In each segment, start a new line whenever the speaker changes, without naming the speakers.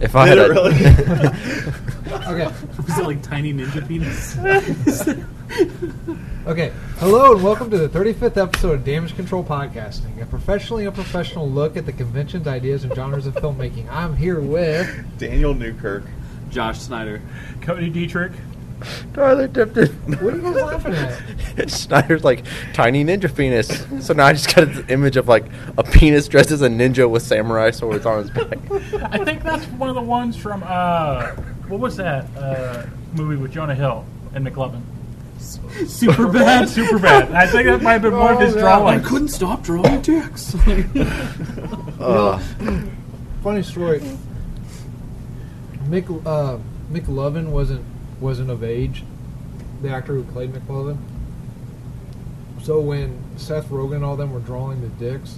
If I had
Did it
a,
really?
Okay.
Was it like tiny ninja penis?
Okay. Hello and welcome to the 35th episode of Damage Control Podcasting, a professionally unprofessional look at the conventions, ideas, and genres of filmmaking. I'm here with.
Daniel Newkirk.
Josh Snyder.
Cody Dietrich.
Tyler Tipton.
What are you guys laughing at?
And Snyder's like tiny ninja penis. So now I just got this image of like a penis dressed as a ninja with samurai swords on his back.
I think that's one of the ones from uh, what was that uh, movie with Jonah Hill and McLovin?
Super bad.
Super bad. I think that might have been one of his
Oh, yeah.
I
drawings.
couldn't stop drawing dicks.
Uh,
Funny story. Mick uh, McLovin wasn't wasn't of age, the actor who played McLovin. So when Seth Rogen and all them were drawing the dicks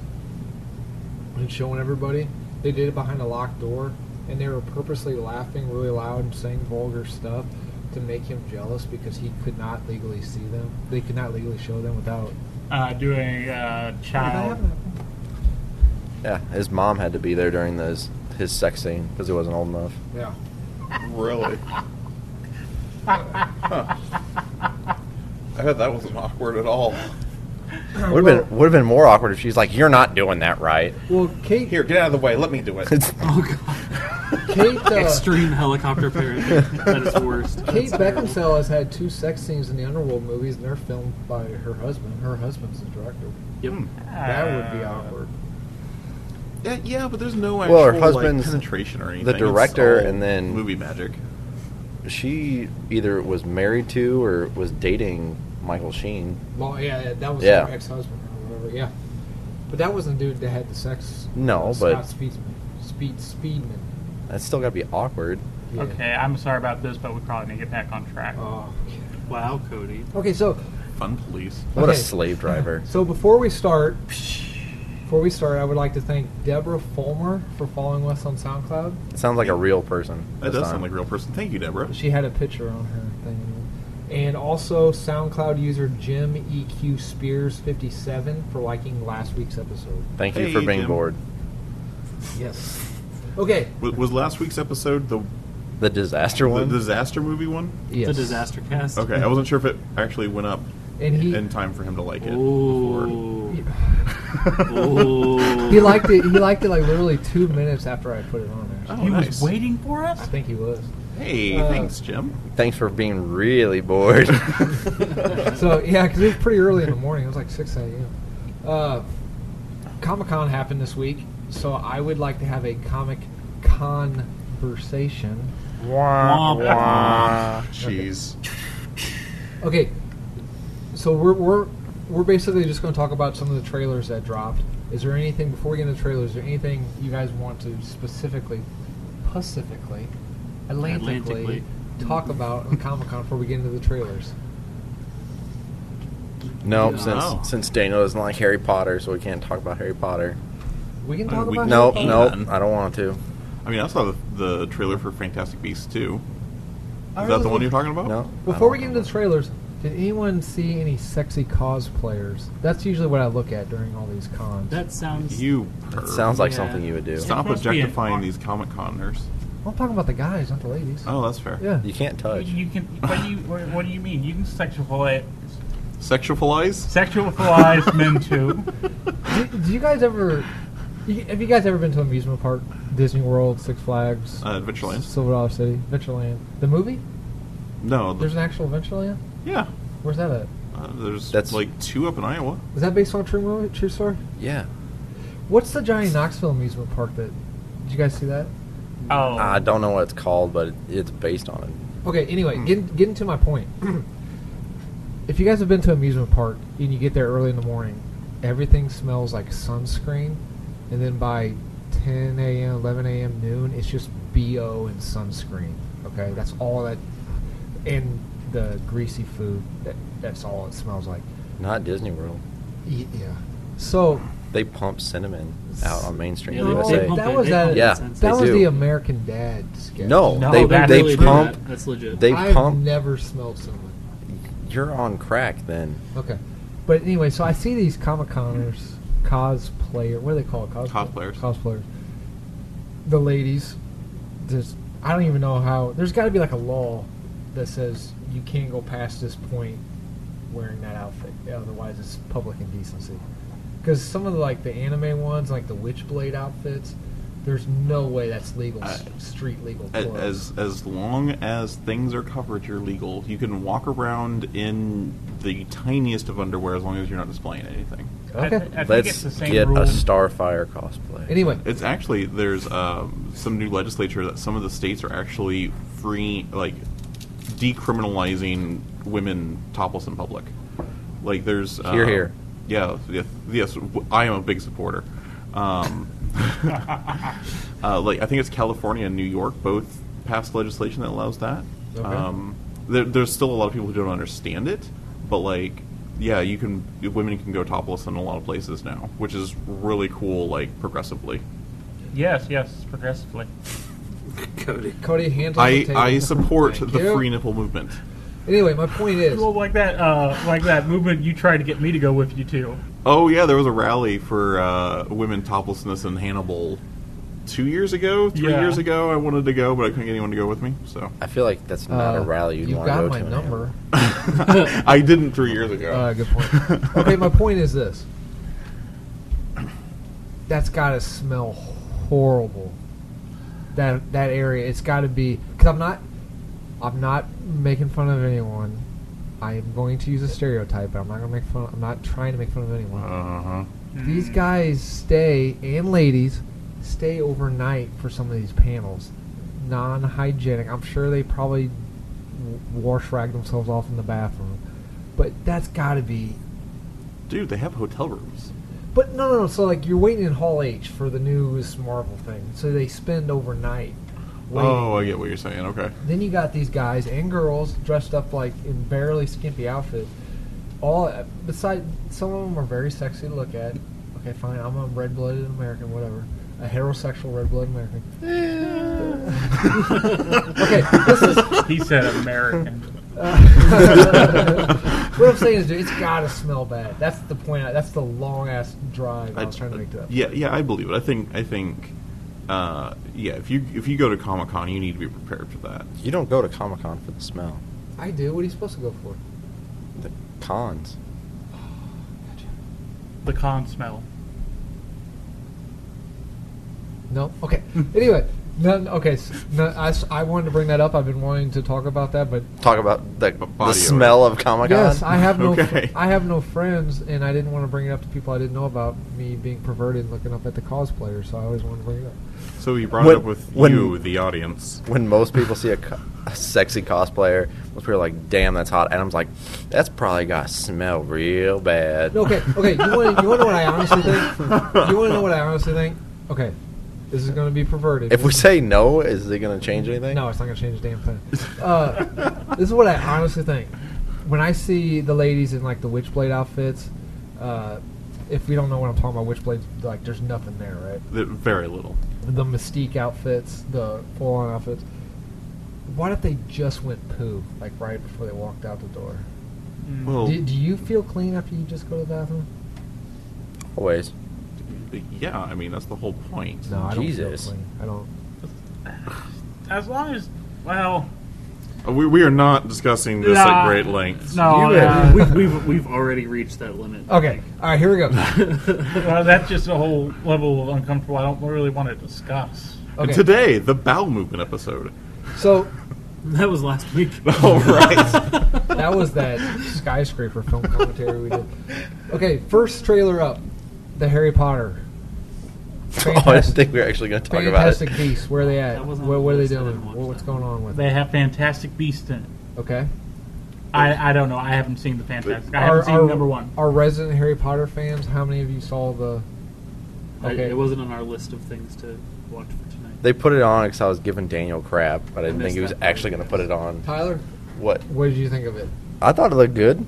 and showing everybody, they did it behind a locked door, and they were purposely laughing really loud and saying vulgar stuff to make him jealous because he could not legally see them. They could not legally show them without.
Uh, doing uh, child.
Yeah, his mom had to be there during those his sex scene because he wasn't old enough.
Yeah.
really? Huh. I bet that wasn't awkward at all.
Would have been would have been more awkward if she's like, "You're not doing that right."
Well, Kate.
Here, get out of the way. Let me do it.
It's
oh god.
Kate. Uh,
Extreme helicopter parenting. That is worst.
Kate Beckinsale has had two sex scenes in the Underworld movies, and they're filmed by her husband. Her husband's the director.
Yep.
That would be
Uh, Ah.
awkward.
Yeah, yeah, but there's no actual
Well, her
like,
husband's
penetration or anything.
the
It's
director
all
and then-
movie magic.
she either was married to or was dating Michael Sheen.
Well, yeah, yeah, that was
Yeah.
her ex-husband or whatever. Yeah, but that wasn't the dude that had the sex.
No,
It's
but-
Scott Speedman. Speed Speedman.
That's still got to be awkward.
Yeah.
Okay, I'm sorry about this, but we probably need to get back on track.
Oh, okay.
Wow, Cody.
okay, so
Fun police.
What a
Okay.
slave driver.
So before we start, before we start, I would like to thank Deborah Fulmer for following us on SoundCloud.
It sounds like a real person.
That
this
does
time.
sound like a real person. Thank you, Deborah.
She had a picture on her thing. And also SoundCloud user Jim EQ Spears 57 for liking last week's episode.
Thank you
Hey,
for being
Jim.
bored.
Yes. Okay.
Was, was last week's episode the,
The disaster
the
one.
disaster movie one?
Yes.
The disaster cast.
Okay, I wasn't sure if it actually went up
And he
in time for him to like it.
Ooh.
before.
Ooh.
he liked it. He liked it like literally two minutes after I put it on there.
Oh,
he
nice.
was waiting for
I
us.
think he was.
Hey,
Uh,
thanks, Jim.
Thanks for being really bored.
So yeah, because it was pretty early in the morning. It was like six a.m. Uh, Comic Con happened this week, so I would like to have a Comic conversation.
Womp.
Um, Jeez.
Okay, so we're we're we're basically just going to talk about some of the trailers that dropped. Is there anything before we get into trailers? Is there anything you guys want to specifically, pacifically, atlantically,
Atlantically.
talk about on Comic Con before we get into the trailers?
No,
No.
since since Daniel doesn't like Harry Potter, so we can't talk about Harry Potter.
We can
Uh,
talk
we-
about
No,
Harry Potter.
no,
Amen.
I don't want to.
I mean, I saw the, the trailer for Fantastic Beasts too. Is
I
that the
really-
one you're talking about?
No.
Before we get into the trailers, did anyone see any sexy cosplayers? That's usually what I look at during all these cons.
That sounds.
You.
It
perv.
sounds like
Yeah.
something you would do.
Stop
It must be an
objectifying
art.
these Comic Conners.
I'm talking about the guys, not the ladies.
Oh, that's fair.
yeah.
You can't
You,
touch.
you can. What do you? What, what do you mean? You can sexualize,
Sexualize?
sexualize men too.
Do, do you guys ever? you- Have you guys ever been to an amusement park, Disney World, Six Flags,
Uh, Adventureland?
Silver Dollar City, Ventureland? The movie?
No.
There's
The,
an actual Ventureland.
yeah.
Where's that at?
Uh, there's
That's-
like two up in Iowa.
Is that based on a true movie, true story?
Yeah.
What's the Johnny Knoxville amusement park that? Did you guys see that?
Oh,
I don't know what it's called, but it's based on it.
Okay, anyway,
Hmm.
getting, getting to my point. if you guys have been to an amusement park and you get there early in the morning, everything smells like sunscreen, and then by 10 a.m., 11 a.m., noon, it's just BO and sunscreen. Okay, that's all that. And the greasy food, that, that's all it smells like.
Not Disney World.
Y- Yeah. So,
They pump cinnamon out on Main Street
Yeah,
no,
they
USA.
pump
that
it,
was
they
that,
pump
it. Yeah,
that
they
was
do.
the American Dad sketch.
No,
No,
they
that
they
really
pump.
do that. That's legit.
They
I've
pump.
never smelled cinnamon.
You're on crack then.
Okay. But anyway, so I see these Comic Coners, cosplayer, what do they call it? Cosplay-
Cosplayers.
Cosplayers. The ladies There's, I don't even know how. There's got to be like a law that says you can't go past this point wearing that outfit. Otherwise, it's public indecency. Because some of the like the anime ones, like the Witchblade outfits, there's no way that's legal. s-
I-
street legal.
A-
clothes.
As as long as things are covered, you're legal. You can walk around in the tiniest of underwear as long as you're not displaying anything.
I,
okay.
thi- I think
Let's
it's the same
get
rule.
a Starfire cosplay.
Anyway,
It's actually there's um, some new legislature that some of the states are actually free, like decriminalizing women topless in public. Like there's
Hear,
um,
hear.
Yeah, yes, yes. w- I am a big supporter. Um, uh, like I think it's California and New York both passed legislation that allows that.
Okay.
Um, there, there's still a lot of people who don't understand it, but like, yeah, you can women can go topless in a lot of places now, which is really cool. Like progressively,
Yes, yes, progressively.
Cody.
Cody handle. the
I
table.
I support
Thank
the
you.
free nipple movement.
Anyway, my point is,
Well, like that, uh, like that movement you tried to get me to go with you too.
Oh yeah, there was a rally for uh, women toplessness in Hannibal two years ago, three
Yeah.
years ago. I wanted to go, but I couldn't get anyone to go with me, so
I feel like that's not
uh,
a rally you'd
you
want
got
to go
my
to. man.
number.
I didn't three years ago.
Uh, good point. okay, my point is this. That's got to smell horrible. That that area, it's got to be because I'm not, I'm not making fun of anyone. I am going to use a stereotype, but I'm not going to make fun. I'm not trying to make fun of anyone.
Uh huh.
These guys stay and ladies stay overnight for some of these panels. Non-hygienic. I'm sure they probably w- wash rag themselves off in the bathroom, but that's got to be.
Dude, they have hotel rooms.
But no, no, no. So like you're waiting in Hall H for the newest Marvel thing, so they spend overnight. Waiting.
Oh, I get what you're saying. Okay.
Then you got these guys and girls dressed up like in barely skimpy outfits. All besides, some of them are very sexy to look at. Okay, fine. I'm a red-blooded American, whatever. A heterosexual red-blooded American. okay, this is.
He said American.
what I'm saying is, dude, it's gotta smell bad. That's the point. I, that's the long-ass drive I, was trying to make to that.
Yeah, yeah, I believe it. I think, I think, uh, yeah. If you if you go to Comic Con, you need to be prepared for that.
You don't go to Comic Con for the smell.
I do. What are you supposed to go for?
The cons.
The con smell.
No. Okay. Anyway, none. Okay. s no, I, s- I wanted to bring that up. I've been wanting to talk about that, but
Talk about the,
Body
the
odor.
smell of Comic Con.
Yes, I have no. fr-
Okay.
I have no friends, and I didn't want to bring it up to people I didn't know about me being perverted and looking up at the cosplayers. So I always wanted to bring it up.
So we brought
When-
it up with
when-
you, the audience.
when most people see a, co- a sexy cosplayer, most people are like, "Damn, that's hot." Adam's like, "That's probably got to smell real bad."
No, okay, okay. You want to you wanna know what I honestly think? You want to know what I honestly think? Okay, this is going to be perverted.
If we say no, is it going to change anything?
No, it's not going to change a damn thing. Uh, this is what I honestly think. When I see the ladies in like the Witchblade outfits, uh, if we don't know what I'm talking about, Witchblade, like there's nothing there, right?
The- Very little.
the mystique outfits, the full-on outfits. What if they just went poo, like right before they walked out the door?
Mm.
Well,
Do, do you feel clean after you just go to the bathroom?
Always.
yeah. I mean, that's the whole point.
No, I don't
Jesus.
feel clean. I don't.
As long as, well,
Uh, We, we are not discussing this
Nah.
at great length.
no,
You-
uh,
we've, we've, we've already reached that limit.
Oh, Okay, Uh, all right, here we go.
well, that's just a whole level of uncomfortable. I don't really want to discuss.
Okay,
Today, the bowel movement episode.
so
That was last week.
All right.
that was that skyscraper film commentary we did. Okay, first trailer up, the Harry Potter.
Oh, I didn't
Fantastic,
think we were actually going to talk about
Fantastic
it.
Beasts. Where are they at?
That wasn't
What,
on
what are
the
they
list. I
doing?
didn't watch
What- What's
that.
going on with? it?
They have Fantastic Beasts in it.
Okay.
I, I don't know. I haven't seen the Fantastic. I haven't
Our-
seen
our-
number one.
Our resident Harry Potter fans, how many of you saw the?
I- it wasn't on our list of things to watch for tonight.
They put it on because I was giving Daniel crap, but I
I
didn't think
missed
he was
that part.
actually going to put it on.
Tyler,
What?
what did you think of it?
I thought it looked good.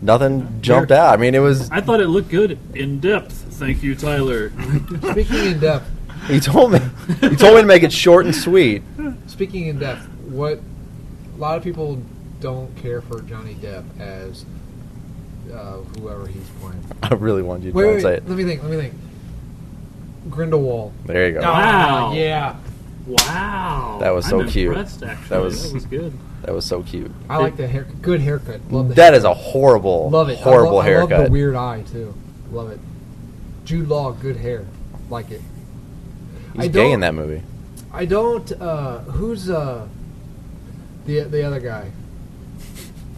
Nothing jumped
Here.
out. I mean, it was.
I thought it looked good in depth. Thank you, Tyler.
Speaking in depth,
He told me. He told me to make it short and sweet.
speaking in depth, what a lot of people don't care for Johnny Depp as uh, whoever he's playing.
I really wanted you to
Wait, wait,
translate.
wait, let me think. Let me think. Grindelwald.
There you go.
No. Wow.
Yeah,
Wow.
That was so
I'm
cute.
Impressed, actually.
That was-
that was good.
That was so cute.
I like the hair. Good haircut. Love the
That is
haircut.
a horrible,
love it. I
horrible
love- I love
haircut.
the weird eye too. Love it. Jude Law, good hair. Like it.
He's
I
gay
don't-
in that movie.
I don't. Uh, who's uh, the the other guy?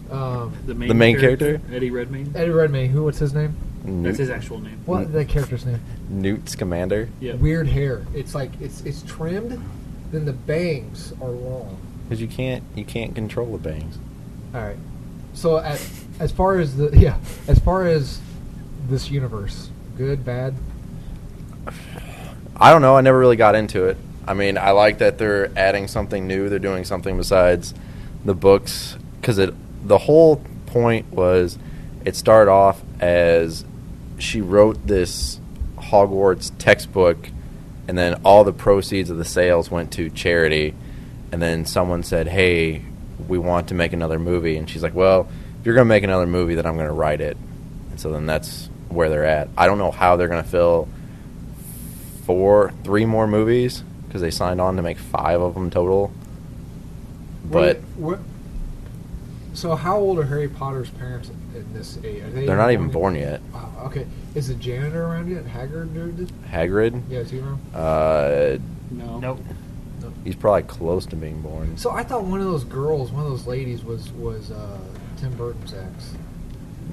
Um,
The main,
The main character?
Eddie Redmayne.
Eddie Redmayne. Who? What's his name?
Newt,
That's his actual name.
Mm.
What the character's name?
Newt's commander.
Yeah.
Weird hair. It's like it's it's trimmed, then the bangs are long.
Because you can't, you can't control the bangs.
All right. So as as far as the yeah, as far as this universe, good, bad.
I don't know. I never really got into it. I mean, I like that they're adding something new. They're doing something besides the books because it. The whole point was, it started off as she wrote this Hogwarts textbook, and then all the proceeds of the sales went to charity. And then someone said, "Hey, we want to make another movie," and she's like, "Well, if you're going to make another movie, then I'm going to write it." And so then that's where they're at. I don't know how they're going to fill four, three more movies because they signed on to make five of them total. But
what, what, so how old are Harry Potter's parents in this age? Are they
they're not even born yet.
Wow, okay, is the janitor around yet? Haggard dude?
Hagrid,
Yeah, is he around?
uh,
No.
Nope.
he's probably close to being born.
So I thought one of those girls, one of those ladies, was was uh, Tim Burton's ex.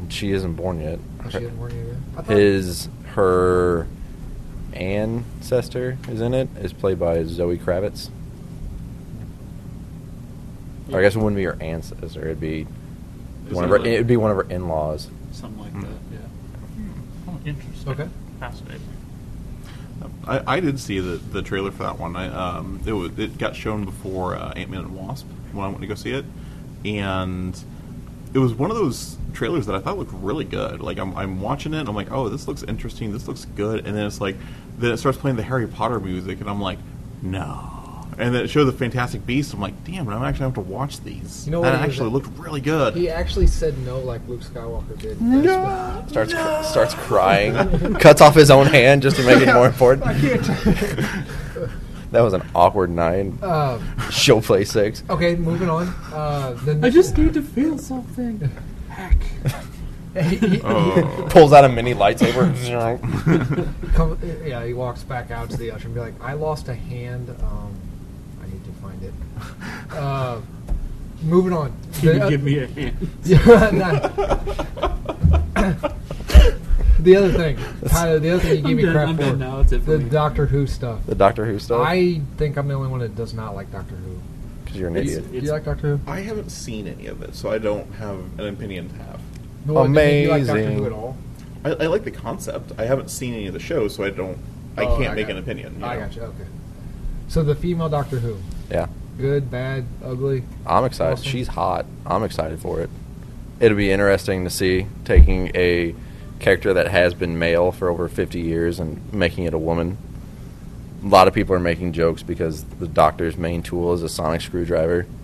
She isn't born yet.
Oh, she didn't warn you. yet? I thought-
His her ancestor is in it. Is played by Zoe Kravitz. Or I guess it wouldn't be her ancestor. It'd be
Is
one of
he
her.
like-
It'd be one of her in-laws.
Something like
Hmm.
that.
Mm.
Yeah.
Oh, interesting.
Okay.
Fascinating.
I, I did see the, the trailer for that one. I, um, it, wa- it got shown before uh, Ant Man and Wasp when I went to go see it, and it was one of those trailers that I thought looked really good. Like I'm, I'm watching it, and I'm like, oh, this looks interesting. This looks good, and then it's like, then it starts playing the Harry Potter music, and I'm like, no. And then it showed the Fantastic Beasts. I'm like, damn, I'm actually gonna have to watch these.
You know
that
what it is?
actually looked really good.
He actually said no, like Luke Skywalker did. No.
Starts cr- starts crying. Cuts off his own hand just to make it more important.
I can't.
That was an awkward night.
Um,
She'll play six.
Okay, moving on. Uh, the
I just need to feel something. Heck.
Oh.
Pulls out a mini lightsaber.
come, yeah, he walks back out to the usher and be like, "I lost a hand. Um, I need to find it." Uh, moving on.
Can
The- uh,
you give me a hand?
Yeah, nah. the other thing, Tyler. The other thing you
I'm
gave me
done-
crap
I'm
for
done now, it's it for
the
me.
Doctor Who stuff.
the Doctor Who stuff.
I think I'm the only one that does not like Doctor Who.
Because you're an
It's-
idiot.
Do you like Doctor Who?
I haven't seen any of it, so I don't have an opinion to have.
No, I mean, do you like Doctor
Amazing.
Who at all? Oh,
I, I like the concept. I haven't seen any of the shows, so I don't. I
Oh,
can't
I
make
got
an
it.
opinion. you
I
know.
got you. Okay. So the female Doctor Who,
Yeah,
good, bad, ugly.
I'm excited.
Awesome.
She's hot. I'm excited for it. It'll be interesting to see taking a character that has been male for over 50 years and making it a woman. A lot of people are making jokes because the Doctor's main tool is a sonic screwdriver.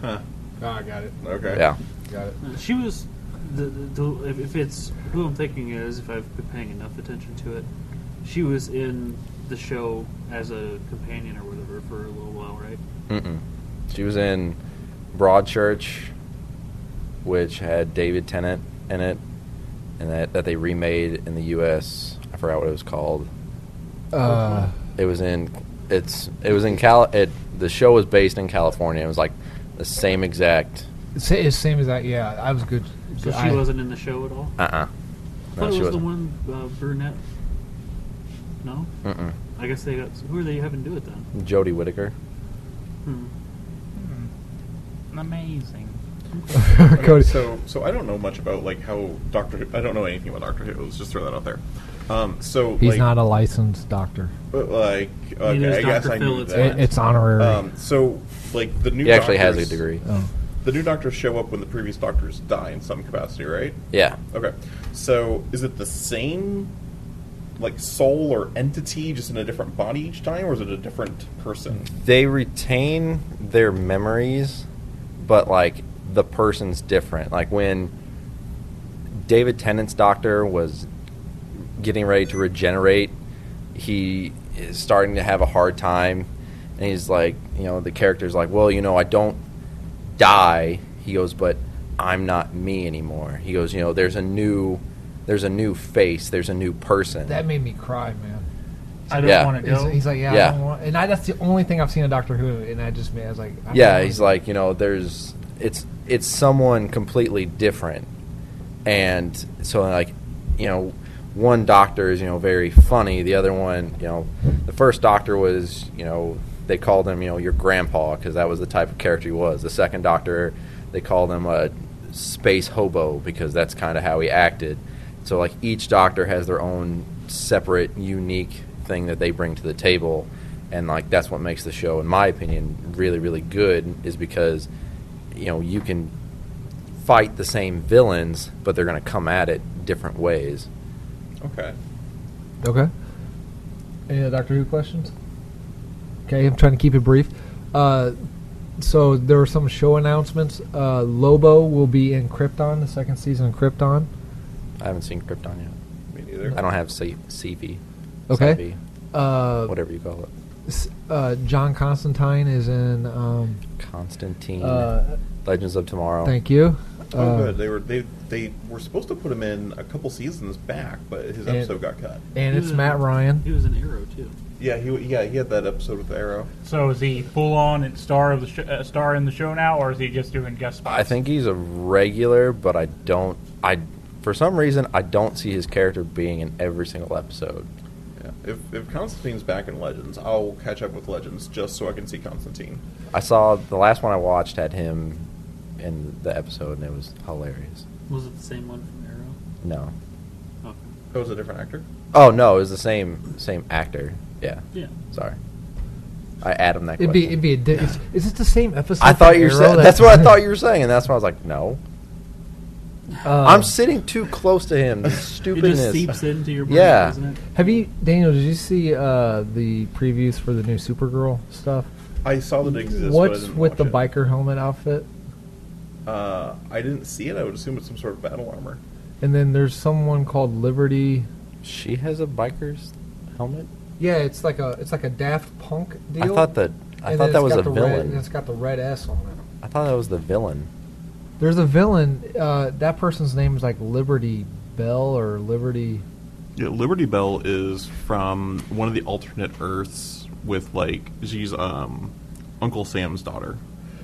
Huh.
Ah, I got it.
Okay.
Yeah,
Got it.
She was. The, the, the, if- if it's who I'm thinking is, if I've been paying enough attention to it, she was in the show as a companion or whatever for a little while, right?
Mm-mm. she was in Broadchurch, which had David Tennant in it, and that that they remade in the U.S. I forgot what it was called.
Uh,
It was in it's it was in Cal. It the show was based in California. It was like the same exact.
sa- it's same as that. Yeah, I was good.
So she
I-
wasn't in the show at all.
Uh uh
I
No,
thought
she
it was the
wasn't.
one uh, brunette. No,
Mm
I guess they got. So who are they having do it then?
mm. Jodie Whittaker.
Hmm.
Amazing.
Cody.
So, so I don't know much about like how Doctor. Who, I don't know anything about Doctor Who. Let's just throw that out there. Um, so
He's
like,
not a licensed doctor.
but, like
Neither is
okay, I guess
Dr.
I
Phil,
knew
it's
that.
fine.
It, it's honorary.
um, so like the new
He actually has a
doctors-
degree.
oh.
The new doctors show up when the previous doctors die in some capacity, right?
Yeah.
Okay. So is it the same like soul or entity just in a different body each time, or is it a different person?
They retain their memories, but like the person's different. Like when David Tennant's doctor was getting ready to regenerate, he is starting to have a hard time, and he's like, you know, the character's like, well, you know, I don't die. He goes, but I'm not me anymore. He goes, you know, there's a new, there's a new face, there's a new person.
That made me cry, man.
I don't
Yeah.
want to
He's,
go.
he's like, yeah,
Yeah.
I don't want, and I, that's the only thing I've seen in Doctor Who, and I just, man, I was like, I don't
yeah,
know.
he's like, you know, there's it's it's someone completely different, and so like, you know, one doctor is you know very funny, the other one, you know, the first doctor was you know they called him you know your grandpa because that was the type of character he was. The second doctor, they called him a space hobo because that's kind of how he acted. So like each doctor has their own separate, unique thing that they bring to the table, and like that's what makes the show, in my opinion, really, really good. Is because you know you can fight the same villains, but they're going to come at it different ways.
Okay.
Okay. Any other Doctor Who questions? Okay, I'm trying to keep it brief. Uh, so there were some show announcements. Uh, Lobo will be in Krypton, the second season of Krypton.
I haven't seen Krypton yet.
Me neither.
I don't have C- CV.
Okay.
CV,
Uh,
whatever you call it.
s- uh, John Constantine is in. Um,
Constantine.
uh,
Legends of Tomorrow.
thank you.
Oh,
Uh,
good. They were they they were supposed to put him in a couple seasons back, but his
And-
episode got cut.
And
He
it's
was in-
Matt Ryan.
He was an arrow too.
Yeah, he yeah he had that episode with the arrow.
so is he full on and star of the sh- uh, star in the show now, or is he just doing guest spots?
I think he's a regular, but I don't. I for some reason I don't see his character being in every single episode.
Yeah. If if Constantine's back in Legends, I'll catch up with Legends just so I can see Constantine.
I saw the last one I watched had him in the episode, and it was hilarious.
Was it the same one from Arrow?
No,
Okay.
That was a different actor.
oh no, it was the same same actor. Yeah,
Yeah.
sorry, I Adam that.
It'd be
question.
it'd be a di- is, is this the same episode?
I thought
from
you were
Arrow
saying.
that-
That's what I thought you were saying, and that's why I was like, no.
Uh,
I'm sitting too close to him. This
It just
stupidness.
seeps into your brain,
Yeah.
doesn't it?
Have you, Daniel? Did you see uh, the previews for the new Supergirl stuff?
I saw that it exists. but I
What's
didn't
with
watch
the
it.
biker helmet outfit?
Uh, I didn't see it. I would assume it's some sort of battle armor.
And then there's someone called Liberty.
she has a biker's helmet.
Yeah, it's like a it's like a Daft Punk deal.
I thought that I
And then
thought that
it's
was
got
a
the Red,
villain.
and it's got the red S on it.
I thought that was the villain.
There's a villain. Uh, that person's name is like Liberty Bell or Liberty.
Yeah, Liberty Bell is from one of the alternate Earths with like she's um Uncle Sam's daughter.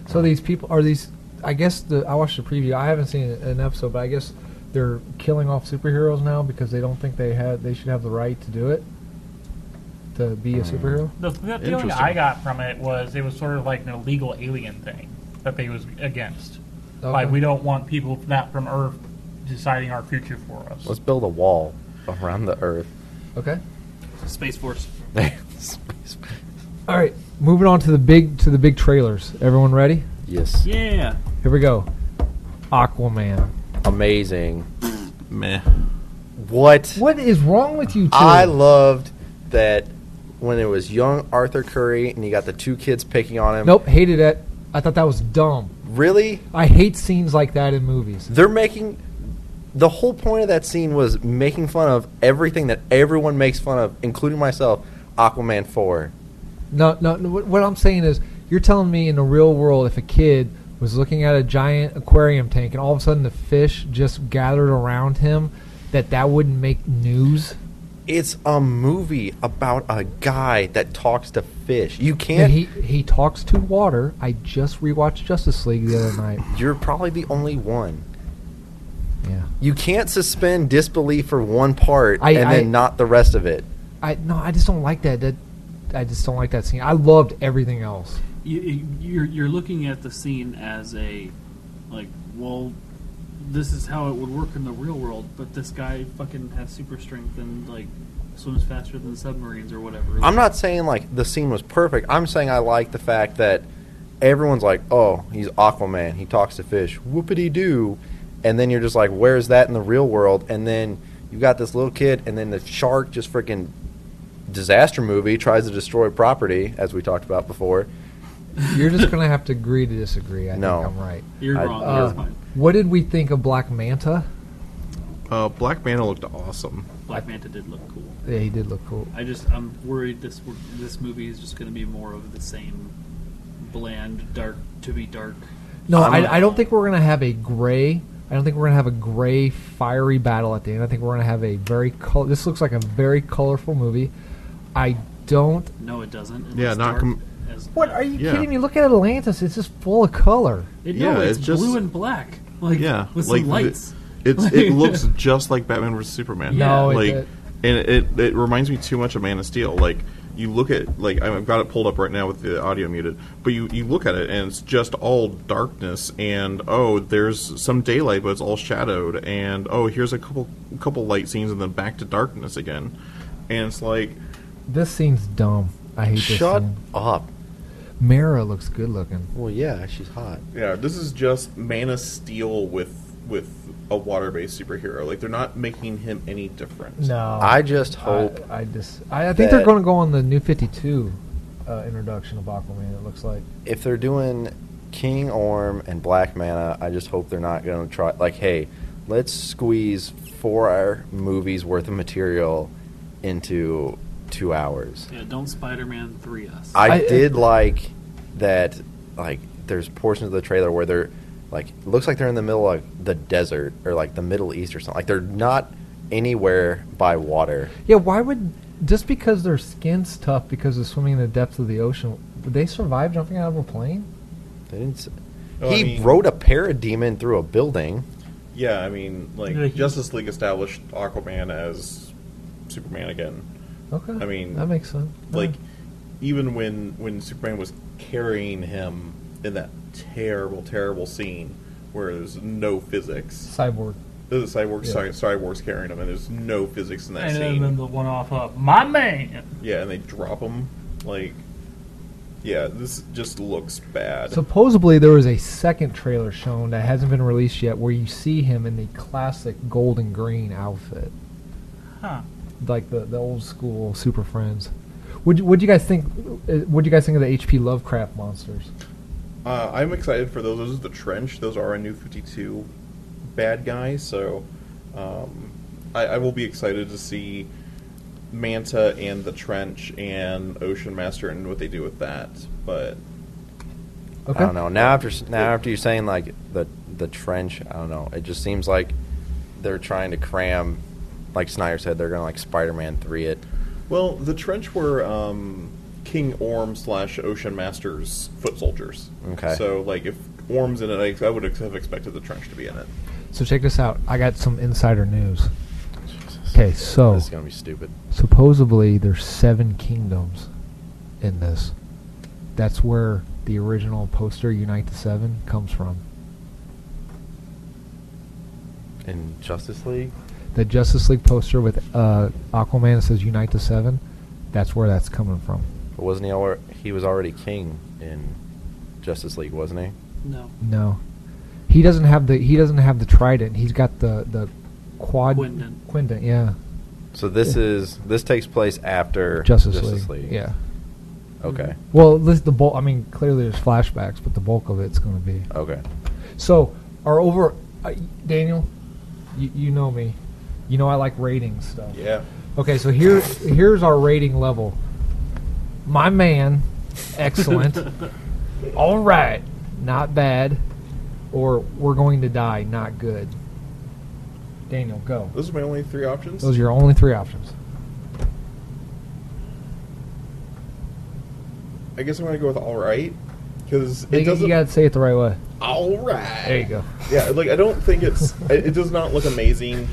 So
Uh-huh.
these people are these. I guess the I watched the preview. I haven't seen an episode, but I guess they're killing off superheroes now because they don't think they had they should have the right to do it to be
Hmm.
a superhero.
the, the feeling
Interesting.
I got from it was it was sort of like an illegal alien thing that they was against. Like
Okay.
we don't want people not from Earth deciding our future for us.
Let's build a wall around the Earth.
Okay.
Space Force.
All right. Moving on to the big to the big trailers. Everyone ready?
yes,
Yeah.
Here we go. Aquaman.
amazing.
Meh.
What?
What is wrong with you two?
I loved that when it was young Arthur Curry and you got the two kids picking on him.
nope, hated it. I thought that was dumb.
Really?
I hate scenes like that in movies.
They're making the whole point of that scene was making fun of everything that everyone makes fun of, including myself. Aquaman four.
No, no. no what, what I'm saying is, you're telling me in the real world, if a kid was looking at a giant aquarium tank and all of a sudden the fish just gathered around him, that that wouldn't make news.
It's a movie about a guy that talks to fish. You
And
can't.
he he talks to water. I just rewatched Justice League the other night.
you're probably the only one.
Yeah.
You can't suspend disbelief for one part
I-
and then
I-
not the rest of it.
I no, I just don't like that. That I just don't like that scene. I loved everything else.
You, you- you're you're looking at the scene as a like, well, this is how it would work in the real world, but this guy fucking has super strength and like swims faster than submarines or whatever.
I'm not saying like the scene was perfect. I'm saying I like the fact that everyone's like, "Oh, he's Aquaman. He talks to fish. Whoopity doo." And then you're just like, "Where is that in the real world?" And then you got this little kid, and then the shark just freaking disaster movie tries to destroy property, as we talked about before.
You're just gonna have to agree to disagree. I
No.
think I'm right.
You're
I-
wrong.
uh,
That's fine.
What did we think of Black Manta?
Uh, Black Manta looked awesome.
Black Manta did look cool.
Yeah, he did look cool.
I just I'm worried this w- this movie is just going to be more of the same bland dark to be dark.
No,
I'm
I,
a-
I don't think we're gonna have a gray. I don't think we're gonna have a gray fiery battle at the end. I think we're gonna have a very color. This looks like a very colorful movie. I don't.
No, it doesn't. It
Yeah,
looks
not
dark
com-
as-
What are you
Yeah.
kidding me? Look at Atlantis. It's just full of color.
It,
Yeah,
no, it's,
it's just-
blue and black. Like
Yeah,
with
like
some
the-
lights.
It's
Like-
it looks just like Batman vs Superman.
No,
it
like,
did.
and it it reminds me too much of Man of Steel. Like you look at like I've got it pulled up right now with the audio muted, but you you look at it and it's just all darkness and oh there's some daylight but it's all shadowed and oh here's a couple couple light scenes and then back to darkness again, and it's like
This scene's dumb. I hate this.
Shut
scene.
up.
Mara looks good looking.
Well, yeah, she's hot.
yeah this is just Man of Steel with with a water based superhero. Like they're not making him any different.
No,
I just hope
Uh, I, I just. I, I think they're
that-
going to go on the new Fifty Two uh, introduction of Aquaman. It looks like.
if they're doing King Orm and Black Mana, I just hope they're not going to try like, hey, let's squeeze four hour movies worth of material into two hours.
Yeah, don't Spider-Man three us.
I,
I-
did like that. Like, there's portions of the trailer where they're like, it looks like they're in the middle of the desert or like the Middle East or something. Like, they're not anywhere by water.
Yeah, why would just because their skin's tough because of swimming in the depths of the ocean, would they survive jumping out of a plane?
They didn't. s
Oh, I
he
mean-
rode a parademon through a building.
Yeah, I mean, like
Yeah, he-
Justice League established Aquaman as Superman again.
Okay.
I mean,
that makes sense.
Uh-huh.
Like even when when Superman was carrying him in that terrible, terrible scene where there's no physics.
cyborg.
There's a cyborg,
Yeah.
cy- cyborg's carrying him, and there's no physics in that
And
scene.
then the one off of my man.
yeah, and they drop him. Like, yeah, this just looks bad.
Supposedly there was a second trailer shown that hasn't been released yet where you see him in the classic gold and green outfit.
Huh.
Like the, the old school Super Friends. Would you, would you guys think would you guys think of the HP Lovecraft monsters?
Uh, I'm excited for those. Those are the trench. Those are a new 52 bad guy. So um, I, I will be excited to see Manta and the trench and Ocean Master and what they do with that. But
Okay.
I don't know. Now after s- now after you saying like the the trench, I don't know. It just seems like they're trying to cram, like Snyder said, they're gonna like Spider-Man three it.
well, the trench were um, King Orm slash Ocean Master's foot soldiers.
Okay.
So like if Orm's in it, I, I would ex- have expected the trench to be in it.
So check this out. I got some insider news. Okay, so
this is gonna be stupid.
supposedly there's seven kingdoms in this. That's where the original poster Unite the Seven comes from.
In Justice League,
The Justice League poster with uh, Aquaman that says Unite the Seven. That's where that's coming from.
but wasn't he? Already, he was already king in Justice League, wasn't he?
no,
No, he doesn't have the he doesn't have the trident. He's got the the quad
Quindant.
Quindant, yeah.
So this
Yeah.
is this takes place after
Justice, League.
League.
yeah.
Okay.
Well, this, the bulk. I mean, clearly there's flashbacks, but the bulk of it's going to be.
Okay.
So, our over, uh, Daniel, you, you know me, you know I like ratings stuff.
Yeah.
Okay, so here here's our rating level. My man, excellent. All right, not bad, or we're going to die, not good. Daniel, go.
Those are my only three options.
Those are your only three options.
I guess I'm gonna go with all right because
You,
it doesn't.
you got to say it the right way.
all right.
There you go.
Yeah, like I don't think it's. it it does not look amazing.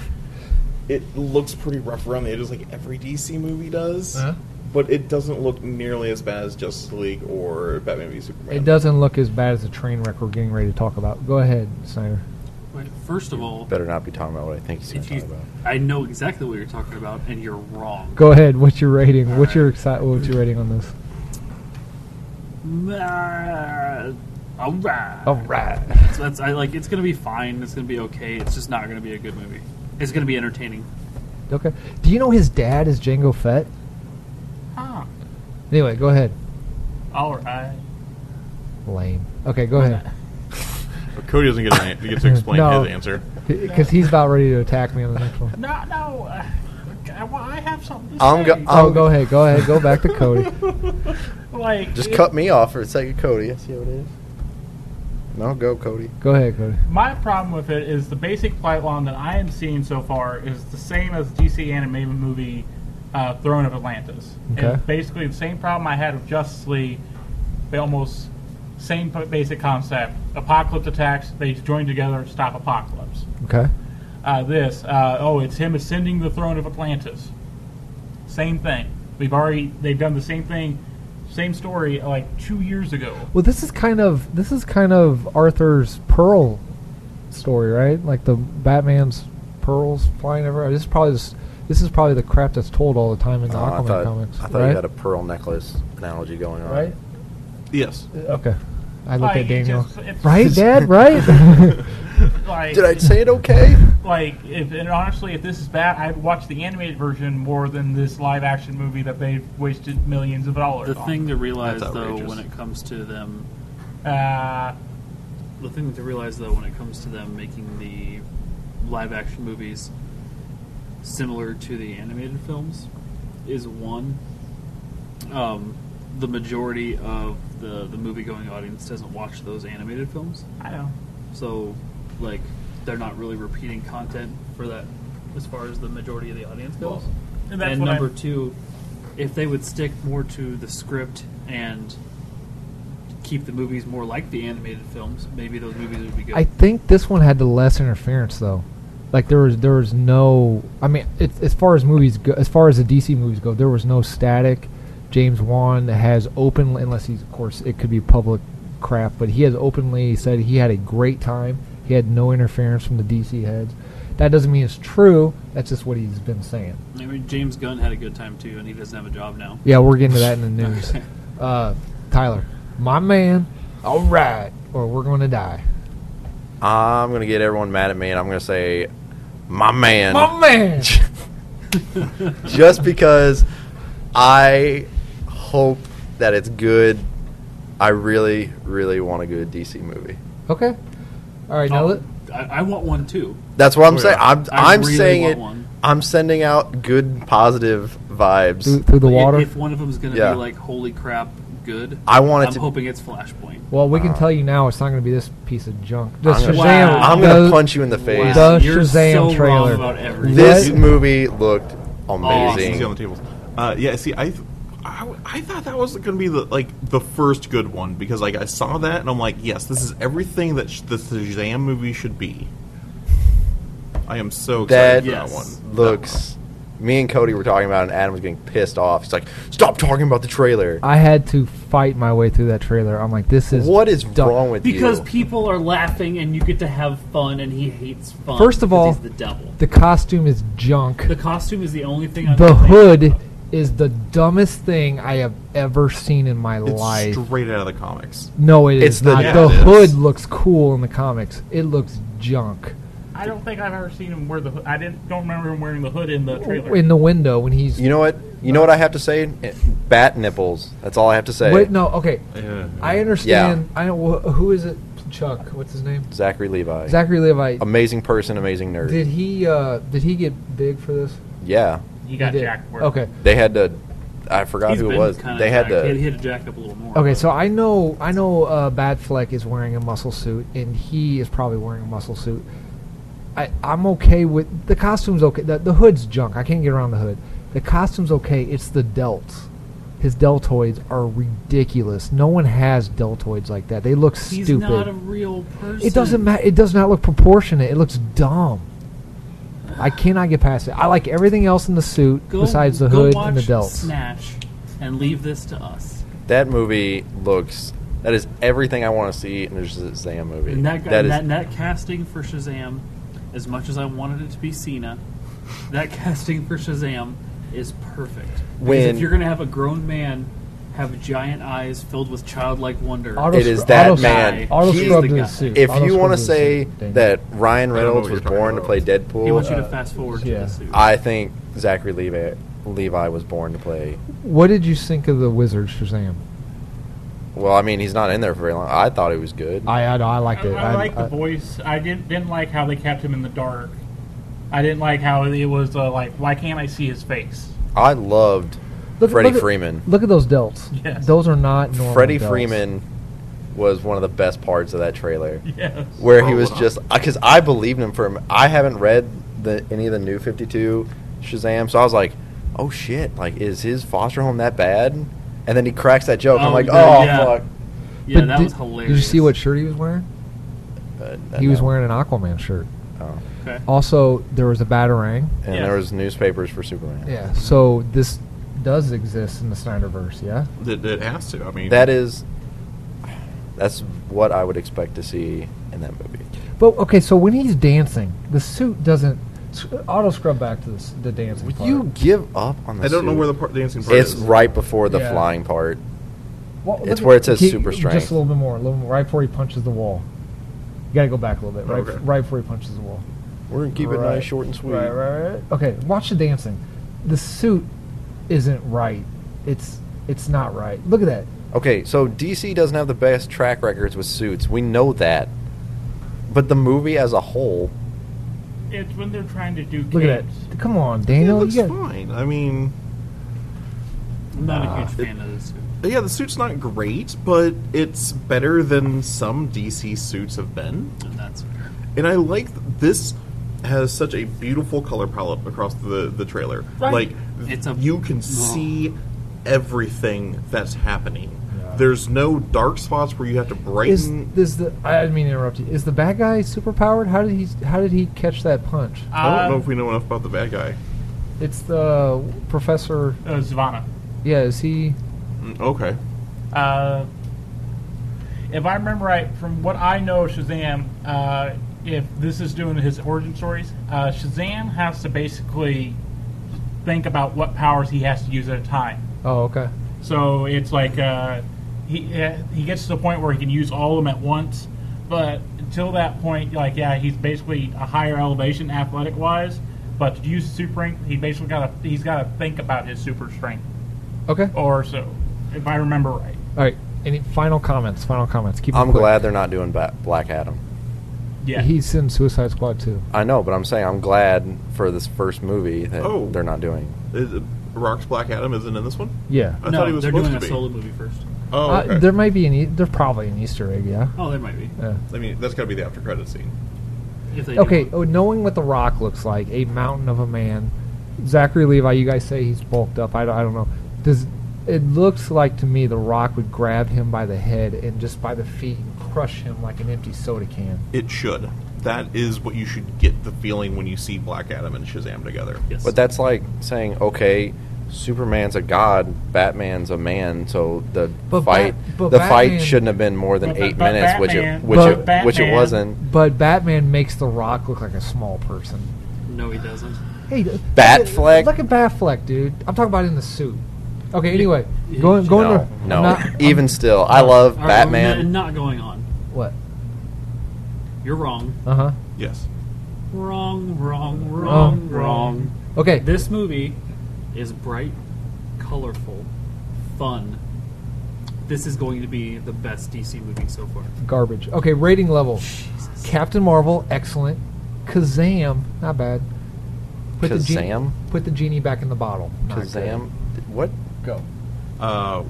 It looks pretty rough around the edges, like every DC movie does.
Uh-huh.
But it doesn't look nearly as bad as Justice League or Batman v Superman.
It doesn't look as bad as the train wreck we're getting ready to talk about. Go ahead, Snyder.
Wait, first of all,
Better not be talking about what I think he's gonna
if
talk
you,
about.
I know exactly what you're talking about, and you're wrong.
Go ahead. What's your rating? What's your exci- What's your rating on this?
Ah, All right.
Oh.
All right.
So that's I like. It's gonna be fine. It's gonna be okay. It's just not gonna be a good movie. It's gonna be entertaining.
Okay. Do you know his dad is Django Fett?
Huh.
Anyway, go ahead.
All right.
Lame. Okay, go ahead.
Cody doesn't get, an, get to explain
No.
his answer.
because he's about ready to attack me on the next one.
No, no. Uh, I, well, I have something to
I'm
say.
go- I'm-
Oh, go ahead, go ahead, go back to Cody.
like,
Just
it-
cut me off for a second, Cody. I see how it is. No, go, Cody.
Go ahead, Cody.
My problem with it is the basic flight line that I am seeing so far is the same as DC animated movie uh, Throne of Atlantis.
Okay.
It's basically the same problem I had with Justice League. They almost same p- basic concept. Apocalypse attacks. They join together to stop Apocalypse.
Okay.
Uh, this. Uh, oh, it's him ascending the throne of Atlantis. Same thing. We've already they've done the same thing, same story like two years ago.
Well, this is kind of this is kind of Arthur's pearl story, right? Like the Batman's pearls flying everywhere. This is probably this, this is probably the crap that's told all the time in the
Oh, I
Aquaman
thought,
comics,
I thought
right?
you had a pearl necklace analogy going on.
right?
Yes.
Okay. I looked
Like,
at
it
Daniel.
just- it's-
right, Dad. Right.
Like,
Did I say it okay?
like if and honestly if this is bad i'd watch the animated version more than this live action movie that they've wasted millions of dollars
The
on
thing to realize, though,
outrageous.
when it comes to them,
uh,
the thing to realize, though, when it comes to them making the live action movies similar to the animated films, is one, um, the majority of the, the movie going audience doesn't watch those animated films.
i know
So, like, they're not really repeating content for that as far as the majority of the audience goes.
and
And,
that's what
number
I-
two, if they would stick more to the script and keep the movies more like the animated films, maybe those movies would be good.
I think this one had the less interference though. Like there was there was no I mean it, as far as movies go, as far as the DC movies go there was no static James Wan has openly unless he's of course it could be public crap but he has openly said he had a great time he had no interference from the DC heads that doesn't mean it's true that's just what he's been saying
I mean, James Gunn had a good time too, and he doesn't have a job now.
yeah we're getting to that in the news uh, Tyler my man all right or we're going to die
I'm going to get everyone mad at me, and I'm going to say, my man.
my man
just because I hope that it's good. I really, really want a good DC movie.
okay all right now let,
Oh, I, I want one too.
That's what I'm saying. I'm,
I
I'm
really
saying
want
it.
one.
I'm sending out good, positive vibes.
through, through the
If-
water.
If, one of them's going to
Yeah.
be like, holy crap, good.
I want it
I'm
to-
hoping it's Flashpoint.
well, we can tell you now it's not going to be this piece of junk. The
I'm gonna-
Shazam.
Wow.
I'm going
the-
to punch you in the face.
Wow. The
You're
Shazam
so
trailer.
Wrong about everything.
This
What?
movie looked
Oh,
You
amazing.
see on the tables. Uh, yeah, see, I, th- I, w- I thought that was going to be the like the first good one because like I saw that and I'm like, yes, this is everything that sh- the Shazam movie should be. I am so
That
excited
Yes.
for that one.
looks. Me and Cody were talking about, it and Adam was getting pissed off. He's like, "Stop talking about the trailer.
I had to fight my way through that trailer. I'm like, this is
What is
dumb.
wrong with
Because
you?"
people are laughing and you get to have fun, and he hates fun.
First of
because
all-
he's the devil.
The costume is junk.
The costume is the only thing. I'm
The
gonna think
hood
about.
is the dumbest thing I have ever seen in my
It's
life.
straight out of the comics.
no, it is
It's the-
not.
yeah,
the
it is.
hood looks cool in the comics. It looks junk
i don't think i've ever seen him wear the hood i didn't don't remember him wearing the hood in the trailer
in the window when he's.
You know what? You know what I have to say? Eh, Bat nipples. That's all I have to say.
Wait, no, okay. I understand. I don't. wh- Who is it? Chuck. What's his name?
Zachary Levi.
Zachary Levi.
amazing person, amazing nerd.
Did he? Uh, did he get big for this?
yeah,
you got
He did.
jacked for it.
Okay.
they had to. I forgot
He's
who it
been
was.
kinda
They had
jacked. He
to.
had to jack up a little more.
Okay,
but-
so I know I know uh, Batfleck is wearing a muscle suit, and he is probably wearing a muscle suit. I, I'm okay with the costume's okay. The, the hood's junk. I can't get around the hood. The costume's okay. It's the delts. His deltoids are ridiculous. No one has deltoids like that. They look
he's
stupid.
not a real person.
It doesn't matter. It does not look proportionate. It looks dumb. I cannot get past it. I like everything else in the suit
Go,
besides the
go
hood
watch
and the delts.
Smash, and leave this to us.
That movie looks. That is everything I want to see in a Shazam movie.
And that, guy,
that is.
that that casting for Shazam, as much as I wanted it to be Cena, that casting for Shazam is perfect. Because
When-
if you're gonna have a grown man have giant eyes filled with childlike wonder,
Auto
It is
scr-
that
auto
man.
Auto
He's
scrubbed
the
in
guy.
the suit.
if
Auto
you want to
scrubbed in
say
the suit.
that Ryan Reynolds
what you're
was
talking
born to
about. Uh,
play
he wants you
Deadpool,
to fast forward to
yeah.
the suit.
I think Zachary Levi Levi was born to play.
what did you think of the Wizard Shazam?
Well, I mean, he's not in there for very long. I thought he was good.
I I, I
I,
liked it.
I like the voice. I didn't didn't like how they kept him in the dark. I didn't like how it was uh, like, why can't I see his face?
I loved
Look-
Freddie
look at-
Freeman.
Look at those delts.
Yes.
Those are not normal.
Freddie
delts.
Freeman was one of the best parts of that trailer,
Yes.
where he
Oh,
was
wow.
just because I believed him from. I haven't read the any of the new Fifty Two Shazam, so I was like, oh shit, like is his foster home that bad? And then he cracks that joke. I'm
Oh,
like,
yeah,
oh
yeah.
fuck.
Yeah,
But
that
did-
was hilarious.
Did you see what shirt he was wearing?
Uh,
He was
no.
wearing an Aquaman shirt.
Oh.
Okay.
Also, there was a batarang.
And
Yeah.
there was newspapers for Superman.
Yeah. So this does exist in the Snyderverse. Yeah.
That it has to. I mean,
That is, that's what I would expect to see in that movie.
But okay, so when he's dancing, the suit doesn't. s- Auto scrub back to this, the dancing
Would
part.
you give up on the
I don't know
suit?
where the part, dancing part
It's
is.
right before the
Yeah.
flying part.
Well,
It's
look at-
where it says
keep-
super
Just
strength.
a little bit more, a little more, right before he punches the wall. You got to go back a little bit, right?
Okay.
Right before he punches the wall.
We're gonna keep it
Right.
nice, short, and sweet.
Right, right, right. Okay, watch the dancing. The suit isn't right. It's it's not right. Look at that.
Okay, so DC doesn't have the best track records with suits. We know that, but the movie as a whole,
It's when they're trying to do.
Look at
capes.
that. Come on,
It
Daniel.
looks
you gotta-
fine. I mean,
I'm not
Uh,
a
Ah.
huge fan of this.
yeah, the suit's not great, but it's better than some DC suits have been.
and That's fair.
And I like th- this has such a beautiful color palette across the the trailer.
Right.
Like
It's a-
you can
Oh.
see everything that's happening.
Yeah.
There's no dark spots where you have to
Is
brighten.
is the? I didn't mean to interrupt you. Is the bad guy super powered? How did he? How did he catch that punch?
I don't
Uh,
know if we know enough about the bad guy.
It's the professor.
uh, Zavanna.
Yeah, is he?
Mm, Okay.
Uh, if I remember right, from what I know, of Shazam. Uh, if this is doing his origin stories, uh, Shazam has to basically think about what powers he has to use at a time.
Oh, okay.
So it's like uh, he uh, he gets to the point where he can use all of them at once. But until that point, like yeah, he's basically a higher elevation athletic wise. But to use super strength, he basically got to he's got to think about his super strength
Okay. All
or so, if I remember right.
right. Any final comments? Final comments. Keep. 'em
I'm
quick.
glad they're not doing ba- Black Adam.
Yeah,
He's in Suicide Squad too.
I know, but I'm saying I'm glad for this first movie that
Oh.
they're not doing.
Is- uh, Rock's Black Adam isn't in this one.
Yeah.
I
no,
thought he was
they're
supposed
doing
to be.
a solo movie first.
Oh, okay.
Uh, there might be an. E- there's probably an Easter egg. Yeah.
Oh, there might be.
Yeah.
I mean, that's got to be the after credit scene.
If they do
Okay.
one.
Oh, knowing what the Rock looks like, a mountain of a man. Zachary Levi, you guys say he's bulked up. I don't, I don't know. Does it looks like to me the Rock would grab him by the head and just by the feet and crush him like an empty soda can?
It should. That is what you should get the feeling when you see Black Adam and Shazam together.
Yes.
But that's like saying, okay, Superman's a god, Batman's a man, so the
But
fight
Bat- but
the
Batman-
fight shouldn't have been more than
But-
eight
but
minutes,
Batman-
which it which
But
it, which it
Batman-
wasn't.
But Batman makes the Rock look like a small person.
no, he doesn't.
Hey, th-
Batfleck?
Look at Batfleck, dude. I'm talking about in the suit. Okay. Anyway, going going
no,
to
no.
not-
Even still, I love
All right,
Batman.
we're n- not going on.
what?
You're wrong.
Uh huh.
Yes.
Wrong. Wrong. Wrong. Wrong.
Okay.
This movie is bright, colorful, fun. This is going to be the best DC movie so far.
garbage. Okay, rating level. Captain Marvel, excellent. Kazam, not bad. The
Kazam?
genie, put the genie back in the bottle. Not good.
Shazam. What?
Go.
Uh,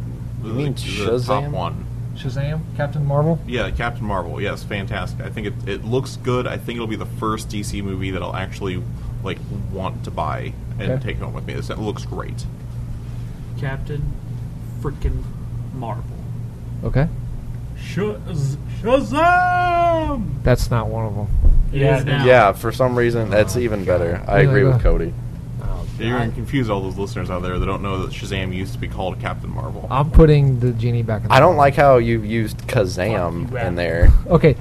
you
mean
top
Shazam?
one?
Shazam, Captain Marvel.
Yeah, Captain Marvel. Yes, fantastic. I think it, it looks good. I think it'll be the first DC movie that I'll actually like want to buy and
Okay.
take home with me. This- It looks great.
Captain freaking Marvel.
Okay.
Shaz- Shazam!
That's not one of them.
It
Yeah,
is now.
Yeah, for some reason that's even better. I
Yeah,
agree
go.
with Cody.
Oh.
You're going to confuse all those listeners out there that don't know that Shazam used to be called Captain Marvel.
I'm putting the genie back in the
I don't like how you used Kazam
Fuck you,
in
Adam.
there.
Okay.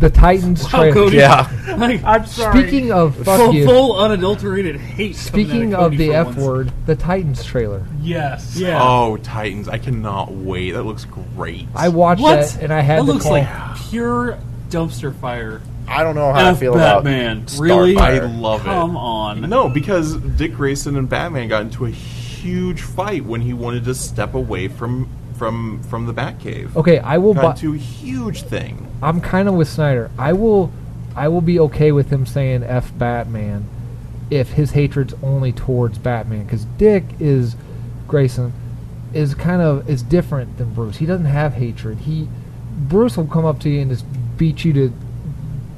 The Titans
Wow,
trailer.
Cody.
Yeah.
Like,
I'm sorry.
Speaking of fuck
full,
you.
full unadulterated hate. coming out
speaking of
Cody
the
for
F
once.
word, the Titans trailer.
yes,
Yeah.
Oh, Titans! I cannot wait. That looks great.
I watched
what?
that and I had
that
to
looks
call-
like pure dumpster fire.
I don't know how I
F
feel
Batman.
about
Really?
I
Starfire.
love it.
Come on.
No, because Dick Grayson and Batman got into a huge fight when he wanted to step away from from from the Batcave.
Okay, I will buy.
Got into a huge thing.
I'm kind of with Snyder. I will, I will be okay with him saying "f Batman" if his hatred's only towards Batman, because Dick is Grayson is kind of is different than Bruce. He doesn't have hatred. He Bruce will come up to you and just beat you to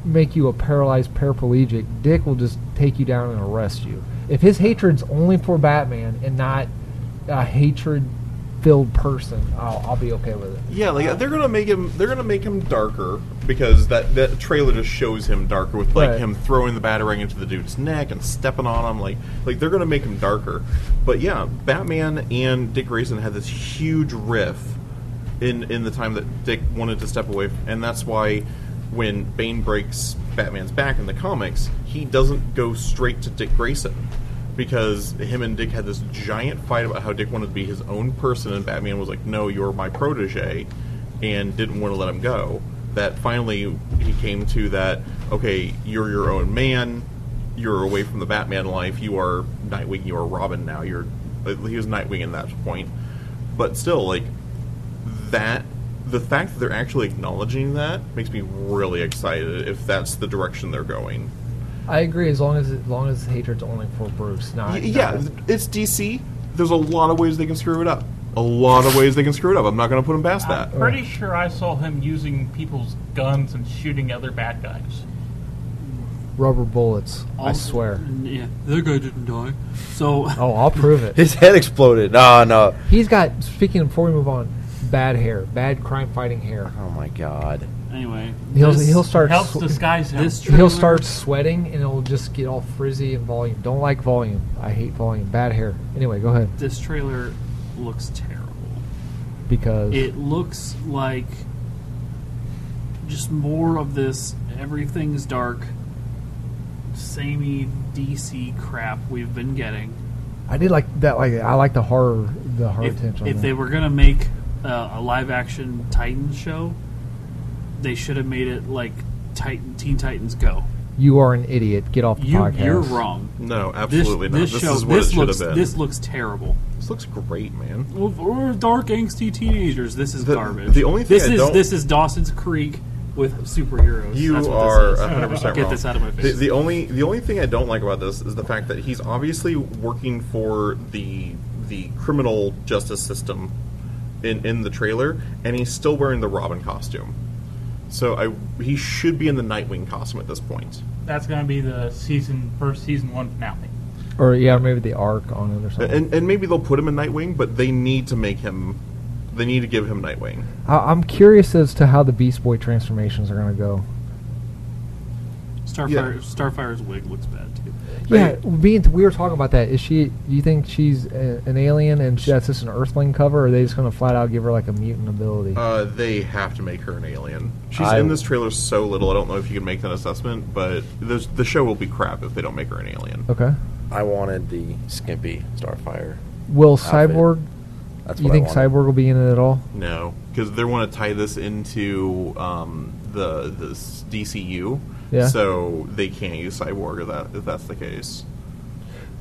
make you a paralyzed paraplegic. Dick will just take you down and arrest you. If his hatred's only for Batman and not a hatred-filled person, I'll, I'll be okay with it.
Yeah, like they're gonna make him. They're gonna make him darker because that that trailer just shows him darker with like
Right.
him throwing the batarang into the dude's neck and stepping on him. Like like they're gonna make him darker. But yeah, Batman and Dick Grayson had this huge riff in in the time that Dick wanted to step away, and that's why when Bane breaks Batman's back in the comics, he doesn't go straight to Dick Grayson because him and Dick had this giant fight about how Dick wanted to be his own person, and Batman was like, "No, you're my protege," and didn't want to let him go. That finally he came to that. Okay, you're your own man. You're away from the Batman life. You are Nightwing. You are Robin now. You're he was Nightwing at that point, but still, like that. The fact that they're actually acknowledging that makes me really excited. If that's the direction they're going,
I agree as long as as long as hatred's only for Bruce, not
Y- yeah,
not-
it's DC. There's a lot of ways they can screw it up. A lot of ways they can screw it up. I'm not going to put them past that.
I'm pretty sure I saw him using people's guns and shooting other bad guys.
rubber bullets. I
Also-
swear.
Yeah, that guy didn't die. So
Oh, I'll prove it.
His head exploded. No, no.
He's got speaking before we move on, bad hair, bad crime fighting hair.
Oh my god.
anyway,
He'll
this-
he'll start
Helps
sw-
disguise him.
this trailer,
he'll start sweating and it'll just get all frizzy and volume. Don't like volume. I hate volume. Bad hair. Anyway, go ahead
This trailer looks terrible.
because
It looks like just more of this everything's dark, samey DC crap we've been getting.
I did like that. Like I like the horror the horror
If,
tension.
if they were going to make uh, a live action Titans show, they should have made it like Titan Teen Titans Go.
you are an idiot. Get off the
You,
podcast.
you're wrong.
No,
This,
absolutely not.
this
This,
show
is what
this
it should
looks
have been.
this looks terrible.
This looks great, man.
Well, We're dark, angsty teenagers. This is
The-
garbage.
the only thing
this
I
is
don't-
this is Dawson's Creek with superheroes. That's
You
what this
are
is.
100 percent
Get this out of my
The,
face.
the only the only thing I don't like about this is the fact that he's obviously working for the the criminal justice system in in the trailer, and he's still wearing the Robin costume. So I he should be in the Nightwing costume at this point.
That's going to be the season first season one finale.
or yeah, maybe the arc on it or
Oh.
something.
And, and maybe they'll put him in Nightwing, but they need to make him. They need to give him Nightwing.
I, I'm curious as to how the Beast Boy transformations are going to go.
Starfire Starfire's wig looks bad too.
Yeah, being we were talking about that. Is she? Do you think she's a, an alien and she, that's just an Earthling cover, or are they just going to flat out give her like a mutant ability?
Uh, they have to make her an alien. She's
I-
in this trailer so little. I don't know if you can make that assessment, but there's, the show will be crap if they don't make her an alien.
okay.
I wanted the skimpy Starfire.
Will
Outfit.
Cyborg?
That's what
You
I
think
wanted.
Cyborg will be in it at all?
No, because they want to tie this into um, the the s- DCU.
Yeah.
So they can't use Cyborg if, that, if that's the case.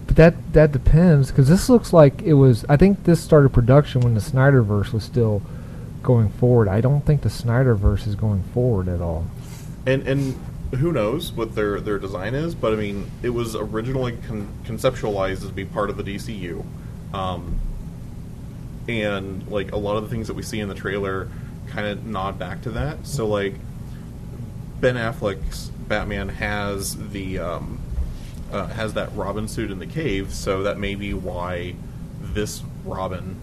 But that that depends because this looks like it was. I think this started production when the Snyderverse was still going forward. I don't think the Snyderverse is going forward at all.
and and who knows what their their design is but i mean it was originally con- conceptualized as be part of the dcu um, and like a lot of the things that we see in the trailer kind of nod back to that so like ben affleck's batman has the um, uh, has that robin suit in the cave so that may be why this robin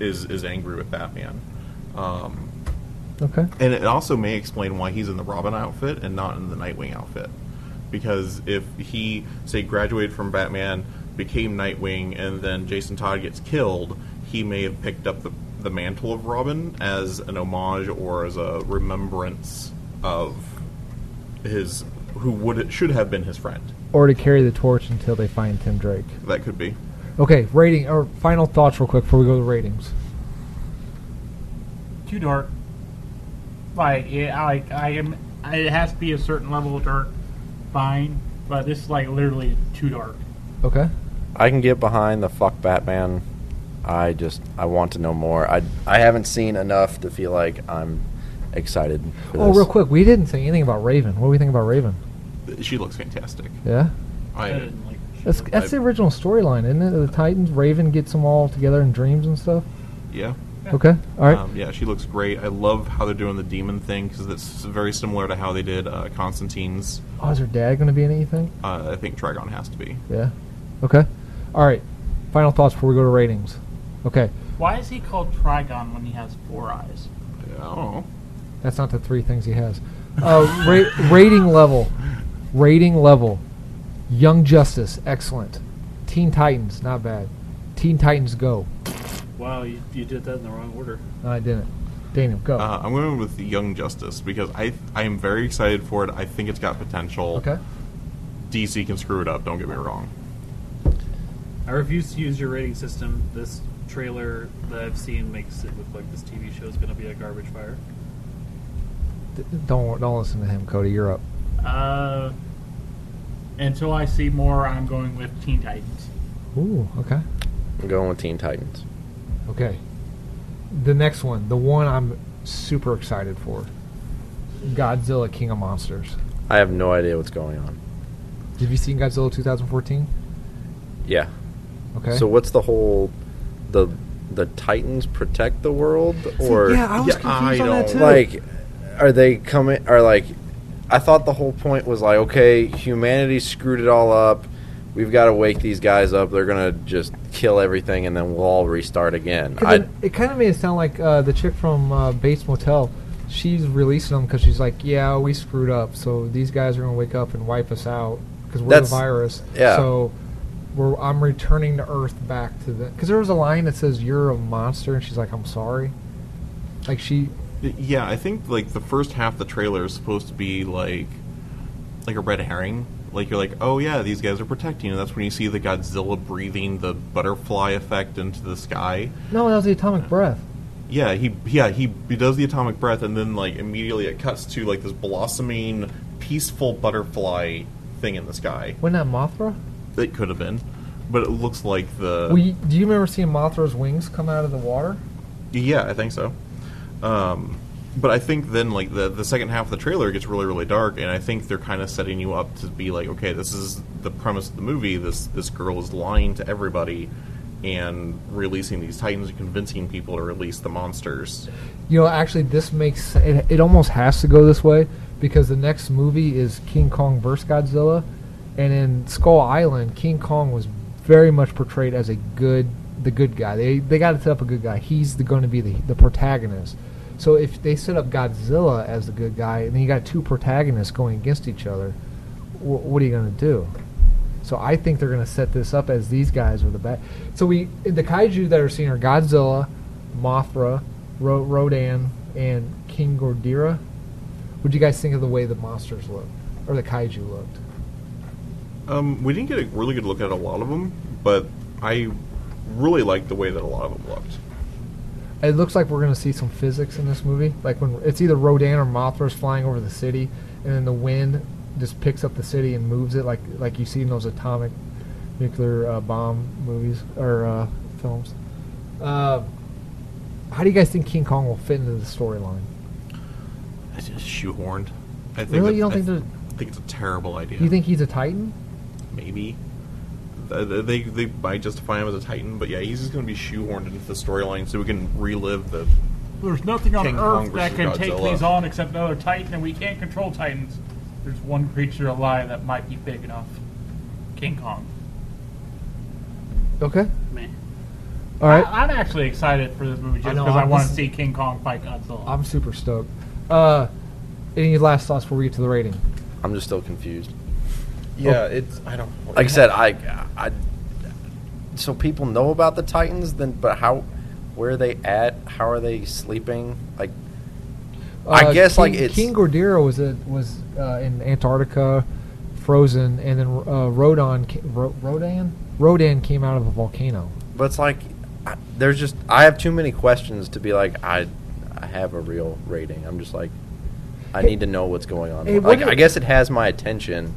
is is angry with batman um,
Okay.
and it also may explain why he's in the Robin outfit and not in the Nightwing outfit. Because if he, say, graduated from Batman, became Nightwing, and then Jason Todd gets killed, he may have picked up the, the mantle of Robin as an homage or as a remembrance of his who would should have been his friend.
Or to carry the torch until they find Tim Drake.
That could be.
Okay, rating or final thoughts, real quick, before we go to ratings.
Too dark. Like it, I like I am. I- It has to be a certain level of dark. Fine, but this is like literally too dark.
Okay.
I can get behind the fuck Batman I just I want to know more. I I haven't seen enough to feel like I'm excited. For
Oh,
this.
real quick, we didn't say anything about Raven. What do we think about Raven?
She looks fantastic.
Yeah,
I
I,
didn't like.
that's
shit.
that's the original storyline, isn't it? The Titans, Raven gets them all together in dreams and stuff.
yeah.
Okay, all right.
Um, yeah, she looks great. I love how they're doing the demon thing because it's very similar to how they did uh, Constantine's.
oh, is her dad going to be in anything?
Uh, I think Trigon has to be.
Yeah. Okay. All right. Final thoughts before we go to ratings. Okay,
Why is he called Trigon when he has four eyes?
Yeah, I don't know.
that's not the three things he has. Uh, ra- rating level, rating level. Young Justice, excellent. Teen Titans, not bad. Teen Titans, go.
Wow, you, you did that in the wrong order.
No, I didn't. Daniel, go.
Uh, I'm going with Young Justice because I I am very excited for it. I think it's got potential.
okay.
DC can screw it up. Don't get me wrong.
I refuse to use your rating system. This trailer that I've seen makes it look like this TV show is going to be a garbage fire.
D- don't wor- don't listen to him, Cody. You're up.
Uh, until I see more, I'm going with Teen Titans.
Ooh. Okay.
I'm going with Teen Titans.
Okay. The next one, the one I'm super excited for, Godzilla King of Monsters.
I have no idea what's going on.
Have you seen Godzilla 2014?
Yeah.
Okay.
So what's the whole the the Titans protect the world or
yeah, I was
Yeah,
confused
I
on that
don't-
too.
like are they coming are like i thought the whole point was like okay humanity screwed it all up we've got to wake these guys up they're gonna just kill everything and then we'll all restart again
'Cause
i
it, it kind of made it sound like uh, the chick from uh, Bates Motel. She's releasing them because she's like, yeah, we screwed up. So these guys are gonna wake up and wipe us out because we're
That's-
the virus.
yeah.
So we're, I'm returning to Earth back to the. Because there was a line that says, "You're a monster," and she's like, "I'm sorry." Like she,
Y- Yeah, I think like the first half of the trailer is supposed to be like like a red herring. Like you're like, oh yeah, these guys are protecting you. That's when you see the Godzilla breathing the butterfly effect into the sky.
no, that was the atomic breath.
Yeah, he yeah he, he does the atomic breath, and then like immediately it cuts to like this blossoming, peaceful butterfly thing in the sky.
Wasn't that Mothra?
It could have been, but it looks like
Uh,
the
well, you, do you remember seeing Mothra's wings come out of the water?
Yeah, I think so. Um, but I think then like the the second half of the trailer gets really really dark, and I think they're kind of setting you up to be like, okay, this is the premise of the movie. This this girl is lying to everybody, and releasing these titans and convincing people to release the monsters.
You know, actually, this makes it, it almost has to go this way because the next movie is King Kong vs. Godzilla, and in Skull Island, King Kong was very much portrayed as a good, the good guy. They they got to set up a good guy. He's going to be the the protagonist. So if they set up Godzilla as the good guy, and then you got two protagonists going against each other, wh- what are you going to do? So I think they're going to set this up as these guys are the best. So we the kaiju that are seen are Godzilla, Mothra, Ro- Rodan, and King Ghidorah. What do you guys think of the way the monsters look or the kaiju looked?
Um, we didn't get a really good look at a lot of them, but I really liked the way that a lot of them looked.
It looks like we're going to see some physics in this movie. Like when it's either Rodan or Mothra's flying over the city, and then the wind just picks up the city and moves it, like like you see in those atomic nuclear uh, bomb movies or uh, films. Uh, how do you guys think King Kong will fit into the storyline?
It's just shoehorned. I think
Really?
that-
You don't
I
think
th-
they're-
I think it's a terrible idea.
Do You think he's a Titan?
maybe. Th- th- They, they might justify him as a Titan, but yeah, he's just going to be shoehorned into the storyline so we can relive the.
There's nothing on
King Kong
Earth that
versus
can take
Godzilla.
these on except another Titan, and we can't control Titans. There's one creature alive that might be big enough. King Kong.
Okay.
Man,
All right.
I, am actually excited for this movie
I
just
know,
because I,
I'm
want to
just-
see King Kong fight Godzilla.
I'm super stoked. Uh, any last thoughts before we get to the rating?
i'm just still confused
Yeah, it's Oh. I don't.
like i said i i so people know about the titans then but how where are they at how are they sleeping like I
Uh,
guess,
King,
like, it's-
King Gordira was a, was uh, in Antarctica, frozen, and then uh, Rodan ca- Ro- Rodan Rodan came out of a volcano.
but it's like I, there's just i have too many questions to be like i i have a real rating i'm just like i
Hey-
need to know what's going on
hey, what
like
do-
i guess it has my attention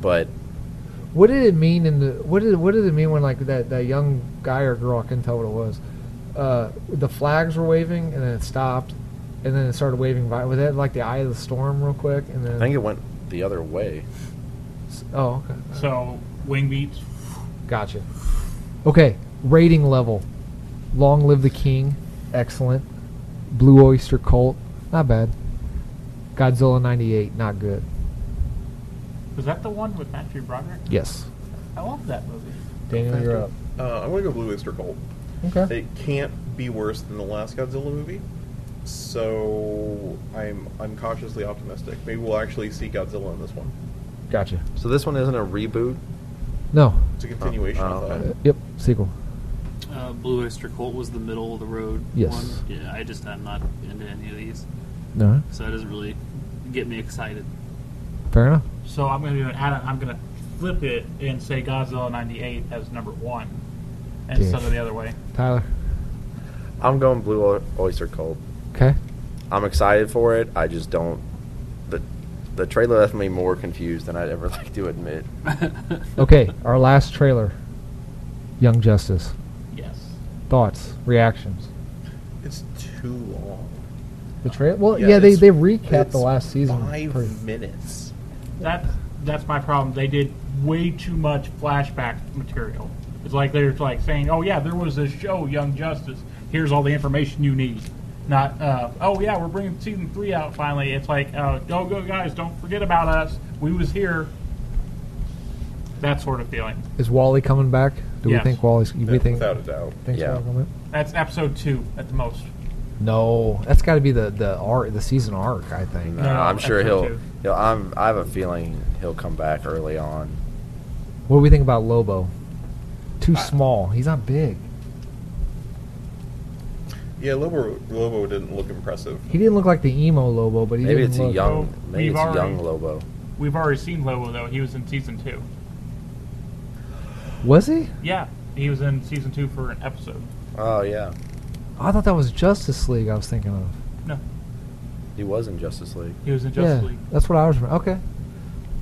but
What did it mean in the what did what did it mean when like that, that young guy or girl I couldn't tell what it was, uh, the flags were waving and then it stopped, and then it started waving. vi- Was that like the eye of the storm real quick? And then
I think it went the other way.
oh okay.
So wing beats.
Gotcha. Okay, rating level. Long live the king. Excellent. Blue Oyster Cult. Not bad. Godzilla 98. Not good.
Was that the one with Matthew Broderick?
Yes.
I love that movie.
Daniel, you're up.
Uh, I'm gonna go Blue Oyster Cult.
Okay.
It can't be worse than the last Godzilla movie, so I'm I'm cautiously optimistic. Maybe we'll actually see Godzilla in this one.
Gotcha.
So this one isn't a reboot.
No.
It's a continuation
Oh,
of
okay.
that.
Yep. Sequel.
Uh, Blue Oyster Cult was the middle of the road
Yes.
one. Yeah, I just I'm not into any of these,
No.
so it doesn't really get me excited.
Fair enough.
So I'm going to do an add I'm going to flip it and say Godzilla 98 as number one instead
Dude.
of the other way.
Tyler.
I'm going Blue Oy- Oyster Cult.
Okay.
I'm excited for it. I just don't. The the trailer left me more confused than I'd ever like to admit.
Okay. Our last trailer. Young Justice.
Yes.
Thoughts. Reactions.
It's too long.
The trailer. Well,
Yeah,
yeah, they
it's-
they recapped
It's
the last season.
Five
pretty-
minutes.
That's that's my problem. They did way too much flashback material. It's like they're like saying, "Oh yeah, there was this show, Young Justice. Here's all the information you need." Not, uh, "Oh yeah, we're bringing season three out finally." It's like, uh, "Go go guys, don't forget about us. We was here." That sort of feeling.
Is Wally coming back? Do
Yes.
we think Wally's? We think,
Without a doubt.
think
Yeah.
Wally's coming back?
That's episode two at the most.
No, that's got to be the the arc, the season arc. I think.
Uh, I'm
that's
sure
what
he'll.
too.
he'll I'm, I have a feeling he'll come back early on.
What do we think about Lobo? Too small. He's not big.
Yeah, Lobo Lobo didn't look impressive.
He didn't look like the emo Lobo, but he
Maybe
didn't
it's a
look.
young.
Oh,
Maybe
we've
it's a young
already-
Lobo.
We've already seen Lobo though. He was in season two.
Was he?
Yeah, he was in season two for an episode.
Oh yeah,
I thought that was Justice League. I was thinking of.
No,
he was in Justice League.
he was in Justice
yeah,
League.
that's what I was. remem- Okay.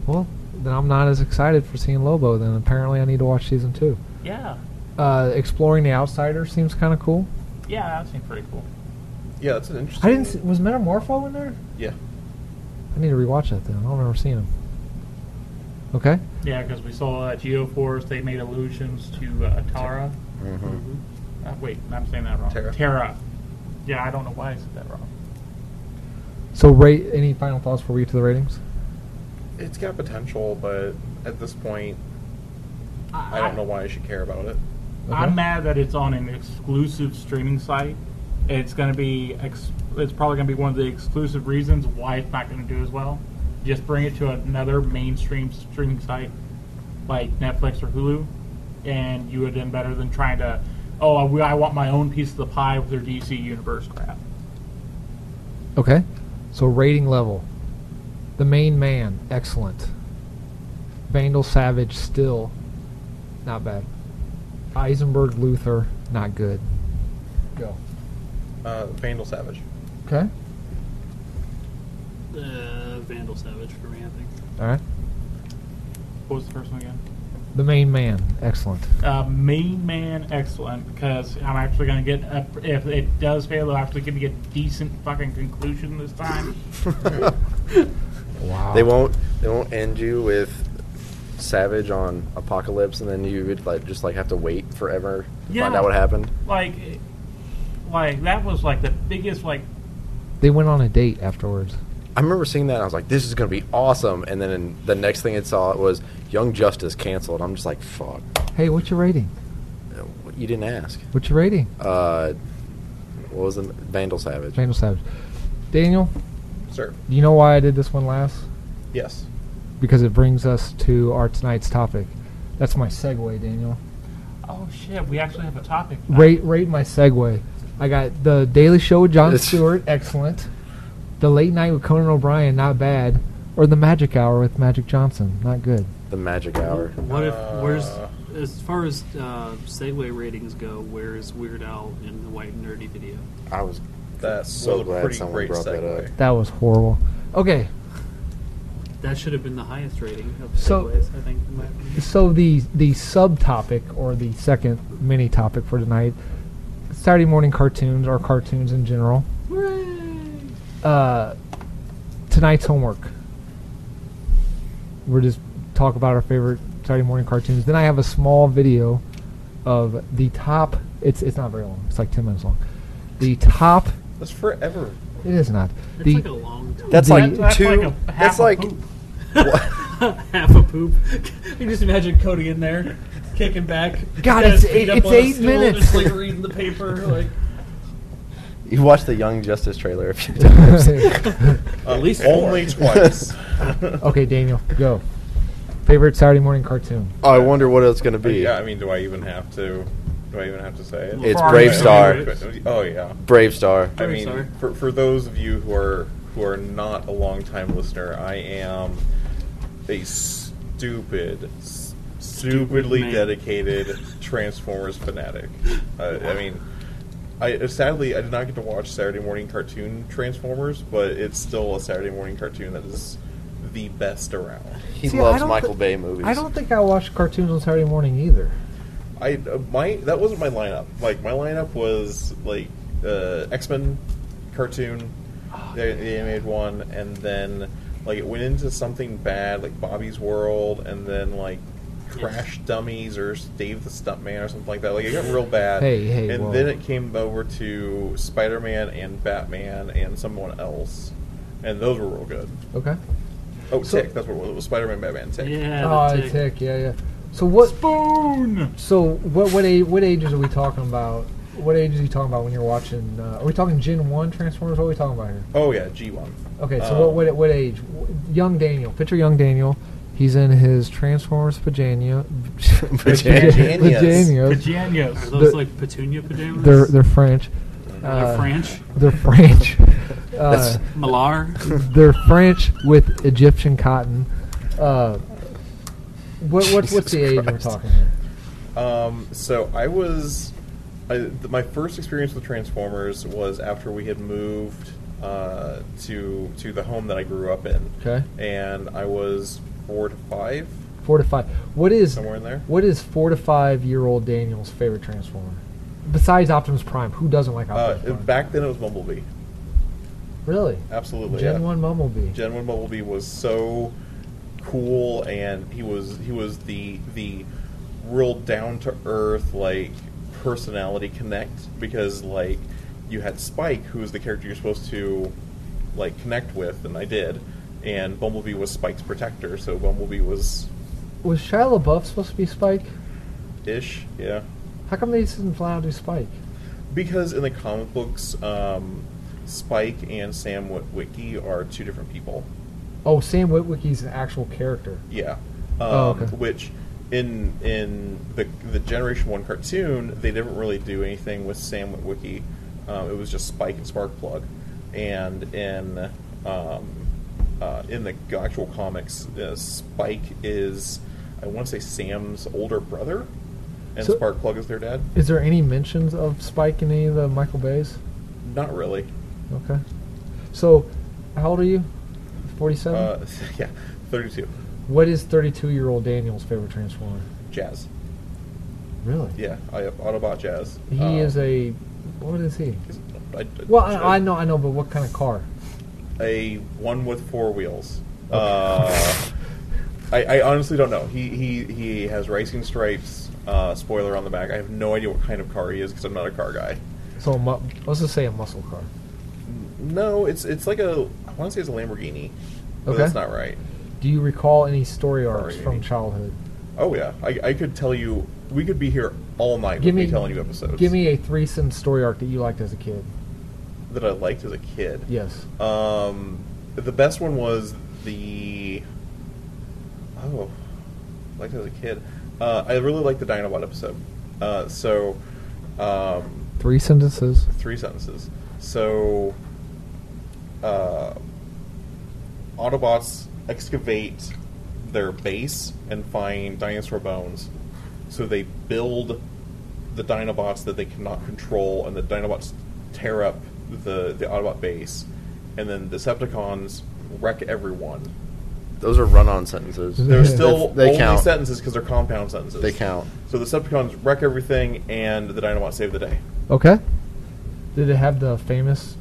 Well, then I'm not as excited for seeing Lobo. Then apparently I need to watch season two.
Yeah,
Uh, Exploring the Outsider seems kind of cool.
yeah, that seemed pretty cool.
Yeah, that's an interesting.
I didn't. See, was Metamorpho in there?
Yeah.
I need to rewatch that then. I don't remember seeing him. Okay.
Yeah, because we saw uh, Geoforce. They made allusions to uh, Tara.
hmm
Uh, wait, I'm saying that wrong.
Terra.
Yeah, I don't know why I said that wrong.
So, rate any final thoughts before we get to the ratings?
It's got potential, but at this point, I don't know why I should care about it.
Okay.
I'm mad that it's on an exclusive streaming site. It's going to be. Ex- it's probably going to be one of the exclusive reasons why it's not going to do as well. Just bring it to another mainstream streaming site like Netflix or Hulu, and you would have done better than trying to. Oh, I, I want my own piece of the pie with their DC universe crap.
Okay. So rating level. The main man, excellent. Vandal Savage still not bad. Eisenberg Luther, not good. Go.
Uh, Vandal Savage.
Okay.
Uh, Vandal Savage for me, I think.
All right.
What was the first one again?
The main man, excellent.
Uh, main man, excellent. Because I'm actually going to get a, if it does fail, I'm actually going to get a decent fucking conclusion this time.
Wow.
They won't. They won't end you with Savage on Apocalypse, and then you would like just like have to wait forever to find
Yeah.
out what happened.
like, like that was like the biggest like.
They went on a date afterwards.
I remember seeing that. and I was like, "This is going to be awesome!" And then the next thing it saw was Young Justice canceled. I'm just like, "Fuck,
Hey, what's your rating?
you didn't ask."
What's your rating?
Uh, what was the Vandal Savage?
Vandal Savage. Daniel,
Sir.
do you know why I did this one last?
Yes.
Because it brings us to our tonight's topic. That's my segue, Daniel.
Oh shit! We actually have a topic.
Rate rate my segue. I got the Daily Show with Jon
It's-
Stewart, excellent. The Late Night with Conan O'Brien, not bad. Or the Magic Hour with Magic Johnson, not good.
The Magic Hour.
What if where's
Uh.
as far as uh, segue ratings go? Where is Weird Al in the White Nerdy video?
I was
That
So
was a
glad
pretty
someone
great
brought that
segue.
up.
That was horrible. Okay.
That should have been the highest rating of
So-
takeaways, I think, in my opinion.
So the the subtopic or the second mini topic for tonight, Saturday morning cartoons or cartoons in general. Uh, tonight's homework. We're just talk about our favorite Saturday morning cartoons. Then I have a small video of the top. It's it's not very long. It's like ten minutes long. The top.
That's forever.
It is not.
That's
The
like a long time.
That's
The-
like
That's
two.
like a half
that's
a
like
poop.
Half a poop. you can just imagine Cody in there, kicking back.
God,
got his
it's
feet
eight-
up
it's
on a
eight
stool,
minutes.
Just like reading the paper, like.
you watch the Young Justice trailer a few times.
At least only twice.
okay, Daniel, go. Favorite Saturday morning cartoon.
I wonder what it's going to be.
Yeah, I mean, do I even have to? Do I even have to say it?
It's
Far
Brave
away.
Star.
Oh yeah.
Brave Star.
I
Brave
mean,
Star.
for, for those of you who are who are not a long time listener, I am a stupid, s- stupidly
man.
dedicated Transformers fanatic. Uh, I mean, I sadly I did not get to watch Saturday morning cartoon Transformers, but it's still a Saturday morning cartoon that is the best around.
He
See, I
loves
don't
Michael
thi-
Bay movies.
I don't think I watched cartoons on Saturday morning either.
I uh, my that wasn't my lineup. Like my lineup was like uh, X Men cartoon. They, they made one, and then like it went into something bad, like Bobby's World, and then like Crash Dummies or Dave the Stuntman or something like that. Like it got real bad.
Hey, hey,
and
whoa.
then it came over to Spider Man and Batman and someone else, and those were real good.
Okay.
Oh,
So-
Tick. That's what it was. It was Spider Man, Batman, Tick.
Yeah.
Oh,
the
tick. Yeah, yeah. So what?
Spoon.
So what? What age? What ages are we talking about? What ages are you talking about when you're watching? Uh, are we talking Gen One Transformers? What are we talking about here?
Oh yeah, G one.
Okay. So
uh,
Um,
what? What? What age? Young Daniel. Picture young Daniel. He's in his Transformers pajania.
Pajanias.
Pajanias.
Are
Pajanias.
those
The-
like petunia pajamas?
They're they're French.
Are they
Uh,
French.
They're French. Uh,
That's-
Malar.
they're French with Egyptian cotton. Uh, what, what, what's
Jesus
the age
Christ.
we're talking here?
Um, so I was, I, th- my first experience with Transformers was after we had moved uh, to to the home that I grew up in.
Okay.
And I was four to five,
Four to five. What is
somewhere in there.
what is four to five year old Daniel's favorite Transformer? Besides Optimus Prime, who doesn't like
Uh,
Optimus Prime?
back then it was Bumblebee.
really?
Absolutely.
Gen
yeah.
One Bumblebee.
Gen One Bumblebee was so cool, and he was he was the the real down to earth like personality connect because like you had Spike, who was the character you're supposed to like connect with, and I did, and Bumblebee was Spike's protector, so Bumblebee was
Was Shia LaBeouf supposed to be Spike?
ish, yeah.
How come they just didn't fly out to Spike?
Because in the comic books, um, Spike and Sam Witwicky are two different people.
Oh, Sam Witwicky's an actual character.
Yeah. Um,
Oh, okay.
Which in in the the Generation One cartoon, they didn't really do anything with Sam Witwicky. Um, it was just Spike and Sparkplug, and in um, uh, in the actual comics, uh, Spike is I want to say Sam's older brother, and
So-
Sparkplug is their dad.
Is there any mentions of Spike in any of the Michael Bay's?
Not really.
Okay. So, how old are you? Forty-seven.
Uh, yeah, thirty two.
what is thirty-two-year-old Daniel's favorite Transformer?
Jazz.
Really?
Yeah, I Autobot Jazz.
He
Um,
is a. What is he?
is- I- I-
Well, I, I know, I know, but what kind of car?
a one with four wheels. Uh, I, I honestly don't know. He he he has racing stripes. Uh, spoiler on the back. I have no idea what kind of car he is because I'm not a car guy.
So a mu- let's just say a muscle car.
No, it's it's like a I want to say it's a Lamborghini, but
Okay.
that's not right.
Do you recall any story arcs
Sorry,
from
Amy.
childhood?
Oh yeah, I, I could tell you. We could be here all night.
Give
with me,
me-
telling you episodes.
Give me a threesome story arc that you liked as a kid.
that I liked as a kid.
Yes.
Um, the best one was the. Oh, like as a kid, uh, I really liked the Dinobot episode. Uh, so, um,
Three sentences.
three sentences. So, uh, Autobots excavate their base and find dinosaur bones. So they build the Dinobots that they cannot control, and the Dinobots tear up the, the Autobot base. And then Decepticons wreck everyone.
Those are run-on sentences.
They're
They're
If
still
they
only
count.
sentences because they're compound sentences.
They count.
So the Decepticons wreck everything, and the Dinobots save the day.
Okay. Did it have the famous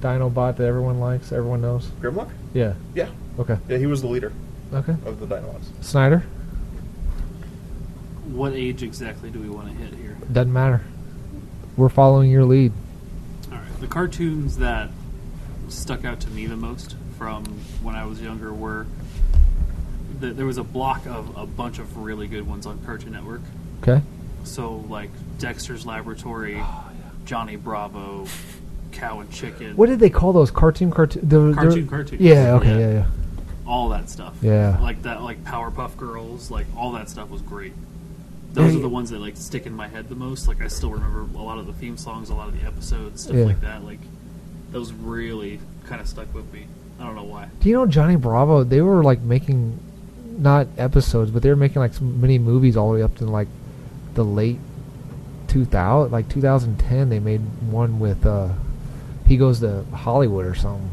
Dinobot that everyone likes, everyone knows?
Grimlock?
Yeah.
Yeah,
Okay.
yeah, he was the leader
Okay.
of the Dinobots.
Snyder?
What age exactly do we want to hit here?
Doesn't matter. We're following your lead.
All right. The cartoons that stuck out to me the most from when I was younger were th there was a block of a bunch of really good ones on Cartoon Network.
Okay.
So like Dexter's
Oh,
Laboratory, Johnny Bravo, Cow and Chicken,
What did they call those? Cartoon cartoon. The, the-
Cartoon cartoons.
Yeah. Okay.
Yeah.
Yeah. Yeah.
all that stuff.
Yeah.
Like that, like Powerpuff Girls, like all that stuff was great. Those
Hey.
are the ones that like stick in my head the most. Like I still remember a lot of the theme songs, a lot of the episodes, stuff
Yeah.
like that. Like those really kind of stuck with me. I don't know why.
Do you know Johnny Bravo? They were like making, not episodes, but they were making like some mini movies all the way up to like the late 2000, like 2010. They made one with uh, he goes to Hollywood or something.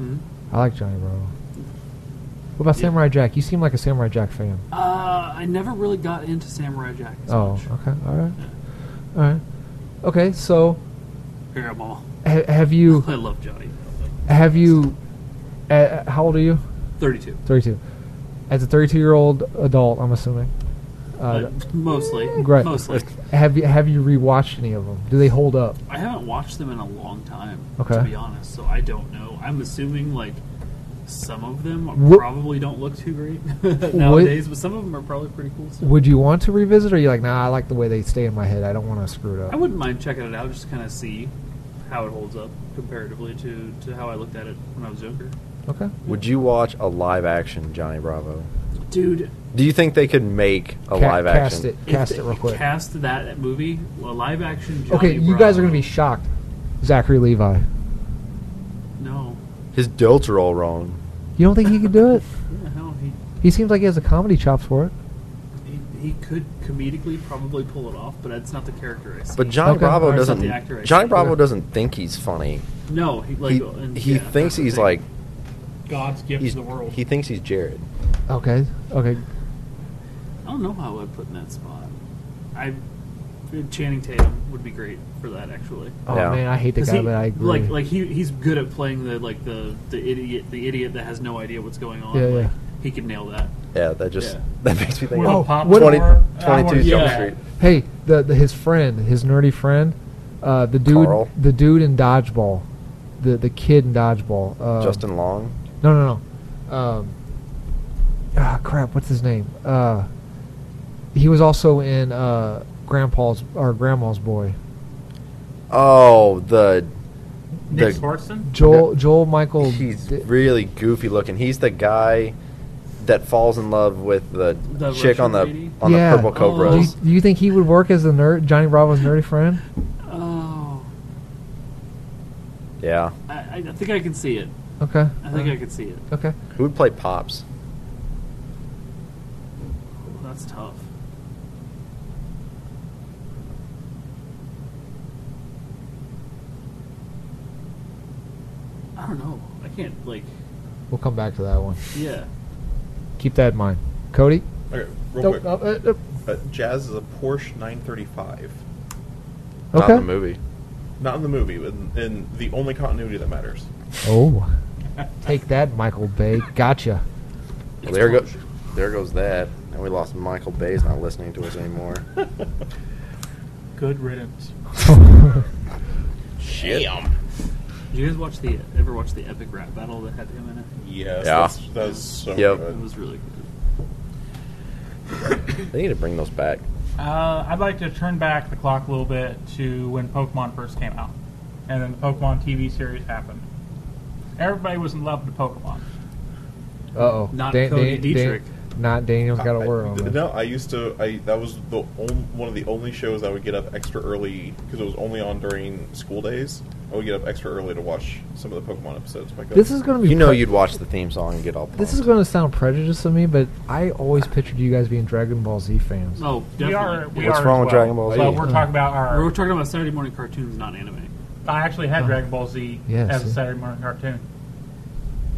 Mhm.
I like Johnny Bravo. What about
Yeah.
Samurai Jack? You seem like a Samurai Jack fan.
Uh, I never really got into Samurai Jack. As
oh,
much.
okay, all right, all right, okay. So,
Parabol.
ha- have you
I love Johnny.
have you? Uh, how old are you?
Thirty-two.
32. As a 32 year old adult, I'm assuming. Uh,
Uh, mostly.
Right.
Mostly.
have you have you rewatched any of them? Do they hold up?
I haven't watched them in a long time,
Okay.
to be honest, so I don't know. I'm assuming, like, some of them
Wha-
probably don't look too great nowadays, but some of them are probably pretty cool. So.
Would you want to revisit, or are you like, nah, I like the way they stay in my head. I don't want to screw it
I
up.
wouldn't mind checking it out just to kind of see how it holds up comparatively to, to how I looked at it when I was younger.
Okay.
Would you watch a live action Johnny Bravo?
Dude,
Do you think they could make a
Ca-
live
cast
action?
it. Cast
if
it
they
real quick.
Cast that movie, a live action Johnny
okay, you guys are
Bravo.
gonna be shocked. Zachary Levi.
No.
His delts are all wrong.
You don't think he could do it?
Yeah, hell, he,
He seems like he has the comedy chops for it.
he, he could comedically probably pull it off, but that's not the character I see.
But Johnny
Okay.
Bravo
Or is
that
doesn't.
the actor I
Johnny
see?
Bravo
Yeah.
doesn't think he's funny.
No, he like
He,
and-
he
yeah, that's
thinks
the
he's
thing.
like
God's gift
he's
to the world.
he thinks he's Jared.
Okay. Okay.
I don't know how I would put in that spot. I Channing Tatum would be great for that actually.
Oh
Yeah.
man, I hate the
'Cause
guy,
he-
but I agree.
Like like he he's good at playing the like the the idiot the idiot that has no idea what's going on.
Yeah,
like,
yeah.
He could nail that.
Yeah, that just
Yeah.
that makes me think.
With a
Oh,
of
pop uh,
what-
door.
20,
I wanna
22
see
Jump
that.
Street.
Hey, the, the his friend, his nerdy friend, uh, the dude,
Carl.
the dude in dodgeball, the the kid in dodgeball. Uh,
Justin Long.
No, no, no. Um, ah, crap. What's his name? Uh, he was also in uh, Grandpa's or Grandma's Boy.
Oh, the
Nick
the-
Swartzen?
Joel Joel Michael.
he's
Di-
really goofy looking. He's the guy that falls in love with the,
The
chick on the
Russian lady?
on
Yeah.
the purple
Oh.
cobras.
do, you, do you think he would work as the nerd Johnny Bravo's nerdy friend?
Oh,
Yeah,
I, I I think I can see it.
Okay.
I think I can see it.
Okay.
who would play Pops?
That's tough. I don't know. I can't like
We'll come back to that one.
yeah.
Keep that in mind. Cody.
Okay, real
Nope,
quick.
nope, uh, nope.
Uh, Jazz is a Porsche 935.
Not in the
Okay.
movie.
Not in the movie, but in, in the only continuity that matters.
Oh, take that, Michael Bay. Gotcha.
Well, there go, there goes that, and we lost Michael Bay's not listening to us anymore.
Good riddance.
Shit.
Did you guys watch the ever watch the epic rap battle that had him in it?
Yes,
Yeah.
that's, that's so
Yep.
It
good.
was really good.
They need to bring those back.
Uh, I'd like to turn back the clock a little bit to when Pokemon first came out, and then the Pokemon TV series happened. Everybody was in love with Pokemon.
Uh oh.
Not Cody Dietrich.
not Daniel's got a
I-
word on that.
No, I used to. I that was the on, one of the only shows I would get up extra early because it was only on during school days. I would get up extra early to watch some of the Pokemon episodes. By
This is going to be
You know,
pre-
you'd watch the theme song and get all. Pumped.
This is going to sound prejudiced of me, but I always pictured you guys being Dragon Ball Z fans.
Oh, definitely.
We are. We
What's
are
wrong
as
with
well,
Dragon Ball Z?
But we're talking about
We're
our.
talking about Saturday morning cartoons, not anime.
I actually had Dragon Ball Z
Yeah,
as a
see?
Saturday morning cartoon.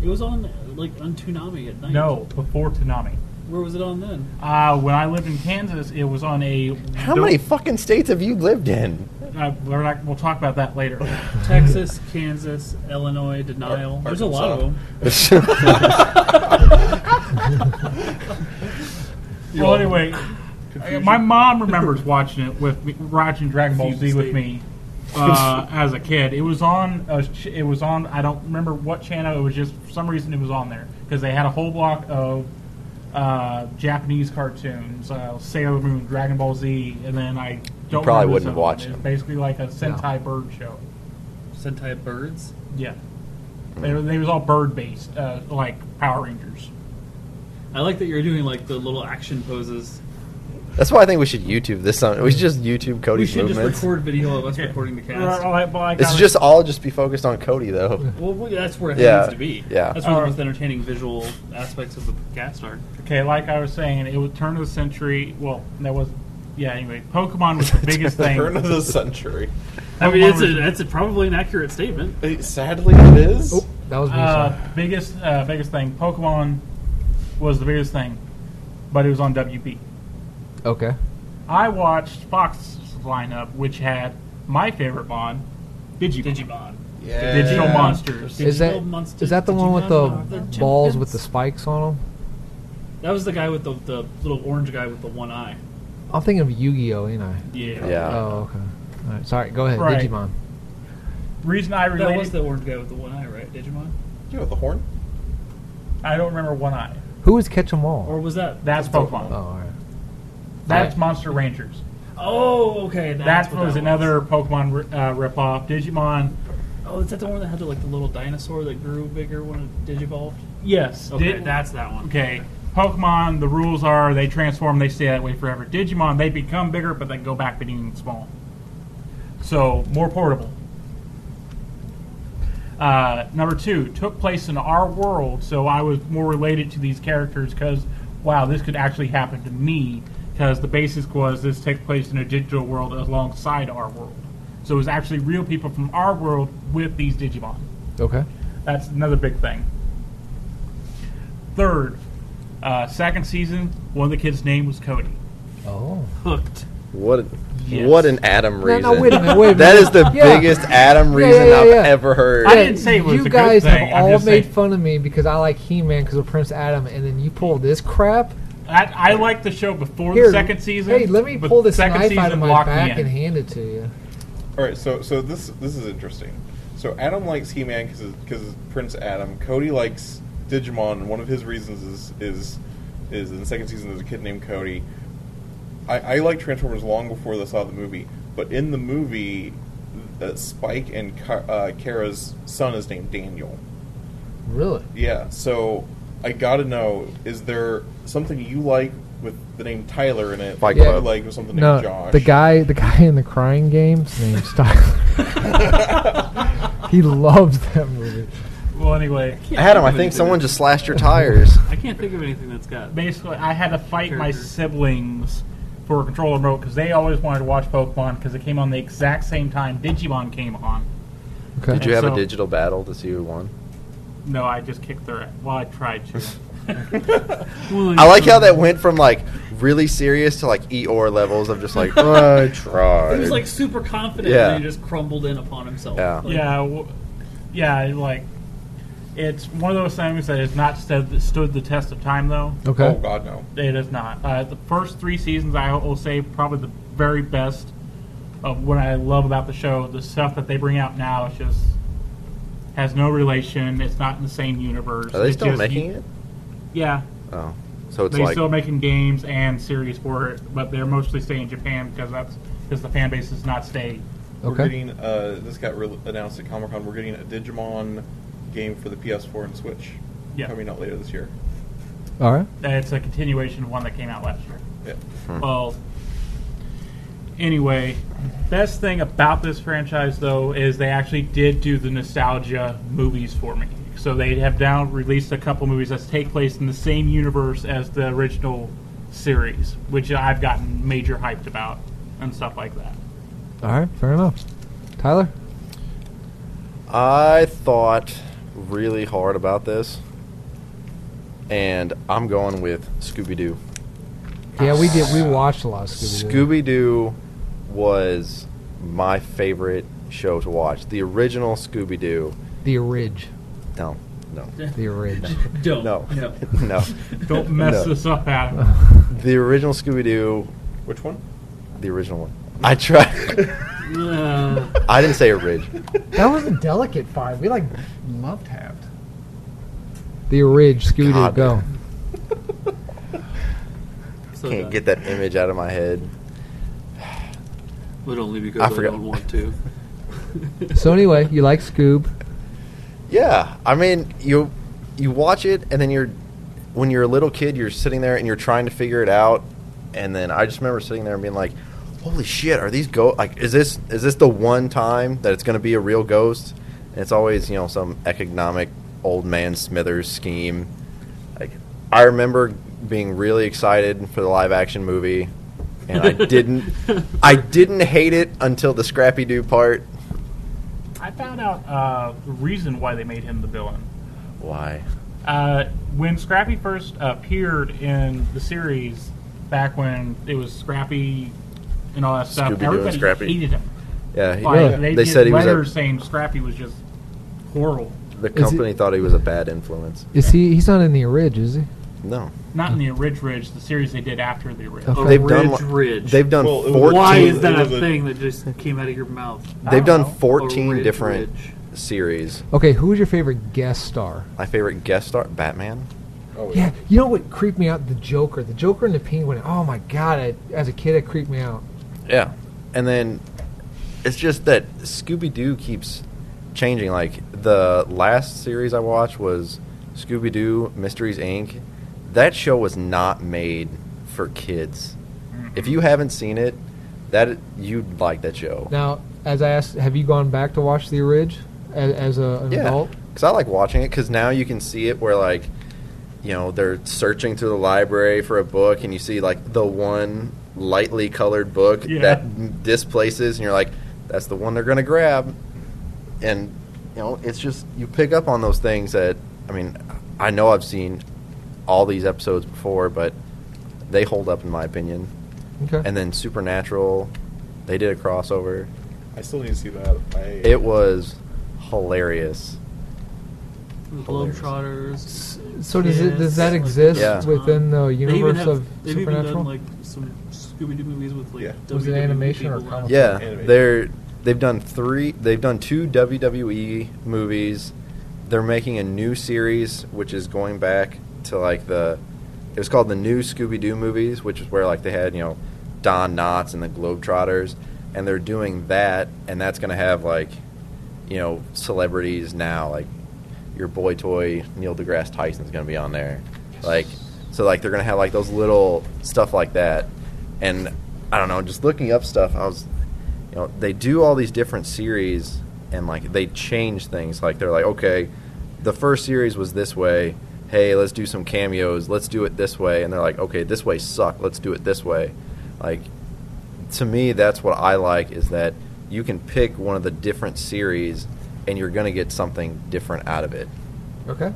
It was on like on Toonami at night.
No, before Tanami.
Where was it on then?
Uh, when I lived in Kansas, it was on a.
How many fucking states have you lived in?
Uh, we're not, we'll talk about that later.
Texas, Kansas, Illinois, Denial. There's a lot of them.
well, anyway, my mom remembers watching it with me, watching Dragon Ball Z
Confused
with
state.
me uh, as a kid. It was on. A, ch- it was on. I don't remember what channel. It was just for some reason it was on there because they had a whole block of uh, Japanese cartoons, uh, Sailor Moon, Dragon Ball Z, and then I don't
probably
remember
wouldn't
some
have watched
of it. It was
them.
basically like a Sentai bird show.
Sentai birds.
Yeah,
Hmm.
they, were- they was all bird based, uh, like Power Rangers.
I like that you're doing like the little action poses.
That's why I think we should YouTube this. On we should just YouTube
We
Cody's
should
movements.
just record video of us recording the cast.
Well, I- well, I
It's
kinda-
just all just be focused on Cody though.
Well, we- that's where it
Yeah,
needs to be.
yeah.
That's one of
Uh,
the most entertaining visual aspects of the cast art.
Okay, like I was saying, it was turn of the century. Well, that was yeah. Anyway, Pokemon was the biggest thing.
Turn of the century.
I mean, it's
was-
a, it's a, probably an accurate statement.
Eh, Sadly, it is.
Oh, that was me. sorry.
uh, biggest uh, biggest thing. Pokemon was the biggest thing, but it was on WB.
Okay.
I watched Fox's lineup, which had my favorite Mon, Digimon.
Digimon.
Yeah.
Digital monsters.
Is
Digital
that
monsters,
is that the one with
Digimon are
the
the
balls
champions.
with the spikes on them?
That was the guy with the, the little orange guy with the one eye.
I'm thinking of Yu-Gi-Oh, ain't I?
Yeah.
Yeah.
Oh, okay. All right, sorry. Go ahead.
Uh, Right.
Digimon.
Reason I
That was
related,
the orange guy with the one eye, right? Digimon?
You know the horn.
I don't remember one eye.
Who is Catch 'em All?
Or was that?
That's
oh,
Pokemon.
all right.
That's
Right.
Monster Rangers.
Oh, okay. That's
That
what
was
that
another Pokemon uh, ripoff. Digimon
Oh, is that the one that had the, like the little dinosaur that grew bigger when it digivolved?
Yes.
Okay,
Did-
that's that one.
okay. Pokemon, the rules are they transform, they stay that way forever. Digimon, they become bigger, but they go back to being small. So more portable. Uh, number two took place in our world, so I was more related to these characters because wow, this could actually happen to me. Because the basis was this takes place in a digital world alongside our world, so it was actually real people from our world with these Digimon.
Okay.
That's another big thing. Third, uh, second season, one of the kids' name was Cody.
Oh.
Hooked.
What?
Yes.
What an Adam
No,
reason.
no, wait a minute, wait a
That
minute.
is the
Yeah.
biggest Adam
Yeah, yeah,
reason
yeah, yeah.
I've ever heard.
I didn't say it was a
You
good
guys
thing, I'm
have all
just
made
saying.
fun of me because I like He-Man because of Prince Adam, and then you pull this crap.
I, I liked the show before
Here,
the second season.
Hey, let me
but
pull this
second
knife
season
out of my
locked me
back
in.
and hand it to you.
All right, so so this this is interesting. So Adam likes He Man because Prince Adam. Cody likes Digimon. and One of his reasons is is is in the second season there's a kid named Cody. I, I like Transformers long before I saw the movie, but in the movie, uh, Spike and Ka- uh, Kara's son is named Daniel.
Really?
Yeah, so I gotta know: is there something you like with the name Tyler in it?
Fight
that
Club.
You like with something
No,
named Josh?
the guy, the guy in the crying game's name's Tyler. he loves that movie.
Well, anyway,
Adam, I think someone just slashed your tires.
I can't think of anything that's got.
basically, I had to fight my
Character.
siblings for a controller remote because they always wanted to watch Pokemon because it came on the exact same time Digimon came on.
Okay.
Did you have a
So-
digital battle to see who won?
No, I just kicked their. Well, I tried to.
I like how that went from like really serious to like Eeyore levels of just like I tried.
He was like super confident,
Yeah.
and then he just crumbled in upon himself.
Yeah.
Like,
yeah, w- yeah, like it's one of those things that has not stood, stood the test of time, though.
Okay.
Oh God, no.
It is not. Uh, the first three seasons, I will say, probably the very best of what I love about the show. The stuff that they bring out now is just has no relation. It's not in the same universe.
Are they
It's
still
just-
making it?
Yeah,
Oh, so it's
they're
like
still making games and series for it, but they're mostly staying in Japan because that's because the fan base does not stay.
We're
Okay.
getting uh, this got re- announced at Comic Con. We're getting a Digimon game for the PS4 and Switch
Yeah.
coming out later this year.
All right.
It's a continuation of one that came out last year.
Yeah.
Well, anyway, best thing about this franchise though is they actually did do the nostalgia movies for me. So they have now released a couple movies that take place in the same universe as the original series, which I've gotten major hyped about and stuff like that.
All right. Fair enough. Tyler.
I thought really hard about this, and I'm going with Scooby Doo.
Yeah, we did. We watched a lot of Scooby.
Scooby Doo was my favorite show to watch. The original Scooby Doo.
The Ridge.
No, no,
The Ridge.
Don't.
no,
No.
no.
Don't mess
No.
this up, Adam.
The original Scooby Doo,
Which one?
the original one. I tried.
Uh,
I didn't say a ridge.
That was a delicate five. We like love tapped.
The Ridge. Scooby Doo.
God.
Go.
so
Can't
that
get that image out of my head.
Would only because
I
I,
forgot.
don't want to.
So anyway, you like Scoob?
Yeah, I mean, you you watch it, and then you're when you're a little kid, you're sitting there and you're trying to figure it out, and then I just remember sitting there and being like, "Holy shit, are these go like is this is this the one time that it's going to be a real ghost?" And it's always you know some economic old man Smithers scheme. Like I remember being really excited for the live action movie, and I didn't I didn't hate it until the Scrappy Doo part.
I found out uh, the reason why they made him the villain.
Why?
Uh, when Scrappy first appeared in the series, back when it was Scrappy and all that stuff,
Scooby-Doo and
everybody
Scrappy.
hated him.
Yeah, he-
Like,
they,
did
said he was
letters
a,
saying Scrappy was just horrible.
The company thought he was a bad influence.
Is he? He's not in the Ridge, is he?
No,
Not in the Ridge Ridge, the series they did after the Ridge.
Oh.
Okay.
they've
Ridge,
done
Ridge.
they've done
Well, it was-
fourteen.
Why is
it
that a
was a-
thing that just came out of your mouth?
They've
I
done
don't know.
fourteen
A Ridge
different
Ridge.
series.
Okay, who was your favorite guest star?
My favorite guest star, Batman.
Oh,
Yeah, you know what creeped me out? The Joker. The Joker and the Penguin. Oh my god! It, as a kid, it creeped me out.
Yeah, and then it's just that Scooby Doo keeps changing. Like the last series I watched was Scooby Doo Mysteries Inc. That show was not made for kids.
Mm-hmm.
If you haven't seen it, that you'd like that show.
Now, as I asked, have you gone back to watch the Ridge as, as a, an adult?
because I like watching it because now you can see it where like, you know, they're searching through the library for a book and you see like the one lightly colored book
Yeah.
that displaces and you're like, that's the one they're gonna grab, and you know, it's just you pick up on those things that I mean, I know I've seen all these episodes before, but they hold up in my opinion.
Okay.
And then Supernatural, they did a crossover.
I still need to see that. I,
It was hilarious.
Globetrotters.
so does it, does that
Kids,
exist
Yeah.
within the
They even
universe
have-
of
they've even done,
Supernatural?
like some Scooby Doo movies with like
Yeah.
Was it
WWE
animation or
people
comic?
in it.
Yeah,
Animated.
they're they've done three. They've done two WWE movies. They're making a new series, which is going back to like the. It was called the New Scooby Doo movies, which is where like they had you know Don Knotts and the Globetrotters, and they're doing that, and that's going to have like you know celebrities now, like your boy toy Neil deGrasse Tyson's going to be on there, like so like they're going to have like those little stuff like that, and I don't know, just looking up stuff, I was you know they do all these different series and like they change things like they're like okay the first series was this way hey let's do some cameos let's do it this way and they're like okay this way sucked let's do it this way like to me that's what i like is that you can pick one of the different series and you're going to get something different out of it
okay.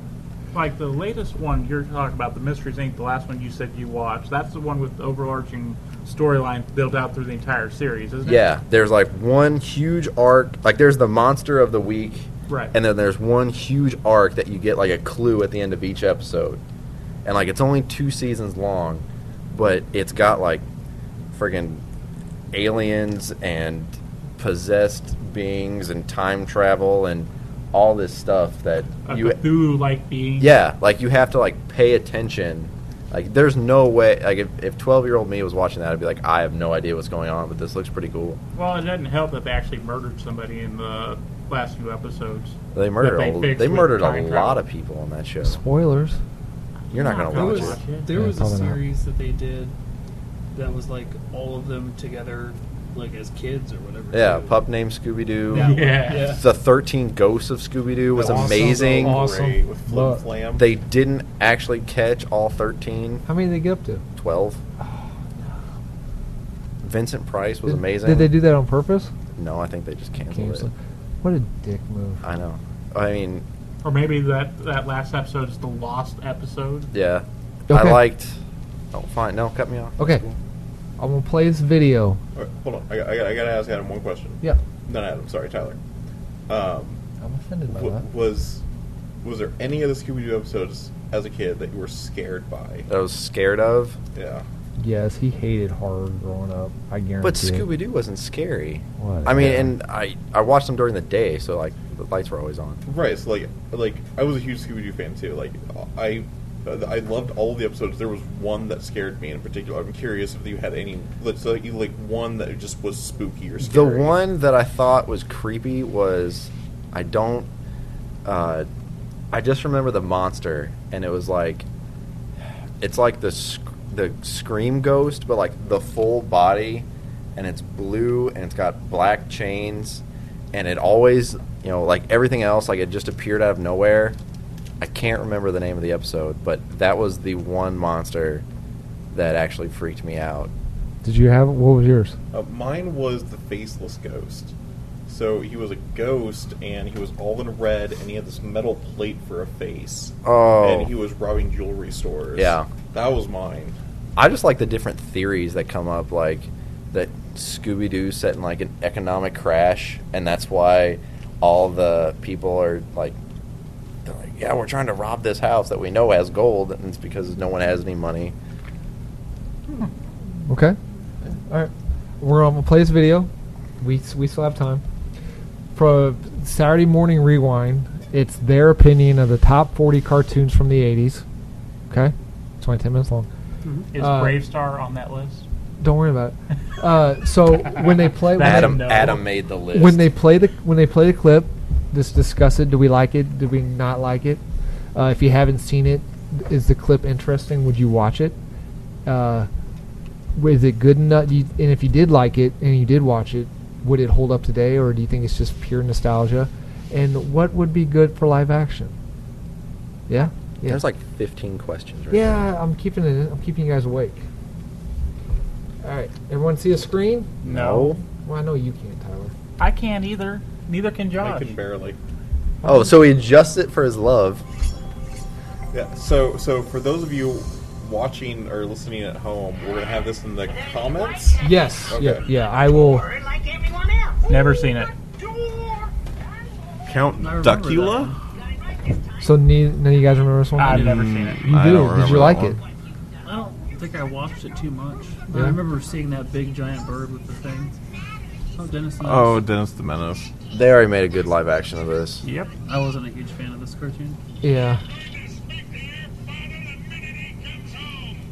Like the latest one you're talking about, the Mysteries Inc., the last one you said you watched, that's the one with the overarching storyline built out through the entire series, isn't it?
yeah there's like one huge arc like there's the monster of the week
Right.
and then there's one huge arc that you get like a clue at the end of each episode and like it's only two seasons long but it's got like friggin aliens and possessed beings and time travel and all this stuff that
a
you
Cthulhu like being.
yeah like you have to like pay attention like there's no way like if, if 12 year old me was watching that i'd be like i have no idea what's going on but this looks pretty cool
Well, it doesn't help that they actually murdered somebody in the last few episodes.
they murdered
they
a,
fixed
they
with
murdered a
time travel.
lot of people on that show
Spoilers.
you're not gonna
There
watch
was-
it
There
Yeah,
was a
probably not.
series that they did that was like all of them together, like as kids or whatever.
Yeah,
too.
pup named Scooby Doo.
That one,
Yeah.
yeah.
The Thirteen Ghosts of Scooby Doo was
Awesome,
amazing.
though,
Awesome.
great, with Flim
Love-
Flam.
They didn't actually catch all 13,
How many did they get up to?
12. Vincent Price was
Did-
amazing.
Did they do that on purpose?
No, I think they just canceled
Cancel.
it.
What a dick move.
I know. I mean,
Or maybe that that last episode is the lost episode.
Yeah.
Okay.
I liked. Oh, fine. No, cut me off.
Okay. I'm gonna play this video.
All right, hold on, I, got- I, got- I gotta ask Adam one question.
Yeah.
Not Adam, sorry, Tyler. Um,
I'm offended by
w-
that.
was was there any of the Scooby Doo episodes as a kid that you were scared by?
That I was scared of.
Yeah.
Yes, he hated horror growing up. I guarantee.
But
it.
Scooby Doo wasn't scary.
Whatever.
I mean, and I I watched them during the day, so like the lights were always on.
Right. So like, like I was a huge Scooby Doo fan too. Like, I, I loved all of the episodes. There was one that scared me in particular. I'm curious if you had any. Let's like, you- like one that just was spooky or
The
scary.
one that I thought was creepy was I don't uh, I just remember the monster and it was like it's like the sc- the scream ghost but like the full body and it's blue and it's got black chains and it always you know like everything else like it just appeared out of nowhere. I can't remember the name of the episode, but that was the one monster that actually freaked me out.
Did you have what was yours?
Uh, mine was the faceless ghost. So he was a ghost, and he was all in red, and he had this metal plate for a face.
Oh.
And he was robbing jewelry stores.
Yeah.
That was mine.
I just like the different theories that come up, like that Scooby Doo set in like an economic crash, and that's why all the people are like, they're like, yeah, we're trying to rob this house that we know has gold, and it's because no one has any money.
Okay. All right. We're on. We'll play this video. We we still have time. Pro Saturday morning rewind. It's their opinion of the top 40 cartoons from the 80s. Okay. It's only 10 minutes long.
Is
Uh,
Brave Star on that list?
Don't worry about it. Uh, so when they play when
That
they-
Adam
no.
Adam made the list.
when they play the when they play the clip, just discuss it. Do we like it? Do we not like it? Uh, if you haven't seen it, is the clip interesting? Would you watch it? Uh, is it good enough? Do you, and if you did like it and you did watch it, would it hold up today, or do you think it's just pure nostalgia? And what would be good for live action? Yeah, yeah.
there's like 15 questions. Right
yeah, I'm keeping it. I'm keeping you guys awake. All right, everyone, see a screen?
No.
Well, I know you can't, Tyler.
I can't either. Neither can
I
Josh.
can barely.
there. Oh, so he adjusts it for his love.
Yeah. So so for those of you watching or listening at home, we're gonna have this in the comments.
Yes.
Okay.
Yeah. Yeah. I will.
like everyone else.
Never seen it.
Count
I remember
Duckula?
So ne- none of you guys remember this one?
I've never seen it.
You
Mm, I don't
do. Did
remember
you
that
like
one.
it?
I don't think I watched it too much.
Yeah.
I remember seeing that big giant bird with the thing. Oh, Dennis. Knows.
Oh, Dennis the Menace.
They already made a good live action of this.
Yep.
I wasn't a huge fan of this cartoon.
Yeah.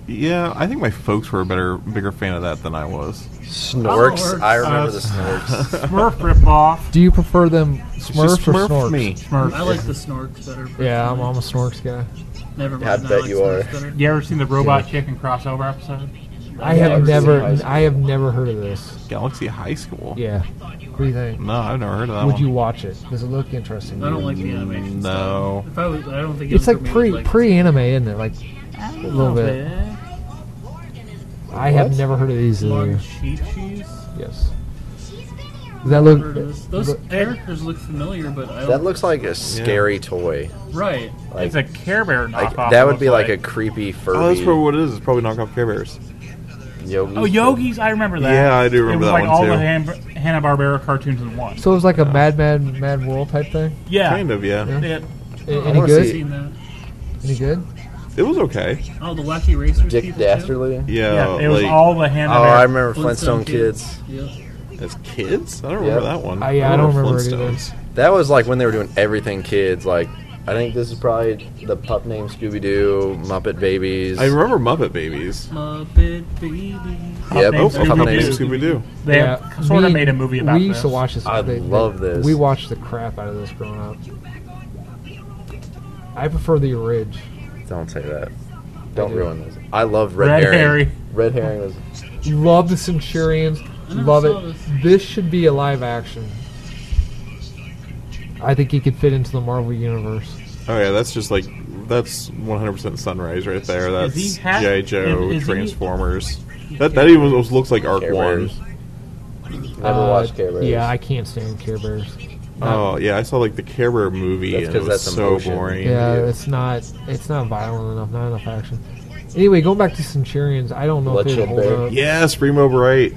Yeah, I think my folks were a better, bigger fan of that than I was.
Snorks.
Oh,
I remember
uh,
the snorks.
Smurf ripoff.
Do you prefer them Smurfs
Just
or
Smurf
Snorks?
me.
Smurf.
I like the Snorks better.
Yeah, I'm,
personally.
I'm a Snorks guy.
Never mind.
Yeah, I bet
like
you
Snorks
are.
better.
You ever seen the Robot Chicken crossover episode?
I have
Yeah,
never,
I was-
I have never heard of this.
Galaxy High School.
Yeah. What do you think?
No, I've never heard of that
Would
one.
you watch it? Does it look interesting?
I don't like the animation.
No.
If I was, I don't think it
It's
was
like
for me,
pre
like,
pre anime, isn't it? Like
a
little bit. I have never heard of these. Either.
Long cheat cheese.
Yes. Does that look?
Those characters look familiar, but I don't.
That looks like a scary toy.
right.
Like,
it's a Care Bear
like,
knockoff.
that would be like, a
almost
creepy Furby.
Oh, that's probably what it is. It's probably knockoff Care Bears.
Yogi.
Oh, Yogis! I remember that.
Yeah, I do remember
it was
that
like
one,
all
too.
the Han- Hanna Barbera cartoons in one.
So it was like a Mad Mad Mad World type thing.
yeah,
Kind of, yeah.
Yeah.
It,
A- Any
wanna
good?
see-
Seen that.
Any good?
It was okay.
Oh, the Wacky Racers.
Dick
people, too?
Dastardly.
Yeah,
yeah, it was
uh, like,
all the Hanna.
Oh,
Barbera.
I remember Flintstone, Kids.
Yeah.
as kids. I don't remember
Yeah.
that one.
I- yeah, I don't remember it
Flintstones.
That was like when they were doing everything kids. Like, I think this is probably the pup named Scooby Doo, Muppet Babies.
I remember Muppet Babies.
Muppet Baby.
Yep,
Pup
Oh,
named
Pup
Scooby-Doo.
Named Scooby Doo.
They have sort of
me-
made a movie about
We
this.
used to watch this.
I love this.
We watched the crap out of this growing up. I prefer the Ridge.
Don't say that. Don't
do.
ruin this. I love Red,
Red
Herring.
Herring.
Red Herring was.
Love the Centurions.
never
Love
saw
it.
this.
This should be a live action. I think he could fit into the Marvel universe.
Oh yeah, that's just like that's 100% Sunrise right there. That's
he half-
GI Joe
is- is he-
Transformers. that that even was- looks like Arc
Care
One.
Bears. Never
Uh,
watched Care Bears.
Yeah, I can't stand Care Bears.
Oh yeah, I saw like the Care Bear movie
That's
and
'cause
it was
that's
so
emotion.
boring.
Yeah,
Yeah.
it's not it's not violent enough, not enough action. Anyway, going back to Centurions, I don't know
Blood
if they would
Shield
hold
Bear.
up.
Yes, Remo Bright.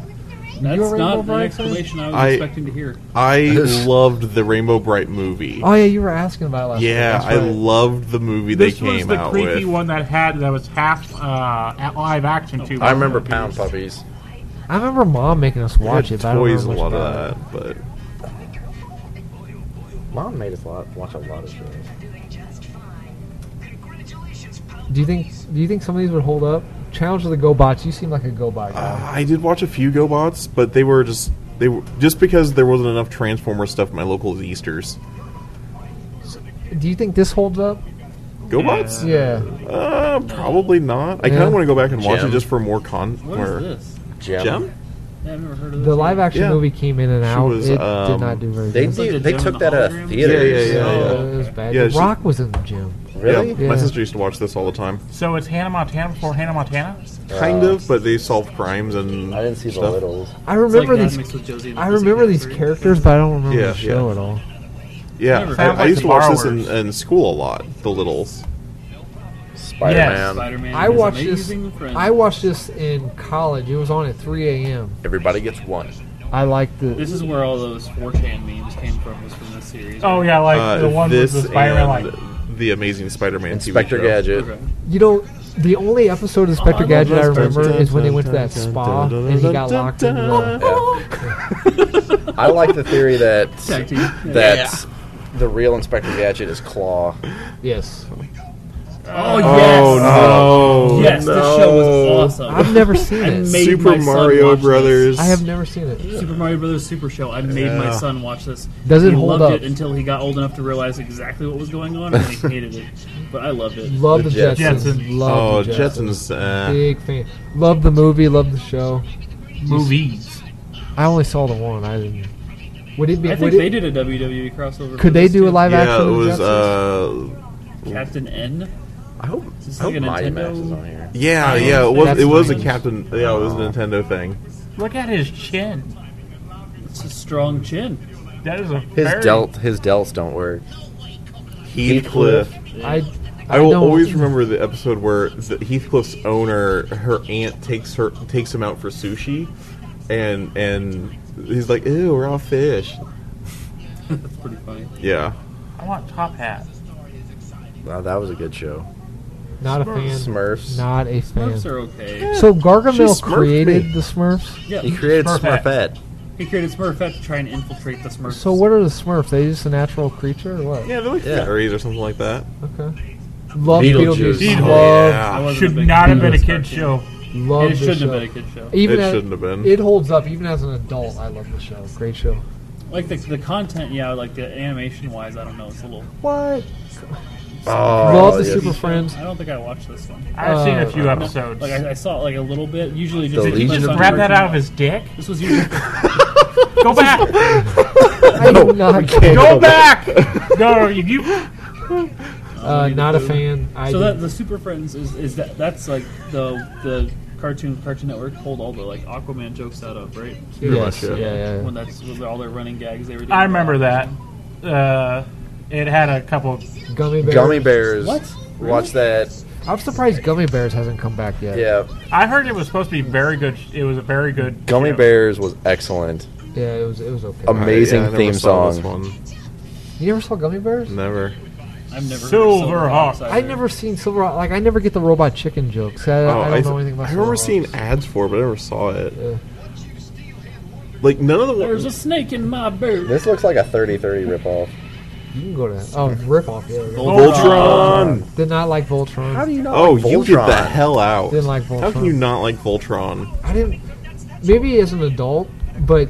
That's
already know
not the
Brian
explanation I was
I-
expecting to hear.
I loved the Rainbow Bright movie.
Oh yeah, you were asking about it last.
yeah,
week.
I
That's right.
loved the movie
This
they
was
came
the
out
creepy
with.
one that had that was half uh, at live action too.
I remember Pound Puppies.
I remember mom making us
I
watch
had
it. But I don't
toys
remember
and a lot
much about it.
of that, but
Mom made us lot, watch a lot of shows.
Do you think Do you think some of these would hold up? Challenge of the GoBots. You seem like a GoBot guy.
Uh, I did watch a few GoBots, but they were just they were just because there wasn't enough Transformer stuff. at My local Easter's Uh,
Do you think this holds up?
GoBots,
Yeah.
uh, probably not. I kind
Yeah.
of want to go back and watch
Gem.
it just for more con.
What
or-
is this?
Gem.
Gem?
Yeah, I've never heard of this.
The live action
Yeah.
movie came in and
She
out.
was,
it
um,
did not do very
They
good.
like a
did, they
gem
took
and a
that out
hologram?
of theaters.
Yeah, yeah,
Uh,
yeah.
it was bad.
Yeah,
The
she-
Rock was in the gym.
Really?
Yeah, my
Yeah.
sister used to watch this all the time.
So it's Hannah Montana before Hannah Montana.
Uh,
Kind of, but they solved crimes and
I didn't see the
stuff.
littles.
I
It's like
remember
Dad
these.
mixed with Josie and the
I remember these
Pussycat Dolls.
characters, but I don't remember
Yeah,
the show
yeah.
at all.
Yeah, I,
Sounds
I
like
used to
the
watch this in,
borrowers.
in school a lot. The littles.
Spider
Yes.
Man.
Spider-Man
I
is
watched this.
amazing friend.
I watched this in college. It was on at 3 a.m.
Everybody gets one.
I liked the.
This is where all those 4chan memes came from. Was from this series.
Oh yeah, like
Uh,
the one with
this
the Spider-Man.
and
Like,
the Amazing Spider-Man.
Inspector
TV show.
Gadget.
Okay.
You know, the only episode of Inspector
Oh, I love
Gadget I
those
remember
parts.
is when they went to that spa and he got locked into the.
Yeah. I like the theory that
Tag team. Yeah.
that the real Inspector Gadget is Claw.
Yes.
Oh
Oh no!
Yes, this show was awesome.
I've never seen
I
it.
made
Super
my son
Mario
watch this.
Brothers.
I have never seen it.
Super Mario Brothers Super Show. I made my
Yeah.
son watch this.
Does it
he
hold
loved
up?
it until he got old enough to realize exactly what was going on, and then he hated it. But I loved it.
Love the,
The
Jetsons.
Jetsons.
Oh,
Love the Jetsons.
Jetsons. Uh,
Big fan. Love the movie. Love the show.
movies.
I only saw the one. I didn't. Would it be?
I
would
think
it-
they did a WWE crossover. for
Could they
this,
do a
too.
live
yeah,
action?
it
of the
was.
Jetsons?
Uh,
Captain N?
I hope.
Is this
I
like a
hope
Mighty
Nintendo?
Max is on here.
yeah,
Iron
yeah. It
Man?
was. It
That's
was a
nice.
Captain. Yeah, it was a Nintendo thing.
Look at his chin.
It's a strong chin.
That is a
His
very,
delt, his delts don't work.
Heathcliff.
I.
I will
don't-
always remember the episode where the Heathcliff's owner, her aunt, takes her takes him out for sushi, and and he's like, "Ew, raw fish."
That's pretty funny.
Yeah.
I want top hat.
Wow, that was a good show.
Not a fan.
Smurfs.
Not a
Smurfs
fan.
are okay.
So Gargamel
She smurfed
created
me.
the Smurfs.
Yeah,
He created
Smurfette.
Smurfette.
he created Smurfette to try and infiltrate the Smurfs.
So what are the Smurfs? They just a natural creature or what?
Yeah, they're like
Yeah.
fairies or something like that.
Okay. Love
Beetlejuice.
Beetlejuice.
Beetlejuice.
Love,
Ah.
I
Oh, Yeah.
wasn't a
Should
big
not have
fan
been
of
a
this
kid
cartoon.
show.
love
It
the
shouldn't
show.
have been a kid show.
Even
It
at-
shouldn't have been.
It holds up even as an adult. I love the show. Great show.
Like the, the content, yeah, like the animation wise, I don't know. It's a little.
What?
Oh,
love the
yes.
Super Friends.
I don't think I watched this one.
I've seen a few
Uh,
episodes.
Like I, I saw it like a little bit. Usually, just
The
keep us
Legion of
on
Grab
the
that
original.
out of his dick.
This was usually
Go back.
I do not.
Go back. No, if you.
Uh, not a fan. I
so that
didn't-
the Super Friends is, is that that's like the the cartoon Cartoon Network pulled all the like Aquaman jokes out of right.
yes,
much, yeah.
yeah, yeah, yeah.
When that's was all their running gags they were. Doing
I remember that. Uh, it had a couple.
Gummy bears.
Gummy bears.
What?
Watch that.
I'm surprised Gummy Bears hasn't come back yet.
Yeah,
I heard it was supposed to be very good. It was a very good.
Gummy
show.
Bears was excellent.
Yeah, it was it was okay.
Um, Amazing
I never
theme
saw
song.
This one.
you never saw Gummy Bears?
Never. Oh,
I've never heard
Silver
Silver
Hawk.
Hawks
I
either.
never seen Silver. Like I never get the robot chicken jokes. I,
Oh,
I don't
I,
know anything about.
I remember
Silver
seeing
Hawks.
ads for it, but I never saw it.
Yeah.
Like none of the
There's
ones.
a snake in my boot.
This looks like a 30-30 ripoff.
You can go to oh ripoff. Yeah. yeah.
Voltron.
Did not like Voltron.
How do you know?
Oh, you get the hell out!
Didn't like
How can
Voltron.
you not like Voltron?
I didn't. Maybe as an adult, but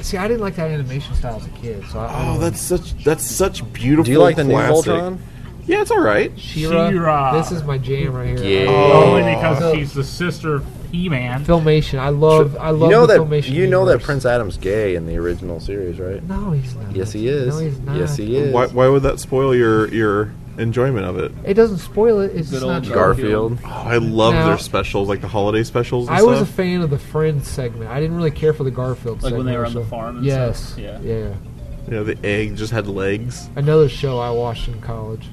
see, I didn't like that animation style as a kid. So I, I
Oh,
don't know.
that's such that's such beautiful.
Do you like the new
classic.
Voltron?
Yeah, it's all right.
She-Ra.
She-Ra.
This is my jam right here. Oh,
Yeah.
I love
Only because
So-
she's the sister of He-Man.
Filmation. I love. I love
you know
the
that
filmation.
you know that
universe.
Prince Adam's gay in the original series, right?
No, he's not.
Yes, he is.
No, he's not.
Yes, he is.
Why, why would that spoil your your enjoyment of it?
It doesn't spoil it. It's
Good
just not.
old
Garfield.
Oh, I love
Now-
their specials, like the holiday specials. And
I was a
stuff.
fan of the Friends segment. I didn't really care for the Garfield.
Like
segment
when they were
or
on the
so-
farm and
yes.
stuff? Yeah.
Yeah.
Yeah, the egg just had legs.
Another show I watched in college.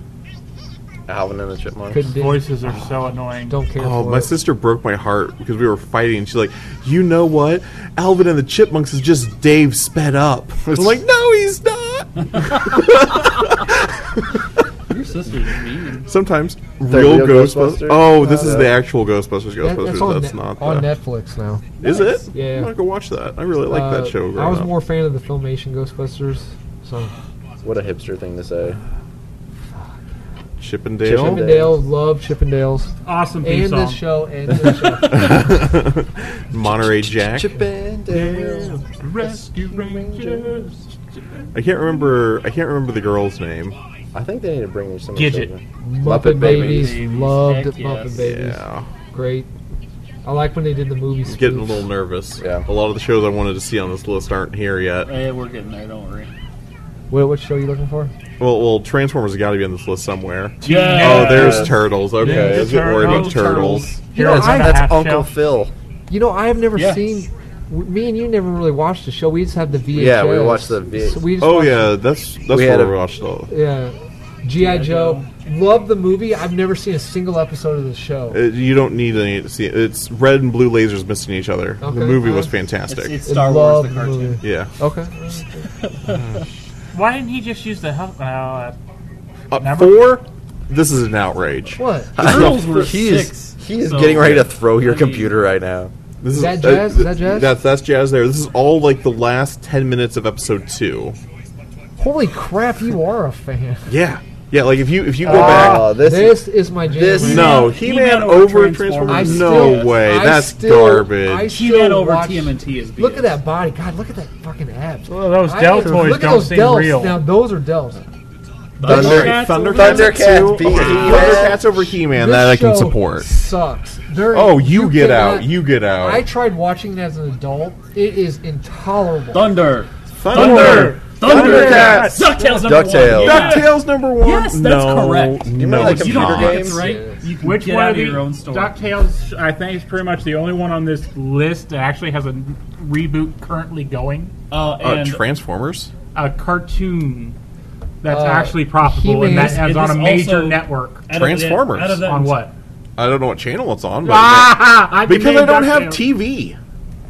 Alvin and the Chipmunks.
Couldn't do.
Voices are so annoying.
Don't care.
Oh,
for
my
it.
sister broke my heart because we were fighting. and She's like, "You know what? Alvin and the Chipmunks is just Dave sped up." I'm like, "No, he's not."
Your sister's mean.
Sometimes
The
real,
real
Ghostbusters.
Ghostbusters?
Oh, this
Oh,
is
no.
the actual Ghostbusters.
That-
Ghostbusters. That's,
Uh, on, Net-
not
on
the-
Netflix now.
Is it?
Yeah.
I'm gonna go watch that. I really like
Uh,
that show.
I
growing
was
up.
more a fan of the filmation Ghostbusters. So
What a hipster thing to say.
Chippendale.
Chippendale.
Chippendale, love Chippendales,
Awesome theme
and
song.
this show, and this show.
Monterey Jack.
Chippendale.
Rescue Rangers.
I can't remember. I can't remember the girl's name.
I think they need to bring you some
Gidget.
children.
Muppet,
Muppet
Babies,
Babies.
loved
Heck
Muppet
yes.
Babies.
Yeah.
Great. I like when they did the movie.
I'm getting a
spoofs.
little nervous.
Yeah.
A lot of the shows I wanted to see on this list aren't here yet.
Hey, we're getting there. Don't worry.
What, what show are you looking for?
Well, well, Transformers has got to be on this list somewhere.
Yeah.
Oh, there's turtles. Okay,
Yeah,
I was getting worried about turtles.
You know,
That's,
I-
that's Uncle Phil.
You know, I have never
Yes.
seen. w- Me and you never really watched the show. We just had the VHS.
Yeah, we watched the VH
So we just
Oh
watched-
yeah, that's that's
We
where
had
we
a-
watched all.
Yeah. G.I. Joe. Love the movie. I've never seen a single episode of the show.
Uh, you don't need any to see it. It's red and blue lasers missing each other.
Okay.
The movie
Uh,
was
It's,
fantastic.
it's Star
Love
Wars, the cartoon.
movie.
yeah.
Okay.
Why didn't he just use the help? Uh,
Uh,
Number-
four. This is an outrage.
What?
Turtles were
he
six,
Is, he is
so-
getting ready to throw your
I mean-
computer right now.
This uh,
Is that jazz?
th-
Is that jazz?
That's that's jazz. There. This is all like the last ten minutes of episode two.
Holy crap! You are a fan.
Yeah. Yeah. Like if you if you go
Oh,
back.
this,
This is my jam.
this-
right
No,
He-Man-
He Man
He-Man over
over
Transformers.
I
Transformers.
still-
No way.
I
That's
still-
garbage.
I still
He-Man over
watch-
TMNT is BS.
Look at that body. God, look at that fucking abs.
Well, those
I-
deltoids
Look at
don't
those
seem
delts.
real.
Now those are delts.
Thunder,
Thundercats
Thunder,
over Thundercats,
too?
beat
Okay,
He-Man.
Thundercats over He-Man.
This
That I can
show
support.
Sucks. There-
Oh, you, get
cannot-
out! You get out!
I tried watching it as an adult. It is intolerable.
Thunder.
Thunder,
Thundercats. DuckTales number
DuckTales.
one. Yeah.
Ducktales number one.
Yes, that's
no,
correct.
No,
mean like
it's
You don't
not.
think it's
Yes.
right? You can
Which
get
one
out
of
of
the
your own store.
Ducktales? I think is pretty much the only one on this list that actually has a reboot currently going.
Uh,
Uh,
and
Transformers.
A cartoon that's
Uh,
actually profitable and
He-Man-
that is
It
on a
is
major
also-
network.
out of the-
Transformers.
out of the-
On what?
I don't know what channel it's on, but
Ah, I can
because I
name
don't have
DuckTales.
TV,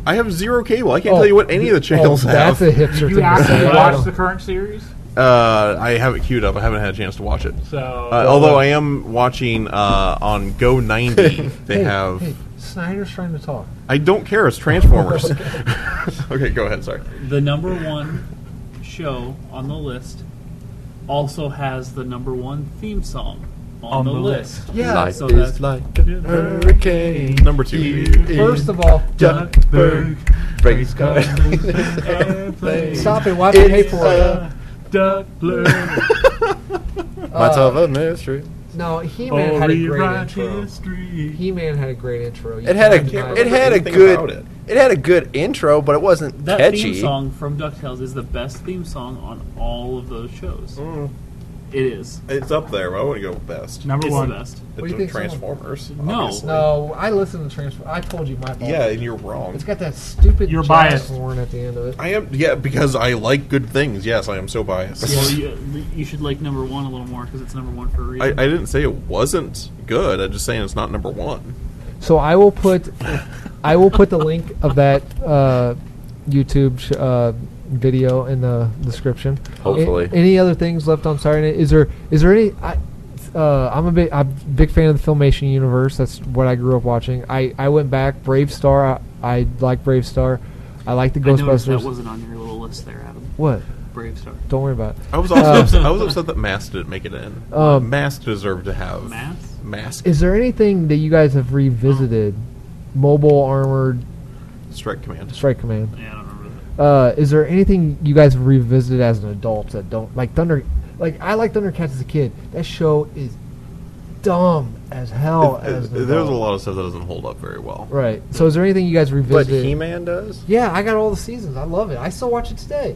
I have zero cable. I can't
Oh,
tell you what any of the channels
oh,
have.
That's a hipster
You
thing to
actually
say.
watch the current series?
uh, I have it queued up. I haven't had a chance to watch it.
So
Uh, although I am watching uh, on Go ninety, they
Hey,
have.
hey, Snyder's trying to talk.
I don't care. It's Transformers. okay, go ahead. Sorry.
the number one show on the list also has the number one theme song on,
On
the,
the
list.
Yeah, life
so
is
that's
like a hurricane.
Number two.
First of all,
Duckburg breaks car.
stop it. Why do you pay for it?
Much of a mystery.
No, He-Man had a great intro.
history.
He-Man had a great intro. You
It had
can't
a
deny
it had a
anything about
good
it.
it. had a good intro, but it wasn't
That
catchy.
theme song from DuckTales is the best theme song on all of those shows. It is.
It's up there. But I wouldn't go with best.
Number
It's the
one.
best.
What do you think,
Transformers.
No.
obviously.
No, I listened to Transform. I told you my fault.
Yeah, and you're wrong.
It's got that stupid
You're
jazz
biased.
horn at the end of it.
I am yeah because I like good things. Yes, I am so biased.
Well, you, you should like number one a little more because it's number one for a
I,
reason.
I didn't say it wasn't good. I'm just saying it's not number one.
So I will put, I will put the link of that uh, YouTube sh- uh, video in the description.
Hopefully.
A- any other things left on Saturday Night? Is there is there any? I, uh, I'm a big I'm a big fan of the filmation universe. That's what I grew up watching. I, I went back Brave Star. I, I like Brave Star. I like the
I noticed
Ghostbusters.
that wasn't on your little list there, Adam.
what?
Brave Star.
Don't worry about it.
I was also upset, I was upset that Mask didn't make it in.
Um,
Mask deserved to have
Mass?
Mask
Is there anything that you guys have revisited? Mobile Armored
Strike Command.
Strike Command.
Yeah, I don't remember that.
Uh, is there anything you guys revisited as an adult that don't like Thunder? Like I liked Thundercats as a kid. That show is dumb as hell. as an
There's a
adult.
lot of stuff that doesn't hold up very well.
Right. So is there anything you guys
but
revisited?
He Man does.
yeah, I got all the seasons. I love it. I still watch it today.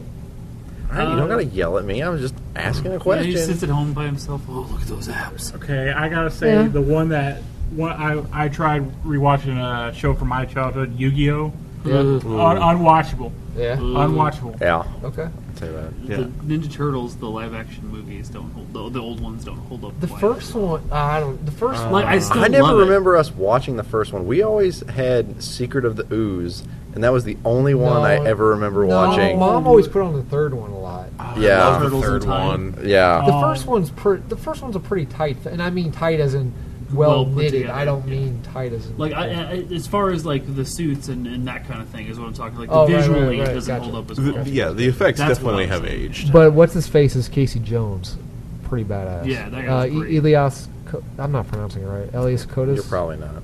All right, you don't gotta yell at me. I was just asking a
Yeah, he just
question.
sits at home by himself. Oh, look at those abs.
Okay, I gotta say
Yeah.
the one that one I I tried rewatching a show from my childhood, Yu-Gi-Oh.
Yeah.
Un- unwatchable.
Yeah.
Mm-hmm. Unwatchable.
Yeah,
Okay.
I'd say that.
Yeah.
The Ninja Turtles, the live action movies don't hold. The, the old ones don't hold up.
The
quite.
first one, uh, I don't. The first
Like
one,
I still
I never
love it.
remember us watching the first one. We always had Secret of the Ooze, and that was the only one I
No.
ever remember
No,
watching.
Mom always put on the third one a lot.
Yeah.
Love the
Turtles in
third
Time.
one.
Yeah.
The
Oh.
first one's per, the first one's a pretty tight, th- and I mean tight as in
Well
well,
put
knitted.
together,
I don't
yeah.
mean tight as in
Like I, I, as far as like the suits and, and that kind of thing is what I'm talking. Like the
Oh, right, right,
visually
right,
it doesn't
gotcha.
hold up as well.
The, yeah, the effects
That's what
definitely
I was
have
thinking.
aged.
But what's his face is Casey Jones, pretty badass.
Yeah, that
uh,
guy's
e-
great.
Elias, Co- I'm not pronouncing it right. Elias Cotis.
You're probably not.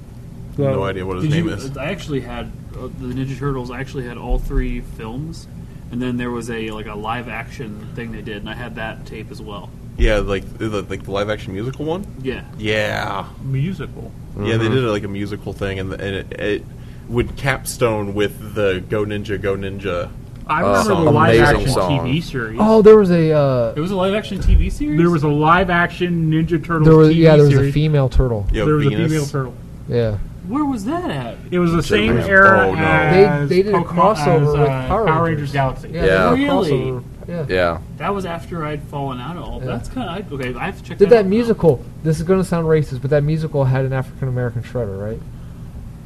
no idea what his
Did
name
you-
is.
I actually had uh, the Ninja Turtles. I actually had all three films, and then there was a like a live action thing they did, and I had that tape as well.
Yeah, like the, like the live action musical one. Mm-hmm.
Yeah,
Yeah,
Musical.
yeah, they did like a musical thing, and, and it, it would capstone with the "Go Ninja, Go Ninja."
I
Uh,
remember
song.
the live
Amazing
action
song.
TV series.
Oh, there was a uh,
it was a live action TV series.
there was a live action Ninja Turtles
there was
TV
yeah there was
series.
a female turtle.
Yeah,
there was a
Venus.
female turtle.
Yeah,
where was that at?
It was the same
Turtles.
era
Oh, no.
as
They- they did a
Pokemon-
crossover
as,
with
uh,
Power
Power
Rangers.
Rangers Galaxy.
yeah.
Yeah.
they were
Oh, Really?
crossover. Yeah.
Yeah.
That was after I'd fallen out of all.
Yeah.
That's kind of okay. I have to check.
Did
out
that
now.
musical? This is going to sound racist, but that musical had an African American shredder, right?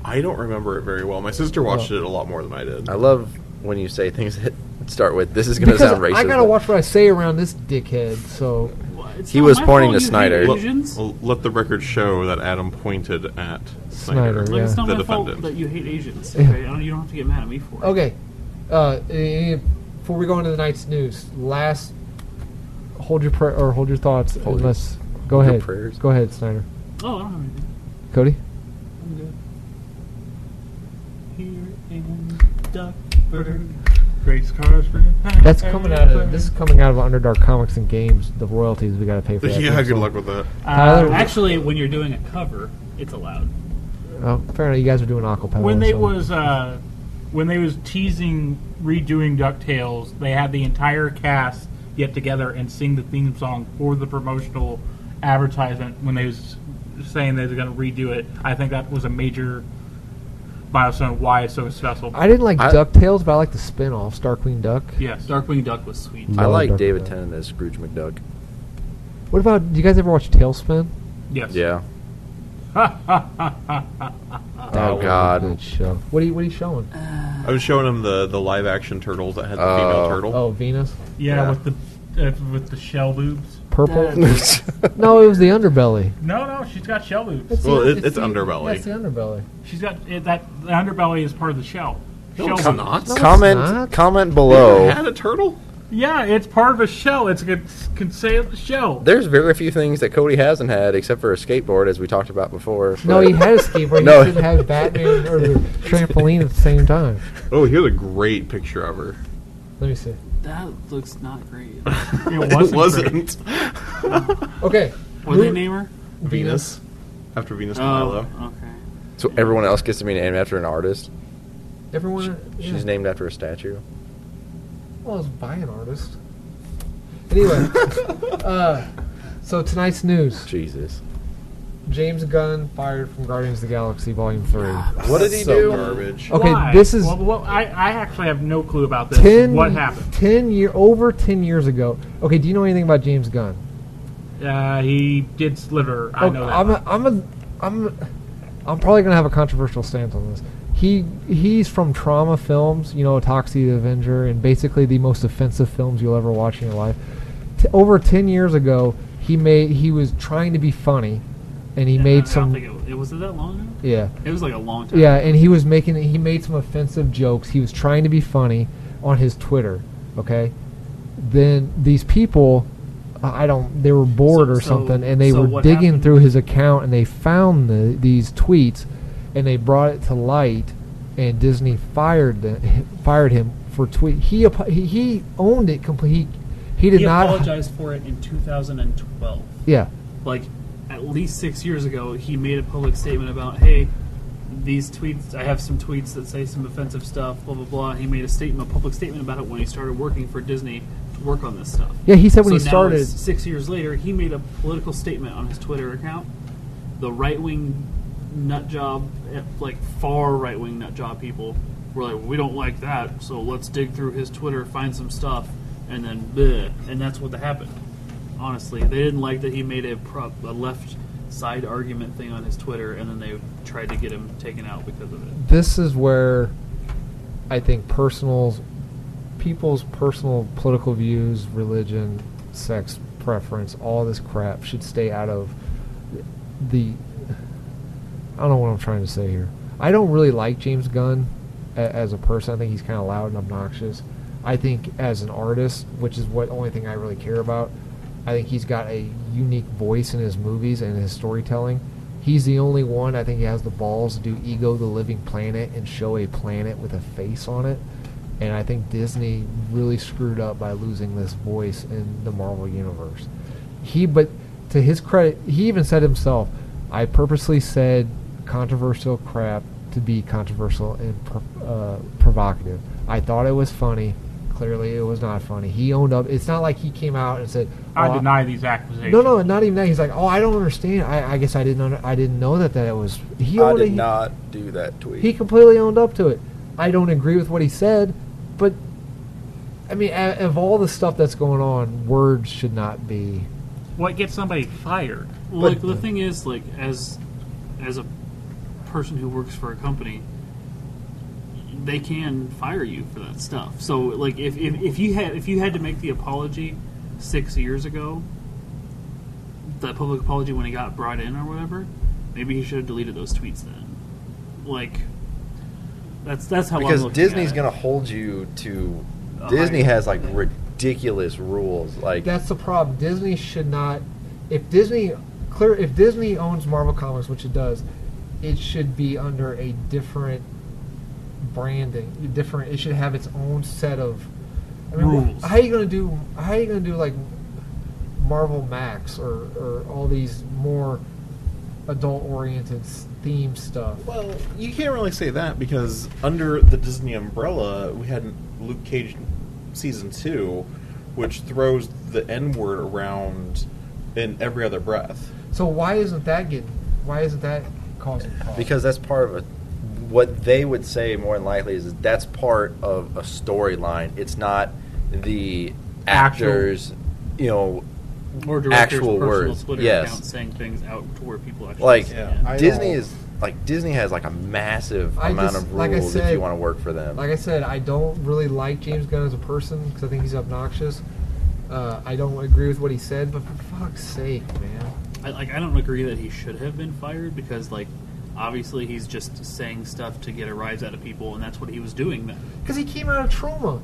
I don't remember it very well. My sister watched it a lot more than I did.
I love when you say things that start with "This is going to
Because
sound racist."
I gotta watch what I say around this dickhead. So
Well, it's
He
not
was
my
pointing
fault
to
you hate
Snyder.
Let,
Asians.
l- let the record show that Adam pointed at Snyder.
Snyder,
Like,
yeah.
it's not
The
my fault
defendant.
that you hate Asians.
Yeah.
Okay, I don't, you don't have to get mad at me for it.
okay,
Okay. Uh, eh, before we go into the night's news, last
hold your prayer or hold your thoughts.
Hold
unless go
your
ahead,
prayers.
go ahead, Snyder,
Oh, I don't have anything.
Cody.
I'm good. Here in Duckburg.
Great Uh, scars for
That's coming out of this is coming out of Underdark Comics and Games. The royalties we gotta pay for. That
Yeah,
thing,
good
so-
luck with that.
Tyler,
Actually, when you're doing a cover, it's allowed.
oh, fair enough. You guys are doing Aquaman.
when they
so-
was uh, when they was teasing redoing Ducktales, they had the entire cast get together and sing the theme song for the promotional advertisement. When they was saying they were going to redo it, I think that was a major milestone. of Why it's so special?
I didn't like
I-
Ducktales, but I like the spin-off Star Queen Duck.
yes,
Darkwing Duck was sweet.
I
Love
like
Duck
David
Duck.
Tennant as Scrooge McDuck.
What about do you guys ever watch Tailspin?
yes,
Yeah.
That
oh
was a
God.
good show. What are you What are you showing?
I was showing him the, the live action turtles that had the
Oh.
female turtle.
Oh, Venus,
yeah,
Yeah.
with the uh, with the shell boobs.
purple.
That's
no, it was the underbelly.
No, no, she's got shell boobs.
That's the-
Well, it- it's
the-
underbelly.
That's the underbelly.
She's got it, that the underbelly is part of the shell.
No,
shell
it's
boobs.
not.
comment.
not.
Comment
They
below.
had a turtle.
Yeah, it's part of a shell. It's a con- concealed shell.
There's very few things that Cody hasn't had except for a skateboard, as we talked about before.
No,
but-
he had a skateboard.
No.
He didn't have Batman or the trampoline at the same time.
Oh, here's a great picture of her.
Let me see.
That looks not great.
It wasn't.
it wasn't
Okay,
What they name her?
Venus. After Venus Milo.
Oh, okay.
So everyone else gets to be named after an artist.
everyone. yeah.
She's named after a statue.
Well, I was by an artist. Anyway, uh, so tonight's news:
Jesus.
James Gunn fired from Guardians of the Galaxy Volume Three.
Ah.
What did he
so
do?
Garbage.
Okay,
Why?
this is
Well, well, I, I actually have no clue about this.
ten.
what happened?
Ten year over ten years ago. Okay, do you know anything about James Gunn?
Uh, he did sliver. I know that.
am a, Oh, I'm a, I'm, a- I'm probably gonna have a controversial stance on this. He he's from Trauma Films, you know, Toxie the Avenger, and basically the most offensive films you'll ever watch in your life. T- over ten years ago, he made he was trying to be funny, and he
Yeah, I
made
don't
some
think it, it was it that long ago?
yeah.
It was like a long time.
Yeah, and he was making he made some offensive jokes. He was trying to be funny on his Twitter. Okay, then these people, I I don't, they were bored
So-
or
so-
something, and they
so
were
what
digging
happened-
through his account and they found the, these tweets, and they brought it to light, and Disney fired the, fired him for tweet. He apo- he, he owned it completely. He, he did
He
not.
apologized for it in 2012.
Yeah,
Like, at least six years ago, he made a public statement about, hey, these tweets, I have some tweets that say some offensive stuff, blah, blah, blah. He made a statement, a public statement about it when he started working for Disney to work on this stuff.
yeah. He said when
So
he
now
started.
it's six years later, he made a political statement on his Twitter account. The right wing nut job, eh, like far right wing nut job people, we're like, we don't like that, so let's dig through his Twitter, find some stuff, and then, bleh, and that's what happened. Honestly, they didn't like that he made a prop, a left side argument thing on his Twitter, and then they tried to get him taken out because of it.
this is where I think personals, people's personal political views, religion, sex preference, all this crap should stay out of the. I don't know what I'm trying to say here. I don't really like James Gunn a- as a person. I think he's kind of loud and obnoxious. I think as an artist, which is what only thing I really care about, I think he's got a unique voice in his movies and his storytelling. He's the only one I think he has the balls to do Ego the Living Planet and show a planet with a face on it. And I think Disney really screwed up by losing this voice in the Marvel universe. He but to his credit, he even said himself, I purposely said controversial crap to be controversial and pro- uh, provocative. I thought it was funny. Clearly, it was not funny. He owned up. It's not like he came out and said,
I
"Oh,
deny these accusations.
no, no, not even that. He's like, oh, I don't understand. I, I guess I didn't. Under, I didn't know that that it was. He
I
owned
did
it.
not do that tweet.
He completely owned up to it. I don't agree with what he said, but I mean, a- of all the stuff that's going on, words should not be.
What gets somebody fired?
Well, like the thing is, like as as a person who works for a company, they can fire you for that stuff. So, like if, if, if you had if you had to make the apology six years ago, the public apology when he got brought in or whatever, maybe he should have deleted those tweets then. Like that's that's how I'm
because
looking
Disney's
at it.
going to hold you to.
A
Disney
higher-
has like ridiculous rules. Like
Oh, That's the problem. Disney should not. If Disney clear, if Disney owns Marvel Comics, which it does, it should be under a different branding. Different. It should have its own set of I mean,
Rules.
How you gonna do? How you gonna do like Marvel Max or or all these more adult oriented theme stuff?
Well, you can't really say that because under the Disney umbrella, we had Luke Cage season two, which throws the N word around in every other breath.
So why isn't that getting? Why isn't that causing? Problems?
because that's part of a, what they would say more than likely is that's part of a storyline. It's not the
Actual-
actors, you know.
or directors'
actual
personal
words,
Twitter
yes.
accounts saying things out to where people actually
Like
see
Yeah.
it.
I
Disney
don't-
is like Disney has like a massive
I
amount
just-
of
like I
rules if
said-
you want to work for them.
Like I said, I don't really like James Gunn as a person because I think he's obnoxious. Uh, I don't agree with what he said, but for fuck's sake, man.
I, like I don't agree that he should have been fired because like obviously he's just saying stuff to get a rise out of people and that's what he was doing then.
Because he came out of trauma.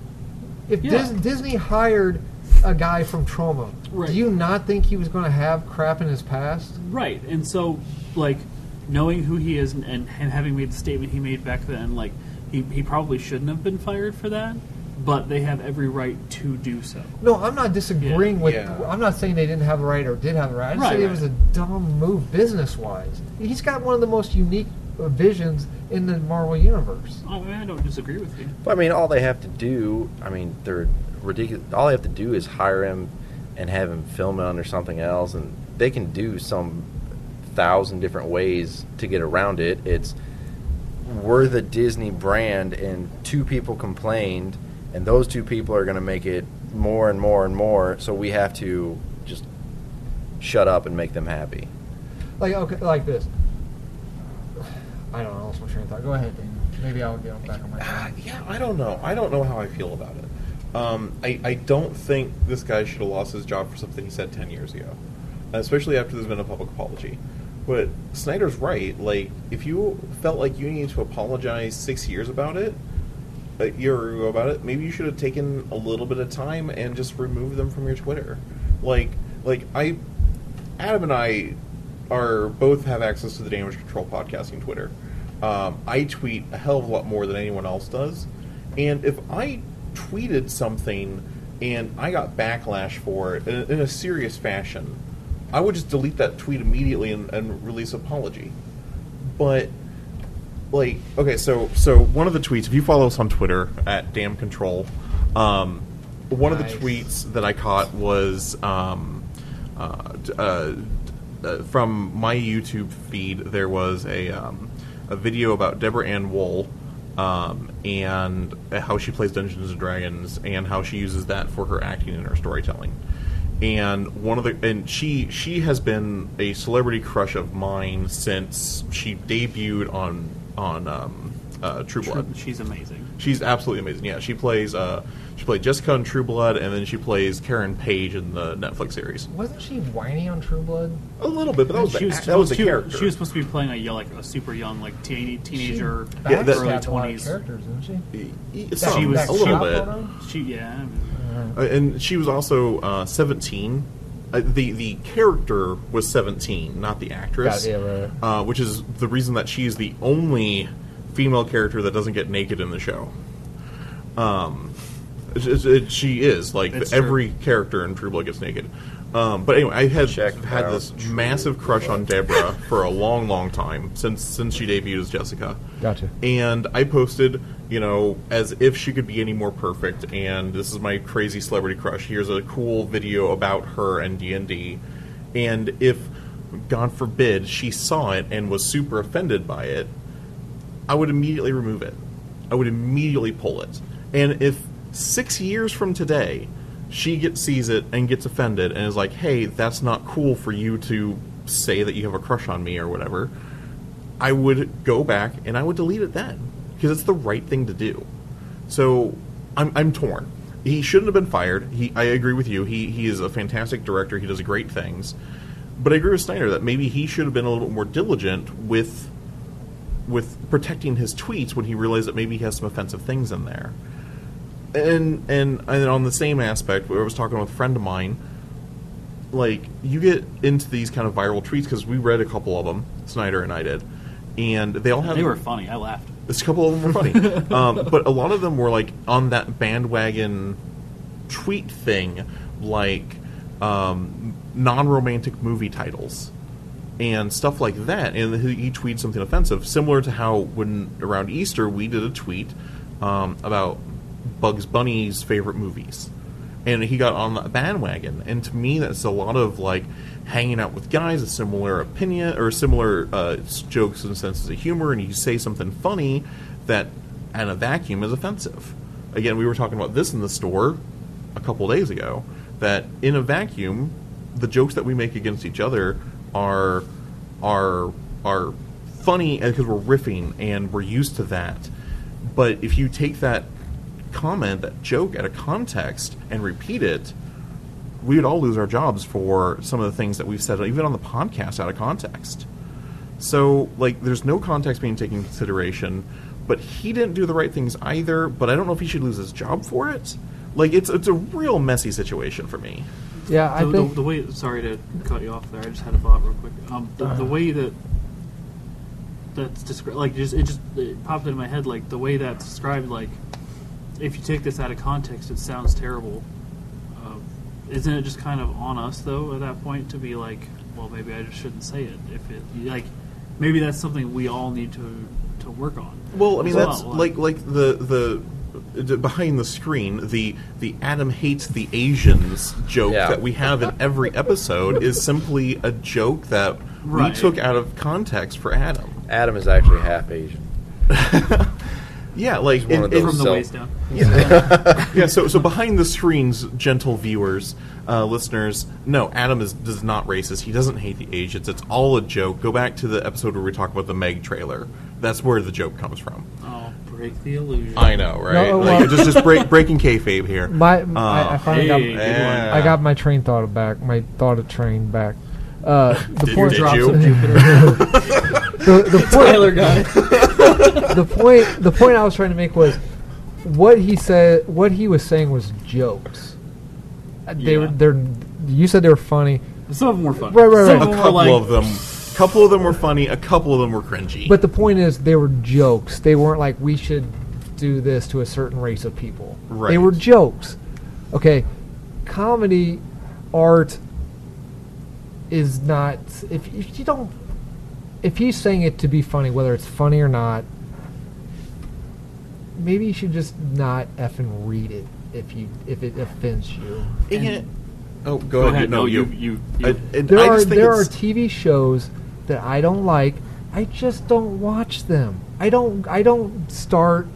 If
Yeah.
Dis- Disney hired a guy from trauma,
Right.
do you not think he was going to have crap in his past?
Right. And so like knowing who he is and, and, and having made the statement he made back then like he, he probably shouldn't have been fired for that, but they have every right to do so.
No, I'm not disagreeing with.
Yeah.
I'm not saying they didn't have the right or did have the right. I just
Right,
said it
right.
was a dumb move business wise. He's got one of the most unique uh, visions in the Marvel universe.
I, mean, I don't disagree with you.
But I mean, all they have to do, I mean, they're ridiculous. All they have to do is hire him and have him film it under something else, and they can do some thousand different ways to get around it. It's we're the Disney brand, and two people complained, and those two people are going to make it more and more and more. So we have to just shut up and make them happy.
Like okay, like this. I don't know. I lost my train of thought. Go ahead, Daniel. Maybe I'll get back on my.
Uh,
train.
yeah, I don't know. I don't know how I feel about it. Um, I, I don't think this guy should have lost his job for something he said 10 years ago, especially after there's been a public apology. But Snyder's right. Like, if you felt like you needed to apologize six years about it, a year ago about it, maybe you should have taken a little bit of time and just removed them from your Twitter. Like, like I, Adam and I are both have access to the Damage Control podcasting Twitter. Um, I tweet a hell of a lot more than anyone else does, and if I tweeted something and I got backlash for it in, in a serious fashion, I would just delete that tweet immediately and, and release apology. But like okay so so one of the tweets if you follow us on twitter at damn control um, one
Nice.
of the tweets that i caught was um, uh, d- uh, uh, from my youtube feed there was a, um, a video about deborah ann wool um, and how she plays Dungeons and Dragons, and how she uses that for her acting and her storytelling. And one of the and she she has been a celebrity crush of mine since she debuted on on um, uh, True Blood.
She's amazing.
She's absolutely amazing. Yeah, she plays uh, she played Jessica in True Blood, and then she plays Karen Page in the Netflix series.
Wasn't she whiny on True Blood?
A little bit, but that was
she
the,
was,
that was the
she,
character.
she was supposed to be playing a yo- like a super young, like teen, teenager,
Yeah, that-
backstabbed a
early
lot of
twenties.
characters, didn't she?
Some,
she was-
a little
she-
bit.
She yeah,
Uh, and she was also uh, 17. Uh, the the character was 17, not the actress.
Got it, yeah, right,
Uh, which is the reason that she is the only female character that doesn't get naked in the show. Um, it's- it's- it- she is like
It's
every character in True Blood gets naked. Um, but anyway, I had
Check
had
out
this
True
massive crush on Deborah for a long, long time since since she debuted as Jessica
Gotcha.
and I posted, you know, as if she could be any more perfect. And this is my crazy celebrity crush. Here's a cool video about her and D and D. And if, God forbid, she saw it and was super offended by it, I would immediately remove it. I would immediately pull it. And if six years from today, she gets sees it and gets offended and is like, "Hey, that's not cool for you to say that you have a crush on me or whatever," I would go back and I would delete it then because it's the right thing to do. So I'm, I'm torn. He shouldn't have been fired. He, I agree with you. He, he is a fantastic director. He does great things. But I agree with Snyder that maybe he should have been a little bit more diligent with with protecting his tweets when he realized that maybe he has some offensive things in there. And and and on the same aspect, I was talking with a friend of mine. Like you get into these kind of viral tweets because we read a couple of them, Snyder and I did, and they all have
they were funny. I laughed.
There's a couple of them were funny, um, but a lot of them were like on that bandwagon tweet thing, like um, non-romantic movie titles and stuff like that. And he he tweets something offensive, similar to how when around Easter we did a tweet um, about Bugs Bunny's favorite movies, and he got on that bandwagon. And to me, that's a lot of like hanging out with guys, a similar opinion or similar uh, s- jokes and senses of humor, and you say something funny that, in a vacuum, is offensive. Again, we were talking about this in the store a couple days ago that in a vacuum, the jokes that we make against each other are are are funny because we're riffing and we're used to that. But if you take that comment, that joke out of context and repeat it, we would all lose our jobs for some of the things that we've said, even on the podcast, out of context. So, like, there's no context being taken into consideration, but he didn't do the right things either, but I don't know if he should lose his job for it. Like, it's, it's a real messy situation for me.
Yeah, I
the,
think
the, the way sorry to cut you off there. I just had a thought real quick. Um, the, the way that that's described, like just it just it popped into my head, like the way that's described, like if you take this out of context, it sounds terrible. Uh, isn't it just kind of on us though at that point to be like, well, maybe I just shouldn't say it if it like maybe that's something we all need to to work on.
Well, I mean,
as
that's like like the the. d- Behind the screen, the the Adam hates the Asians joke
Yeah.
that we have in every episode is simply a joke that
Right.
we took out of context for Adam.
Adam is actually half Asian.
Yeah, like
one of
it-
those
from
it's-
the
so-
waist down.
yeah. So so behind the screens, gentle viewers, uh, listeners, no, Adam is does not racist. He doesn't hate the Asians. It's all a joke. Go back to the episode where we talk about the Meg trailer. That's where the joke comes from.
Oh, break the illusion.
I know, right?
No,
like,
well-
just just break, breaking kayfabe here.
my I,
Oh,
I finally
hey.
got
yeah.
I got my train thought of back. My thought of train back. Uh, the
Did-
point
did you?
the, the point, the point the point I was trying to make was what he said what he was saying was jokes. Uh, They were
Yeah.
they're you said they were funny.
Some of them were fun.
Right, right,
a
right.
Some of them were
couple
like,
of them, a couple of them were funny. A couple of them were cringy.
But the point is they were jokes. They weren't like we should do this to a certain race of people. They
Right.
were jokes. Okay. Comedy art is not if, if you don't if he's saying it to be funny, whether it's funny or not, maybe you should just not effing read it if you if it offends you.
And- oh, go,
Go
ahead.
ahead.
No, you.
you, you,
I,
you
and
There
I
are
just think
there are
it's-
TV shows that I don't like I just don't watch them. I don't. I don't start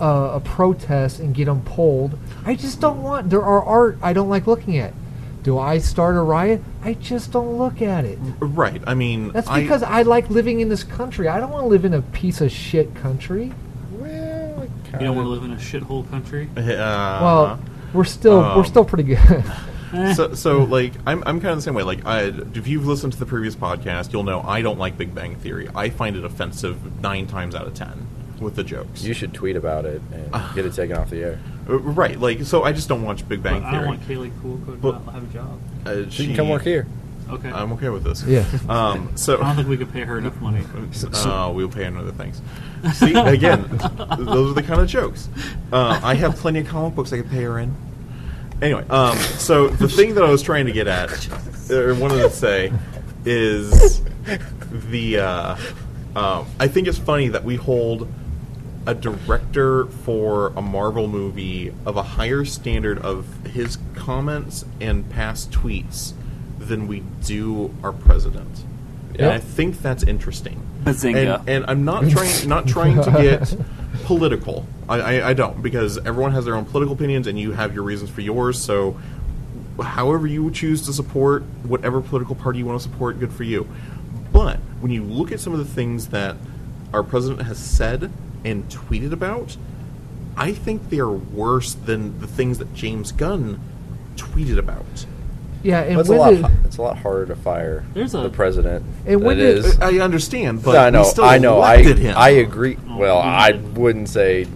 uh, a protest and get them pulled. I just don't want. There are art I don't like looking at. Do I start a riot? I just don't look at it.
Right. I mean,
That's
I- uh,
because I, like living in this country. I don't want to live in a piece of shit country.
Well, it
You don't
kinda-
want to live in a shithole country.
Uh,
well, we're still we're
Um,
still pretty good.
Eh.
so, so like I'm, I'm kind of the same way. Like, I, if you've listened to the previous podcast, you'll know I don't like Big Bang Theory. I find it offensive nine times out of ten with the jokes.
You should tweet about it and
Ah.
get it taken off the air.
Uh, right? Like, so I just don't watch Big Bang
But I
Theory.
don't want Kaylee Coolco
But-
to not have a job.
Uh,
She can come work here.
Okay.
I'm okay with this.
Yeah.
Um, so
I don't think we could pay her enough money.
Uh, we'll pay another thanks. See, again, those are the kind of jokes. Uh, I have plenty of comic books I could pay her in. Anyway, um, so the thing that I was trying to get at, or wanted to say, is the. Uh, um, I think it's funny that we hold a director for a Marvel movie of a higher standard of his comments and past tweets than we do our president. And
Yeah.
I think that's interesting.
Bazinga.
And, and I'm not trying not trying to get political. I, I, I don't because everyone has their own political opinions, and you have your reasons for yours. So, however you choose to support whatever political party you want to support, good for you. But when you look at some of the things that our president has said and tweeted about, I think they are worse than the things that James Gunn tweeted about.
yeah, and
But it's a
when
lot.
did-
hu- It's a lot harder to fire
There's a-
the president.
And when
than
did- Uh,
it is.
I understand, but
No, I know.
we still
I know. I
elected him. Oh,
I agree. Well,
we
I
did.
wouldn't say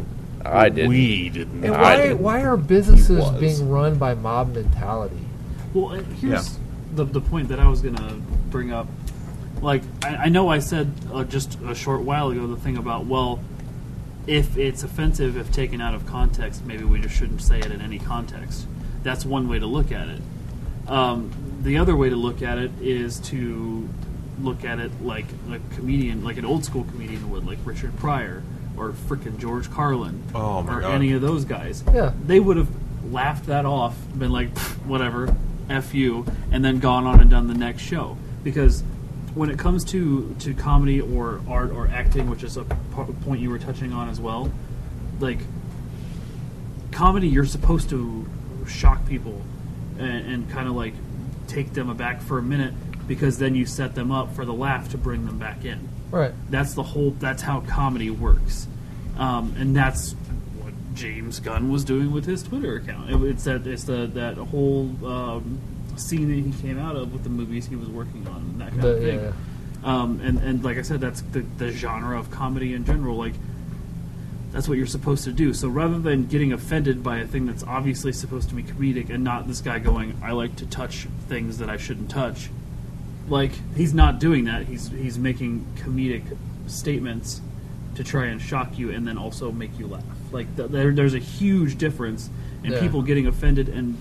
I did.
We didn't.
and
I
why
didn't.
why are businesses
was.
being run by mob mentality?
Well, uh, here's the, the point that I was going to bring up. Like, I, I know I said uh, just a short while ago the thing about, well, if it's offensive, if taken out of context, maybe we just shouldn't say it in any context. That's one way to look at it. Um, the other way to look at it is to look at it like a comedian, like an old school comedian would, like Richard Pryor or frickin' George Carlin
Oh, my
or
God.
any of those guys
Yeah.
they would have laughed that off, been like, "Pfft, whatever, F you, and then gone on and done the next show. Because when it comes to, to comedy or art or acting, which is a po- point you were touching on as well, like, comedy, you're supposed to shock people and, and kind of like take them aback for a minute because then you set them up for the laugh to bring them back in.
Right.
That's the whole. That's how comedy works, um, and that's what James Gunn was doing with his Twitter account. It, it's that it's the that whole um, scene that he came out of with the movies he was working on, and that kind
The-
of thing.
yeah, yeah.
Um, and and like I said, that's the, the genre of comedy in general. Like that's what you're supposed to do. So rather than getting offended by a thing that's obviously supposed to be comedic and not this guy going, I like to touch things that I shouldn't touch, like he's not doing that. He's he's making comedic statements to try and shock you and then also make you laugh. Like th- there, there's a huge difference in
Yeah.
people getting offended and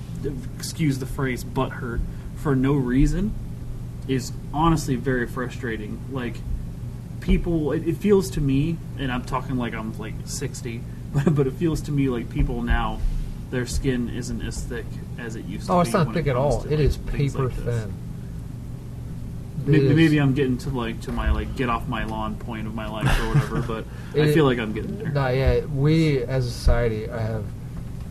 excuse the phrase butthurt for no reason is honestly very frustrating. Like people it, it feels to me and i'm talking like i'm like 60 but, but it feels to me like people now their skin isn't as thick as it used to be
Oh, it's not
when it
thick at
comes
all.
to,
It
like,
is
things
paper
like this.
thin.
May-
It is-
maybe i'm getting to like to my like get off my lawn point of my life or whatever but i
It-
feel like i'm getting there
No, yeah, we as a society I have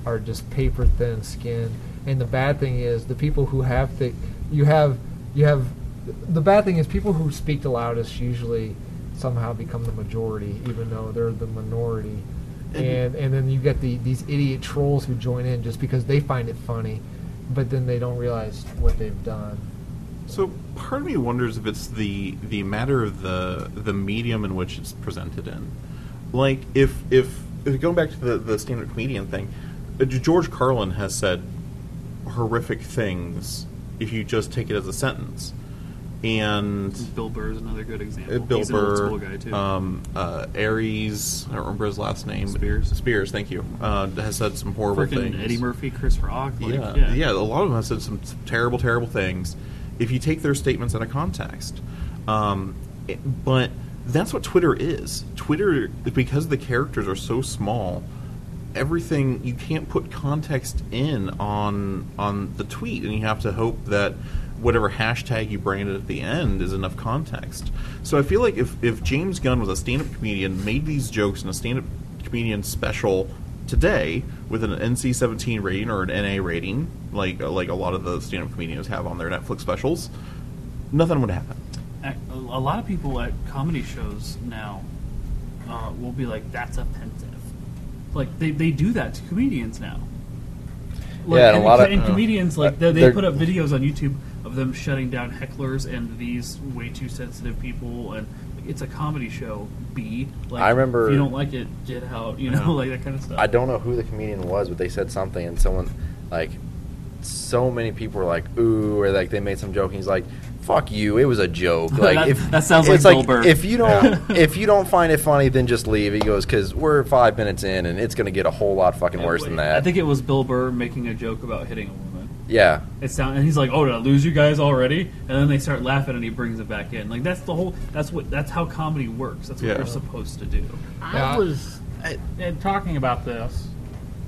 are just paper thin skin, and the bad thing is the people who have thick, you have you have the bad thing is people who speak the loudest usually somehow become the majority, even though they're the minority. And and then you get the these idiot trolls who join in just because they find it funny, but then they don't realize what they've done.
So part of me wonders if it's the the matter of the the medium in which it's presented in. Like if if, if going back to the the standard comedian thing, uh, George Carlin has said horrific things if you just take it as a sentence. And
bill burr is another good example
uh, Bill
He's an old
Burr,
school guy too
um, uh, Aries, I don't remember his last name.
Spears?
Spears, thank you. Uh, has said some horrible
Frickin'
things.
eddie murphy chris rock like,
yeah,
yeah
yeah, A lot of them have said some terrible, terrible things. If you take their statements out of context, um, it- but that's what Twitter is. Twitter, because the characters are so small, everything you can't put context in on on the tweet, and you have to hope that whatever hashtag you branded at the end is enough context. So I feel like if, if James Gunn was a stand up comedian, made these jokes in a stand up comedian special today with an NC 17 rating or an NA rating, like, like a lot of the stand up comedians have on their Netflix specials, nothing would happen.
Ac- a lot of people at comedy shows now uh, will be like, "That's offensive." Like they, they do that to comedians now. Like,
Yeah, and a
and,
lot of- uh,
and comedians like they, they
they're-
put up videos on YouTube of them shutting down hecklers and these way too sensitive people, and like, it's a comedy show. B. Like,
I remember-
if you don't like it, get out. You know, like that kind of stuff.
I don't know who the comedian was, but they said something, and someone, like, so many people were like, "Ooh," or like they made some joke, and he's like, "Fuck you, it was a joke." Like,
That-
if,
that sounds
it's
like Goldberg.
If you don't, if you don't find it funny, then just leave. He goes, "Cause we're five minutes in, and it's gonna get a whole lot fucking worse than that."
I think it was Bill Burr making a joke about hitting a woman.
yeah,
It sound and he's like, "Oh, did I lose you guys already?" And then they start laughing, and he brings it back in. Like that's the whole. That's what. That's how comedy works. That's what
Yeah.
you're supposed to do.
I was uh, uh, talking about this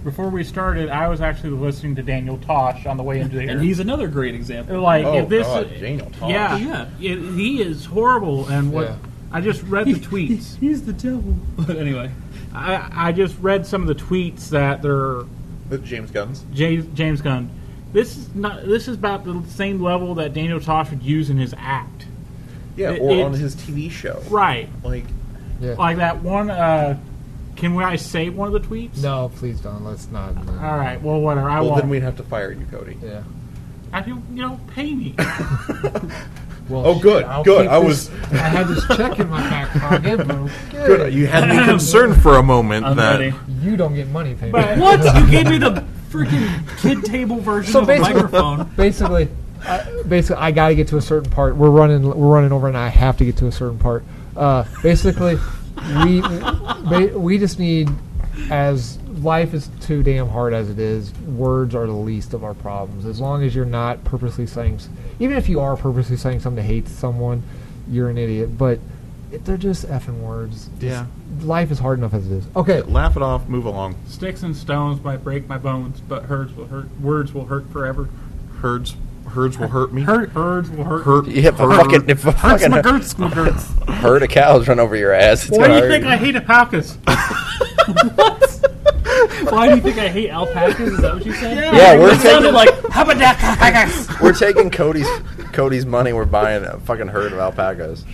before we started. I was actually listening to Daniel Tosh on the way into here.
And he's another great example.
like,
Oh,
if this,
God, Daniel Tosh.
yeah,
Yeah.
It, he is horrible. And what
Yeah.
I just read the tweets.
He's the devil. But anyway,
I, I just read some of the tweets that they're
With James Gunn's.
James, James Gunn. This is not. This is about the same level that Daniel Tosh would use in his act.
Yeah,
It-
or on
it's-
his TV show.
Right.
Like,
Yeah.
Like that one. Uh, can we? I save one of the tweets?
No, please don't. Let's not. no.
All right. Well, whatever. I
well,
won't.
then we'd have to fire you, Cody.
Yeah.
I do. You don't pay me.
Well,
Oh,
shit,
good,
I'll
good.
keep
I
this-
was
I had this check in my back pocket, but
good. You had me concerned for a moment.
I'm
that
ready.
you don't get money paid.
But-
What? you gave me the freaking kid table version
So
of the
basically-
microphone.
basically, I, basically, I got to get to a certain part. We're running, we're running over, and I have to get to a certain part. Uh, basically, we ba- we just need, as life is too damn hard as it is, words are the least of our problems. As long as you're not purposely saying, s- even if you are purposely saying something to hate someone, you're an idiot. But it- they're just effing words.
Yeah.
Life is hard enough as it is. Okay,
Laugh it off, move along.
Sticks and stones might break my bones, but herds will hurt. Words will hurt forever.
Herds, herds will hurt me.
Hurt. Herds will hurt.
Hurt-
you have a
hurt-
fucking if a
Hurts
fucking
my girts, my girts.
herd of cows run over your ass. It's
Why do
gonna
you
hurt
think I hate alpacas?
Why do you think I hate alpacas? Is that what you said?
Yeah, we're
it
taking-
sounded like habadaka.
We're taking Cody's Cody's money. We're buying a fucking herd of alpacas.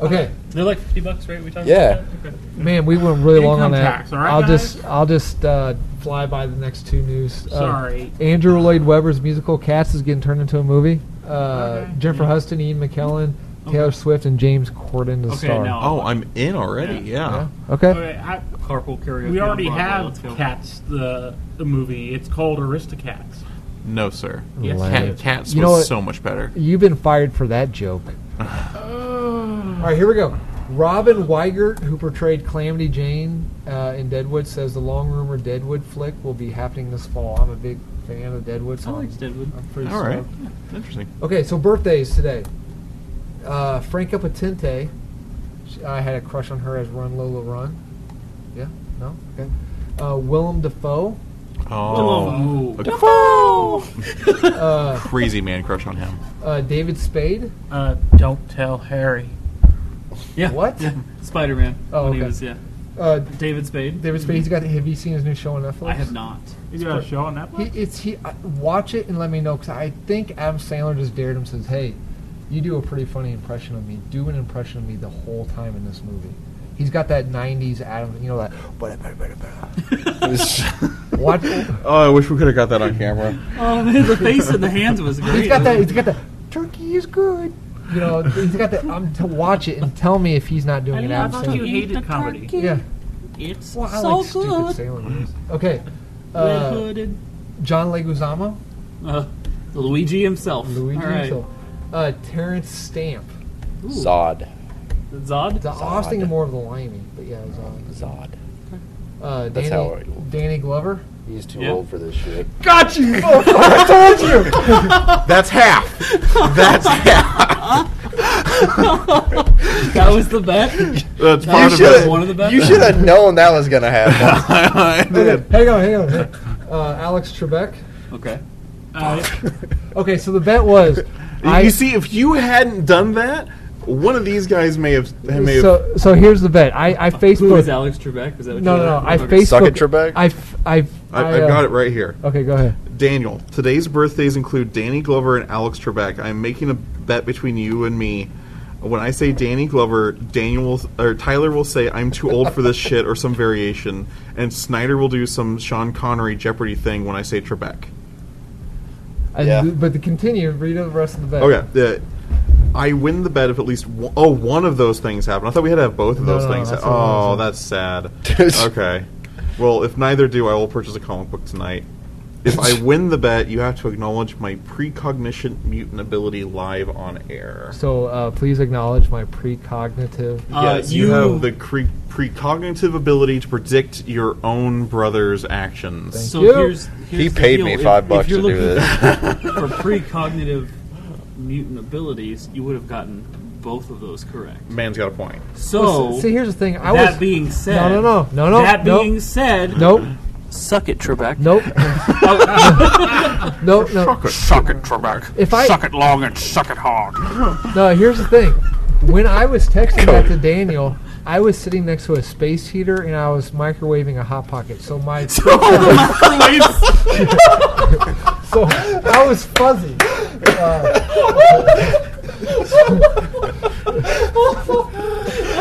okay.
They're like fifty bucks, right? We talked
Yeah.
about that. Okay.
Man, we went really long on
Income
that.
tax, all right,
I'll
guys?
just I'll just uh, fly by the next two news. Uh,
Sorry.
Andrew Lloyd Webber's musical Cats is getting turned into a movie. Uh,
Okay.
Jennifer Huston, Ian McKellen, Taylor Swift, and James Corden the
Okay,
star.
now-
Oh, I'm in already. Yeah.
Okay.
Okay, I,
Carpool karaoke.
we
on
already
Broadway,
have
let's go.
Cats, the the movie. It's called Aristocats.
No, sir.
Yes,
Lame.
it
Cat,
is.
cats
You know what?
was so much better.
You've been fired for that joke.
Hmm.
All right, here we go. Robin Weigert, who portrayed Calamity Jane uh, in Deadwood, says the long rumored Deadwood flick will be happening this fall. I'm a big fan of Deadwood. So
I
I'm-
liked Deadwood.
I'm pretty
All right.
stoked.
Interesting.
Okay, so birthdays today. Uh, Franca Patente. She, I had a crush on her as Run Lola Run. Yeah? No? Okay. Uh, Willem Dafoe.
Oh, a
Uh,
crazy man crush on him.
uh, David Spade.
Uh, don't tell Harry.
Yeah.
What?
Yeah. Spider Man.
Oh,
when he
okay.
was yeah.
Uh,
David Spade.
David Spade, he's got, have you seen his new show on Netflix?
I have not.
You got a show on that
He,
one?
it's, he, I- watch it and let me know, because I think Adam Sandler just dared him, says, hey, you do a pretty funny impression of me. Do an impression of me the whole time in this movie. He's got that 90s Adam, you know, that. Watch,
oh, I wish we could have got that on camera.
Oh man, the face and the hands was great.
He's got that. He's got the turkey is good. You know, he's got that. Um, to watch it and tell me if he's not doing it.
I
I'm
thought you
saying,
hated comedy.
yeah.
It's
Well, I
so
like stupid
good.
Sailor Moons. Okay,
Red
uh,
hooded.
John Leguizamo,
Uh, Luigi himself.
Luigi
All right.
himself, uh, Terrence Stamp.
Zod,
Zod.
The, I was thinking more of the limey, but yeah, it was on.
Zod.
Uh, Danny,
That's how I will.
Danny Glover.
He's too
Yeah.
old for this shit.
Got you. I told you.
That's half. That's half.
That was the bet.
That's
That
part
was
of it.
one of the best.
You should have known that was gonna happen.
I did.
Okay, hang on, hang on. hang on. Uh, Alex Trebek.
Okay.
Uh,
Okay, so the bet was I-
you see, if you hadn't done that, one of these guys may have may have
So, so here's the bet. I, I Facebook.
Who is Alex Trebek? Is that what
No,
you
no, no.
want?
I
Okay.
Facebook.
Suck it, Trebek.
I, f- I, f-
I,
I,
I've
uh,
got it right here.
Okay, go ahead.
Daniel, today's birthdays include Danny Glover and Alex Trebek. I'm making a bet between you and me. When I say Danny Glover, Daniel will, or Tyler will say I'm too old for this shit or some variation, and Snyder will do some Sean Connery Jeopardy thing when I say Trebek.
And
Yeah.
th- but to continue, read the rest of the bet.
Okay, the, I win the bet if at least one, oh one of those things happen. I thought we had to have both of
No,
those
no, no,
things.
that's
ha-
what I
oh,
was-
that's sad. okay, well if neither do, I will purchase a comic book tonight. If I win the bet, you have to acknowledge my precognition mutant ability live on air.
So uh, please acknowledge my precognitive.
Uh,
yes, you, have the cre- precognitive ability to predict your own brother's actions.
So
you.
here's, here's
He
the
paid
deal.
me
If-
five
if
bucks
you're
to do
looking
this.
For precognitive mutant abilities, you would have gotten both of those correct.
Man's got a point.
So
Well, see, here's the thing. I
that
was
being said,
no, no, no, no,
That
no.
being said,
nope,
suck it, Trebek.
nope,
Oh,
nope, no.
Suck it, Trebek.
If I-
suck it long and suck it hard.
No, here's the thing. When I was texting that to Daniel, I was sitting next to a space heater and I was microwaving a hot pocket. So my so I was fuzzy.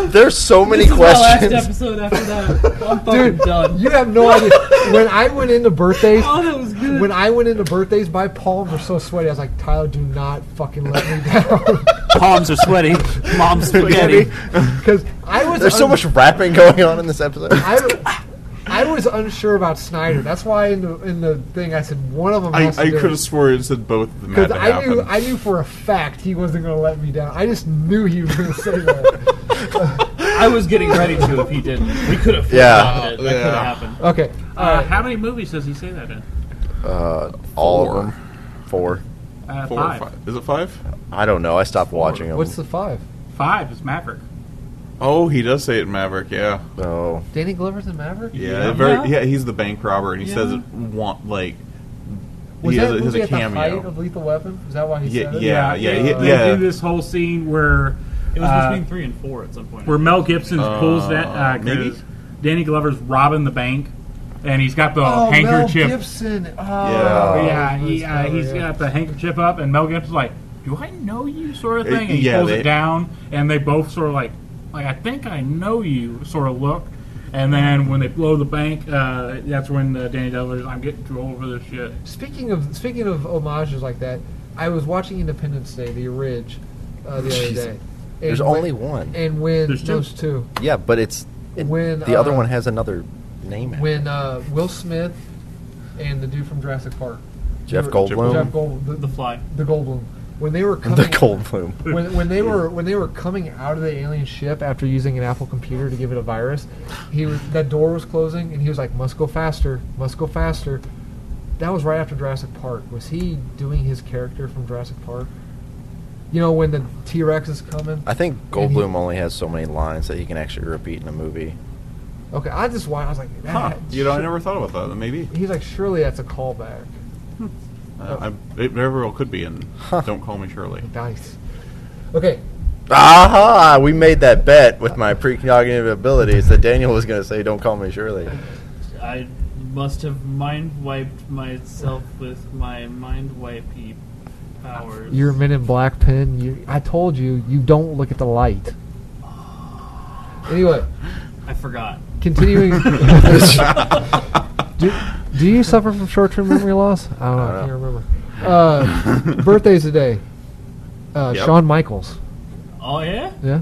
There's so many
This is my last
questions.
episode after that. I'm fucking
Dude,
done.
you have no idea. When I went into birthdays,
oh, that was good.
when I went into birthdays, my palms were so sweaty. I was like, Tyler, do not fucking let me down.
Palms are sweaty. Mom's spaghetti.
Because I was
There's so
un-
much rapping going on in this episode.
I, I was unsure about Snyder. That's why in the in the thing I said one of them.
I,
has to
I
do it.
could have sworn it said both of them had
Because
to
I
happen.
knew, I knew for a fact he wasn't going to let me down. I just knew he was going to say that.
I was getting ready to if he didn't. We could have.
yeah.
That could have
Yeah.
happened.
Okay.
Uh, how many movies does he say that in?
Uh, all of them. Four.
Uh,
Four or
five.
five. Is it five?
I don't know. I stopped watching them.
What's the five?
Five is Maverick.
Oh, he does say it in Maverick, yeah.
oh.
Danny Glover's in Maverick.
Yeah, Very,
Yeah.
yeah, he's the bank robber, and he says
Yeah.
it want like
Was
he
that
has, a- has
movie
a
at the height
cameo.
of Lethal Weapon? Is that why he
Yeah,
said it?
yeah, yeah,
they,
yeah.
they do this whole scene where
It was
uh,
between three and four at some point.
where Mel Gibson pulls that
Uh,
uh, 'cause
maybe?
Danny Glover's robbing the bank, and he's got the
Oh,
handkerchief.
Mel Gibson. Oh,
Yeah.
Yeah, he, uh,
That's
he's
clever, yeah.
got the handkerchief up, and Mel Gibson's like, "Do I know you?" sort of thing, and he
yeah,
pulls
they-
it down, and they both sort of like, like I think I know you, sort of look. And then when they blow the bank, uh, that's when uh, Danny Glover's, "I'm getting too old for this shit."
Speaking of speaking of homages like that, I was watching Independence Day, the Ridge, uh, the other
Jeez.
day. And
There's
when-
only one.
And when
There's two.
those two.
Yeah, but it's it-
When,
the other
uh,
one has another name. in it.
when uh, Will Smith and the dude from Jurassic Park,
Jeff
they were-
Goldblum?
Jeff Gold, the,
the fly.
the Goldblum, when they were
the
coming,
Goldblum.
when, when they were when they were coming out of the alien ship after using an Apple computer to give it a virus, he was, that door was closing and he was like, "Must go faster, must go faster." That was right after Jurassic Park. Was he doing his character from Jurassic Park? You know when the T Rex is coming.
I think Goldblum only has so many lines that he can actually repeat in a movie.
Okay, I just watched. I was like,
Huh.
that,
You know, I never thought about that. Maybe
He's like, surely that's a callback.
uh, I, it very well could be. And don't call me Shirley.
Nice. Okay,
Aha! We made that bet with my precognitive abilities that Daniel was going to say, "Don't call me Shirley."
I must have mind wiped myself with my mind wipey powers.
Your Men in Black pen. You, I told you, you don't look at the light. Anyway,
I forgot.
continuing. do, do you suffer from short-term memory loss? I don't know. I, can't remember. Uh, birthdays today. Uh,
Yep.
Shawn Michaels.
Oh yeah,
Yeah.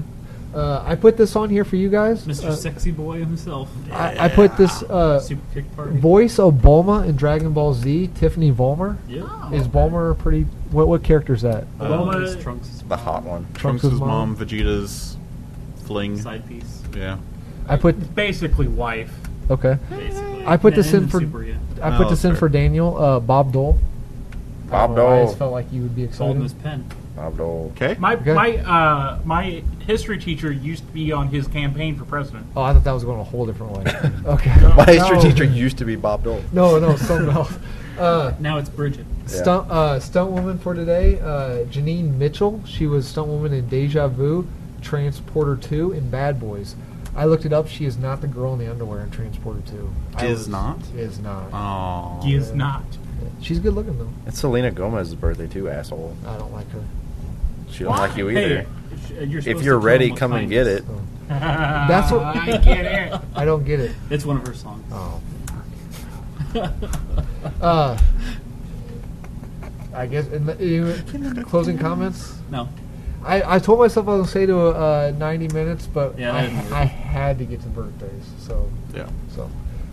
Uh, I put this on here for you guys.
Mr.
Uh,
Sexy Boy himself.
I, I put this uh,
Super kick party.
voice of Bulma in Dragon Ball Z. Tiffany Vollmer.
Yeah.
Is Bulma pretty? What what character is that?
Uh,
Along with his Trunks'
The hot one.
Trunks' mom, Vegeta's fling.
side piece,
Yeah,
I put
Basically, wife.
okay.
basically.
I put this
And
in for-
Super, yeah.
I
No,
put this
that's
in
fair.
for Daniel. Uh, Bob Dole. I
Bob
don't know why, I just
Dole.
felt like you would be
Holding
excited.
his pen.
Abdul.
Okay.
My
Okay.
my uh, my history teacher used to be on his campaign for president.
Oh, I thought that was going a whole different way. Okay.
My history
No.
teacher used to be Bob Dole.
No, no, something else. Uh,
Now it's Bridget.
stunt uh, stunt woman for today, uh, Janine Mitchell. She was stunt woman in Deja Vu, Transporter Two, and Bad Boys. I looked it up. She is not the girl in the underwear in Transporter Two. I
Is
was-
not?
Is not.
Oh.
He is not.
She's good looking though.
It's Selena Gomez's birthday too, asshole.
I don't like her.
She don't like you either.
Hey, sh- you're
if
supposed
you're
to tell
ready,
them
come
what
and
time
get
it
it.
is.
that's
what-
I get it.
I don't get it.
It's one of her songs.
Oh. uh, I guess. And the, you- closing comments.
No.
I, I told myself I was gonna say to uh, 90 minutes, but
Yeah,
I,
that didn't work.
I had to get to birthdays. So
Yeah.
so,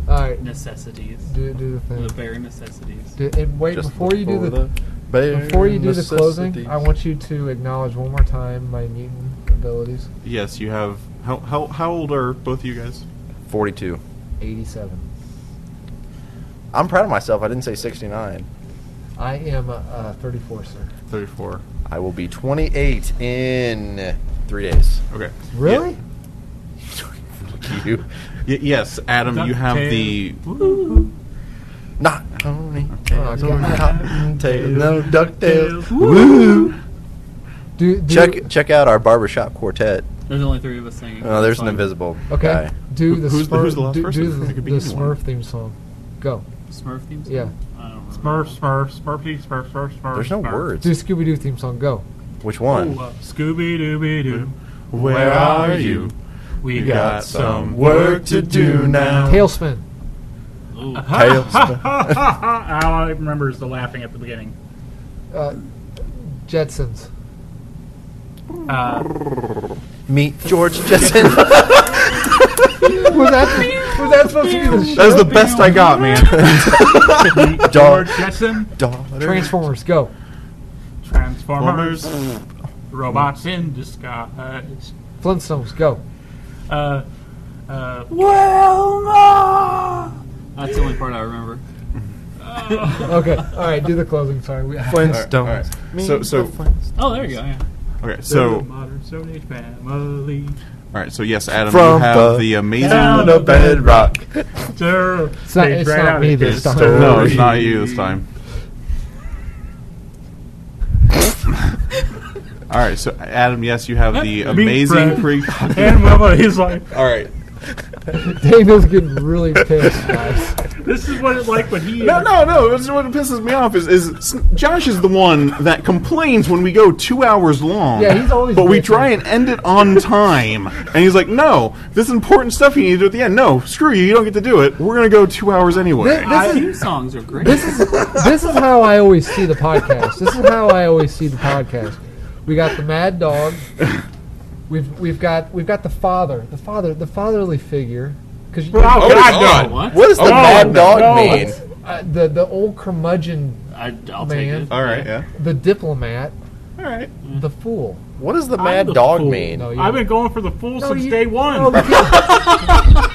all right,
Necessities.
do do the thing.
The bare necessities.
Do, and wait
Just
before you do
for
the,
bare
before you do the closing,
necessities.
I want you to acknowledge one more time my mutant abilities.
Yes, you have. How, how, how old are both of you guys?
42.
87.
I'm proud of myself. I didn't say 69.
I am uh, uh, 34, sir.
34.
I will be 28 in three days.
Okay.
Really?
Fuck you.
Y- yes, Adam, you have the.
Woo.
Not pony.
Oh, God.
Tail, no ducktails.
Woo.
Do, do
Check check out our barbershop quartet.
There's only three of us singing.
Oh, there's
It's
an
fine.
invisible
Okay.
guy.
Do
Who-
the
who's the-
Smurf,
who's the last
do,
person?
do
It
the,
could be
the
anyone.
Smurf theme song. Go.
Smurf theme song?
Yeah.
I don't remember.
Smurf, Smurf, Smurfy, Smurf, Smurf, Smurf.
There's no
Smurf.
words.
Do Scooby Doo theme song. Go.
Which one?
Oh, uh, Scooby Dooby Doo.
Where are you?
We
You got
got
some
some
work to do now.
Tailspin.
Ooh.
Tails.
All I remember is the laughing at the beginning.
Uh, Jetsons.
Uh,
Meet George Jetson.
Was that, was that supposed to be the
That's the best I got, man.
George Jetson,
Daughter.
Transformers? Go.
Transformers,
Plumbers.
robots in disguise.
Flintstones? Go.
Uh, uh,
That's the only part I remember.
Okay. All right. Do the closing. Sorry. We,
Flintstones. So, so,
Oh, there you go. Yeah.
okay, so,
the
all
modern Stone Age family.
right, so yes, Adam,
From
you
the-
have the amazing.
Down the
bedrock.
Sir,
It's not- it's not me this time.
No, it's not you this time. All right, so Adam, yes, you have the
Meat
amazing
bread.
pre.
And Wilma, he's like,
All right,
Daniel's getting really pissed, guys.
this is what it's like when he.
no, no, no. That's what pisses me off is, is s- Josh is the one that complains when we go two hours long.
Yeah, he's always
But we
bitching.
try and end it on time, and he's like, "No, this important stuff you need to do at the end. No, screw you. You don't get to do it. We're gonna go two hours anyway."
This is-
Theme songs are great.
this is this is how I always see the podcast. This is how I always see the podcast. We got the mad dog. We've we've got we've got the father, the father, the fatherly figure. uh, Because
Oh,
God.
God,
what?
What does the
Oh,
mad dog
no.
mean?
uh, the the old curmudgeon,
I, I'll
Man.
take it.
All right, yeah.
the diplomat,
All right.
the fool.
What does the mad
the
dog
fool.
mean?
No, you-
I've been going for the full
No,
since
you-
day one.
no, because-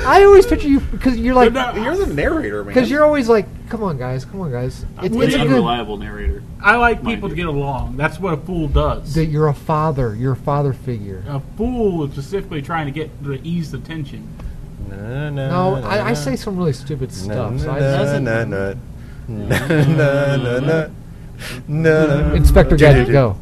I always picture you because you're like
No, no,
You're the narrator, man.
because you're always like, come on guys, come on guys. It's,
with
it's
It's
a
an
good
unreliable narrator.
I like
Mind
people to
you.
get along. That's what a fool does.
that you're a father, you're a father figure.
a fool is specifically trying to get to ease the tension.
No,
No, I, I say some really stupid stuff. so I,
No, no, no, no, no, no,
Inspector Gadget, go.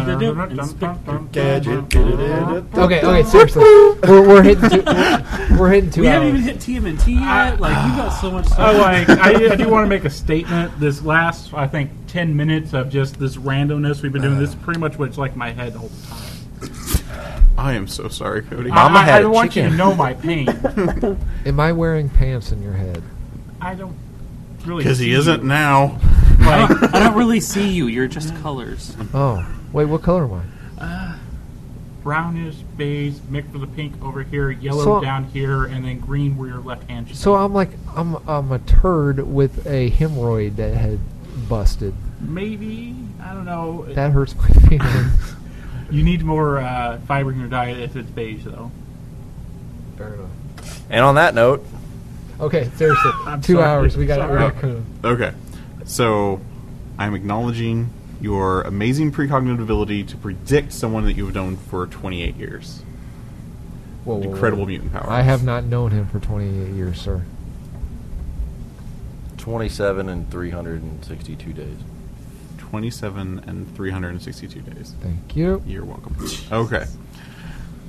Inspector
Gadget.
Okay, okay, seriously, we're, we're hitting two, we're, we're hitting two
We
hours.
haven't even hit TMNT yet. Like you got so much
I
stuff.
like. I, I do want to make a statement. This last, I think, ten minutes of just this randomness we've been doing. This is pretty much what's like my head the whole time.
I am so sorry, Cody.
Mama
I, I,
had
I
a
want you
chicken.
to know my pain.
Am I wearing pants in your head?
I don't really
Because he
see
isn't
you.
now.
I don't, I don't really see you. You're just colors.
Oh, wait, what color am I?
brownish beige mixed with a pink over here, yellow
So-
down here, and then green where your left hand. should
So I'm like, I'm I'm a turd with a hemorrhoid that had busted.
be. maybe I don't know.
That hurts my feelings.
you need more uh, fiber in your diet if it's beige though.
Fair enough.
And on that note,
Okay, seriously,
I'm
two
sorry.
hours. We got
Sorry.
raccoon.
Okay. So I'm acknowledging your amazing precognitive ability to predict someone that you've known for 28 years.
Whoa, whoa, whoa.
Incredible mutant powers.
I have not known him for 28 years, sir.
27 and 362 days.
27 and 362 days.
Thank you.
You're welcome. Okay.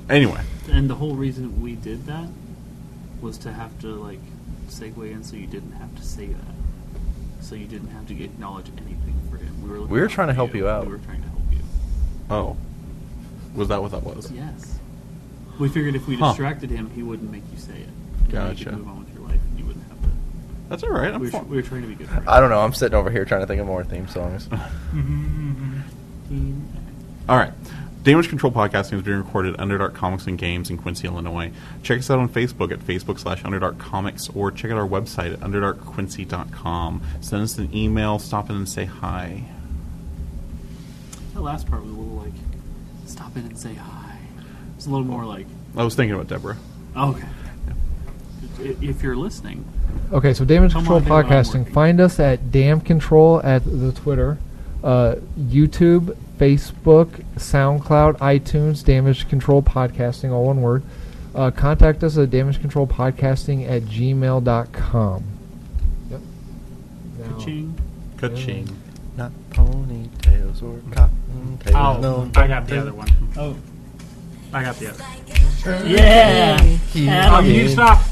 Anyway,
And the whole reason we did that was to have to like segue in, so you didn't have to say that, so you didn't have to acknowledge anything for him. We were looking
We were
out
trying to
for
help you out.
We were trying to help you.
oh, was that what that was?
Yes. We figured if we
Huh.
distracted him, he wouldn't make you say it. You
Gotcha.
could move on with your life, and you wouldn't have to.
That's all right. I'm
We were,
fine.
we were trying to be good. Friends.
I don't know. I'm sitting over here trying to think of more theme songs.
Team
All right. Damage Control Podcasting is being recorded at Underdark Comics and Games in Quincy, Illinois. Check us out on Facebook at Facebook slash Underdark Comics or check out our website at UnderdarkQuincy.com. Send us an email, stop in and say hi.
That last part was a little like, stop in and say hi. It's a little more like,
I was thinking about Deborah.
okay. I- If you're listening,
Okay, so Damage
Come
Control
on in when I'm
Podcasting.
working.
Find us at Damn Control at the Twitter, uh, YouTube, Facebook, SoundCloud, iTunes, Damage Control Podcasting, all one word. Uh, contact us at Damage Control Podcasting at gmail.com.
Now,
ka-ching.
Ka-ching.
Not ponytails or cotton tails.
Oh,
no.
I got the other one.
Oh.
I got the other.
Yeah!
Oh, you stop